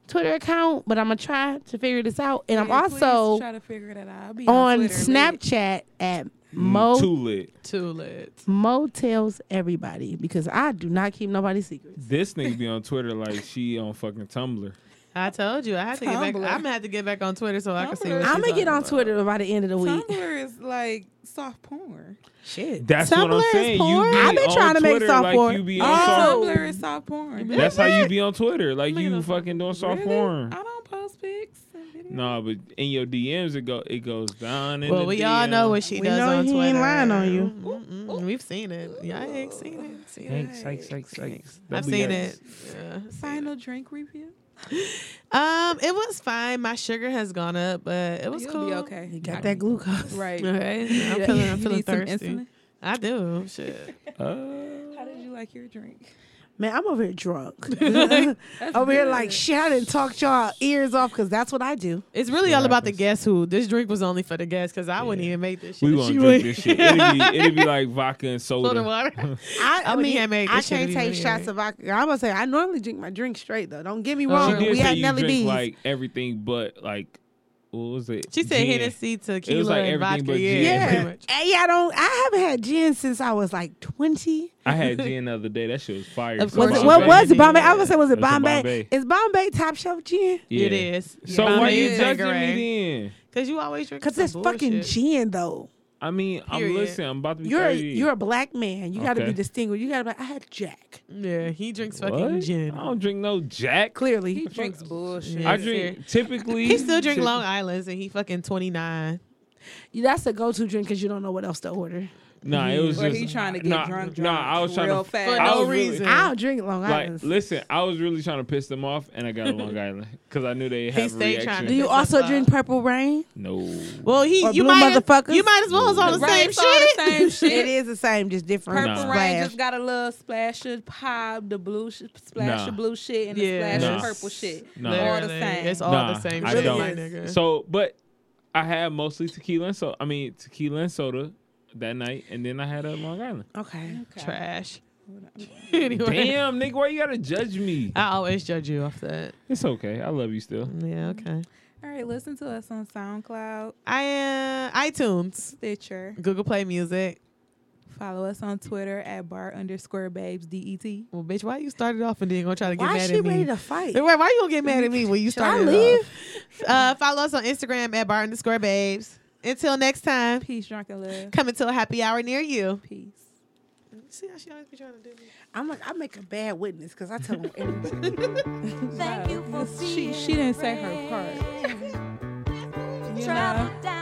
Speaker 4: Twitter account, but I'm gonna try to figure this out. And I'm
Speaker 5: Yeah, please
Speaker 4: also
Speaker 5: try to figure that out. I'll be
Speaker 4: on
Speaker 5: on, Twitter, Mm, bitch.
Speaker 4: Snapchat at Mo
Speaker 6: Too lit.
Speaker 3: Too lit.
Speaker 4: Mo tells everybody because I do not keep nobody's secrets.
Speaker 6: This nigga be on Twitter like she on fucking Tumblr.
Speaker 3: I told you I had to get back. I'm
Speaker 5: Tumblr.
Speaker 3: gonna have to get back on Twitter so I can see.
Speaker 5: Tumblr.
Speaker 3: What
Speaker 4: I'm
Speaker 3: she's
Speaker 4: gonna get on
Speaker 3: about.
Speaker 4: Twitter by the end of the week.
Speaker 5: Tumblr is like soft porn.
Speaker 3: Shit.
Speaker 6: That's what
Speaker 3: Tumblr
Speaker 6: I'm
Speaker 3: is
Speaker 6: saying. You
Speaker 3: porn?
Speaker 6: be
Speaker 4: I've been
Speaker 6: on
Speaker 4: trying to make
Speaker 6: Twitter
Speaker 4: soft
Speaker 6: like
Speaker 4: porn.
Speaker 6: You be on soft.
Speaker 4: Oh.
Speaker 5: Tumblr is soft porn.
Speaker 6: That's how you be on Twitter. Like
Speaker 3: Look
Speaker 6: you
Speaker 3: at
Speaker 6: fucking doing soft
Speaker 5: Really?
Speaker 6: porn.
Speaker 5: I don't post pics. and videos.
Speaker 6: No, but in your DMs it go it goes down. In
Speaker 3: Well,
Speaker 6: the
Speaker 3: we all
Speaker 6: DM.
Speaker 3: know what she
Speaker 4: We
Speaker 3: does
Speaker 4: know
Speaker 3: on
Speaker 4: he
Speaker 3: Twitter.
Speaker 4: ain't lying on you.
Speaker 3: Mm-mm. We've seen it. Y'all ain't seen it. Seen it.
Speaker 6: Yikes, yikes, yikes, yikes.
Speaker 3: I've
Speaker 6: Double
Speaker 3: seen
Speaker 6: yikes.
Speaker 3: it. Yeah, I've seen
Speaker 5: Final drink review.
Speaker 3: it. Um, it was fine. My sugar has gone up, but it was
Speaker 5: You'll
Speaker 3: cool.
Speaker 5: be okay. You
Speaker 4: Got that glucose.
Speaker 5: Right.
Speaker 3: Okay. I'm feeling, I'm
Speaker 5: You
Speaker 3: feeling
Speaker 5: need some
Speaker 3: thirsty.
Speaker 5: insulin?
Speaker 3: I do. Shit.
Speaker 6: Uh,
Speaker 5: How did you like your drink?
Speaker 4: Man, I'm over here drunk. over here like shit. I didn't talk y'all ears off because that's what I do.
Speaker 3: It's really all about the
Speaker 6: happens.
Speaker 3: guess who. This drink was only for the guests because I wouldn't even make this shit.
Speaker 6: we
Speaker 3: if she
Speaker 6: won't drink
Speaker 3: would.
Speaker 6: this shit. It'd be, it'd be like vodka and
Speaker 3: Soda
Speaker 6: soda.
Speaker 3: water.
Speaker 4: I,
Speaker 3: I
Speaker 4: I,
Speaker 3: would
Speaker 4: mean,
Speaker 3: handmade
Speaker 4: I
Speaker 3: this shit
Speaker 4: can't
Speaker 3: if you
Speaker 4: take
Speaker 3: didn't
Speaker 4: shots
Speaker 3: make it.
Speaker 4: of vodka. I'm gonna say I normally drink my drink straight though. Don't get me
Speaker 6: She
Speaker 4: wrong.
Speaker 6: did
Speaker 4: we
Speaker 6: say
Speaker 4: had
Speaker 6: you
Speaker 4: Nelly
Speaker 6: drink
Speaker 4: D's.
Speaker 6: like everything but like what was it?
Speaker 3: She said
Speaker 6: Gin.
Speaker 3: Hennessy, tequila,
Speaker 6: like
Speaker 3: and
Speaker 6: everything
Speaker 3: vodka.
Speaker 6: but
Speaker 3: yeah.
Speaker 6: gin.
Speaker 3: pretty
Speaker 4: yeah,
Speaker 3: much.
Speaker 4: hey, I don't. I haven't had gin since I was like 20.
Speaker 6: I had gin the other day. That shit was fire.
Speaker 3: Of
Speaker 4: Was
Speaker 3: course
Speaker 4: it,
Speaker 3: Bombay.
Speaker 4: what was it? Bombay. I was gonna say was
Speaker 6: That's
Speaker 4: it
Speaker 6: a
Speaker 4: Bombay?
Speaker 6: Bombay.
Speaker 4: Is Bombay top shelf gin?
Speaker 6: Yeah.
Speaker 3: It is.
Speaker 6: So
Speaker 3: Yeah.
Speaker 6: why
Speaker 3: Bombay
Speaker 6: you
Speaker 3: and
Speaker 6: judging
Speaker 3: Tanqueray.
Speaker 6: me then?
Speaker 3: Cause you always drink.
Speaker 4: Cause
Speaker 3: some
Speaker 4: it's fucking
Speaker 3: bullshit.
Speaker 4: gin though.
Speaker 6: I mean, I'm
Speaker 3: Period.
Speaker 6: listening. I'm about to be
Speaker 4: You're a,
Speaker 6: 30.
Speaker 4: you're a black man. You got to
Speaker 6: Okay.
Speaker 4: be distinguished. You got to be. like, I had Jack.
Speaker 3: Yeah, he drinks
Speaker 6: What?
Speaker 3: fucking gin.
Speaker 6: I don't drink no Jack.
Speaker 4: Clearly,
Speaker 5: He drinks bullshit.
Speaker 3: Yeah.
Speaker 6: I drink typically.
Speaker 3: He still drink
Speaker 6: shit-
Speaker 3: Long Islands and he fucking twenty nine.
Speaker 4: that's a go-to drink because you don't know what else to order.
Speaker 6: Nah, it was
Speaker 5: Or
Speaker 6: just
Speaker 5: he trying to get
Speaker 6: nah,
Speaker 5: drunk, drunk
Speaker 6: Nah, I was trying
Speaker 5: real
Speaker 6: to
Speaker 5: fast.
Speaker 3: For
Speaker 6: I
Speaker 3: no
Speaker 6: was really-
Speaker 3: reason.
Speaker 4: I don't drink Long
Speaker 6: Like,
Speaker 4: Island.
Speaker 6: listen, I was really trying to piss them off, and I got a Long Island because I knew they had a
Speaker 3: stayed trying
Speaker 6: reaction.
Speaker 3: to-
Speaker 4: Do you
Speaker 3: It's
Speaker 4: also
Speaker 3: like-
Speaker 4: drink Purple Rain?
Speaker 6: no,
Speaker 3: Well, he
Speaker 4: Or
Speaker 3: you
Speaker 4: blue
Speaker 3: might
Speaker 4: motherfuckers?
Speaker 3: you might as well was on the
Speaker 5: Right,
Speaker 3: same
Speaker 5: it's all
Speaker 3: shit.
Speaker 5: the same shit.
Speaker 4: It is the same, just different.
Speaker 5: Purple
Speaker 6: Nah.
Speaker 5: Rain
Speaker 4: splash.
Speaker 5: just got a little splash of pop, the blue sh- splash
Speaker 6: Nah.
Speaker 5: of blue shit, and
Speaker 3: Yeah.
Speaker 5: the splash
Speaker 6: Nah.
Speaker 5: of purple shit.
Speaker 6: Nah.
Speaker 5: All the
Speaker 3: Literally,
Speaker 5: same.
Speaker 3: It's all
Speaker 6: Nah,
Speaker 3: the same
Speaker 6: I
Speaker 3: shit,
Speaker 6: don't.
Speaker 3: my nigga.
Speaker 6: So, but I had mostly tequila and soda. I mean, tequila and soda that night, and then I had a Long Island.
Speaker 4: Okay.
Speaker 3: trash. anyway,
Speaker 6: Damn, nigga, why you gotta judge me?
Speaker 3: I always judge you off that.
Speaker 6: It's okay. I love you still.
Speaker 3: Yeah, okay.
Speaker 5: All right, listen to us on SoundCloud,
Speaker 3: I am iTunes,
Speaker 5: Stitcher.
Speaker 3: Google Play Music.
Speaker 5: Follow us on Twitter at bar underscore babes E det.
Speaker 3: Well, bitch, why you started off and then gonna try to get
Speaker 4: Why
Speaker 3: mad
Speaker 4: is she
Speaker 3: at me?
Speaker 4: ready to fight?
Speaker 3: Then Why, why you gonna get mad at me when you
Speaker 4: I
Speaker 3: start?
Speaker 4: leave?
Speaker 3: Uh, follow us on Instagram at bar underscore babes. Until next time,
Speaker 5: Peace, drunk and love.
Speaker 3: coming to a happy hour near you.
Speaker 5: Peace.
Speaker 3: See how she always be trying to do me.
Speaker 4: I'm like, I make a bad witness because I tell them everything.
Speaker 5: She she didn't say her part. You know.
Speaker 2: Travel down.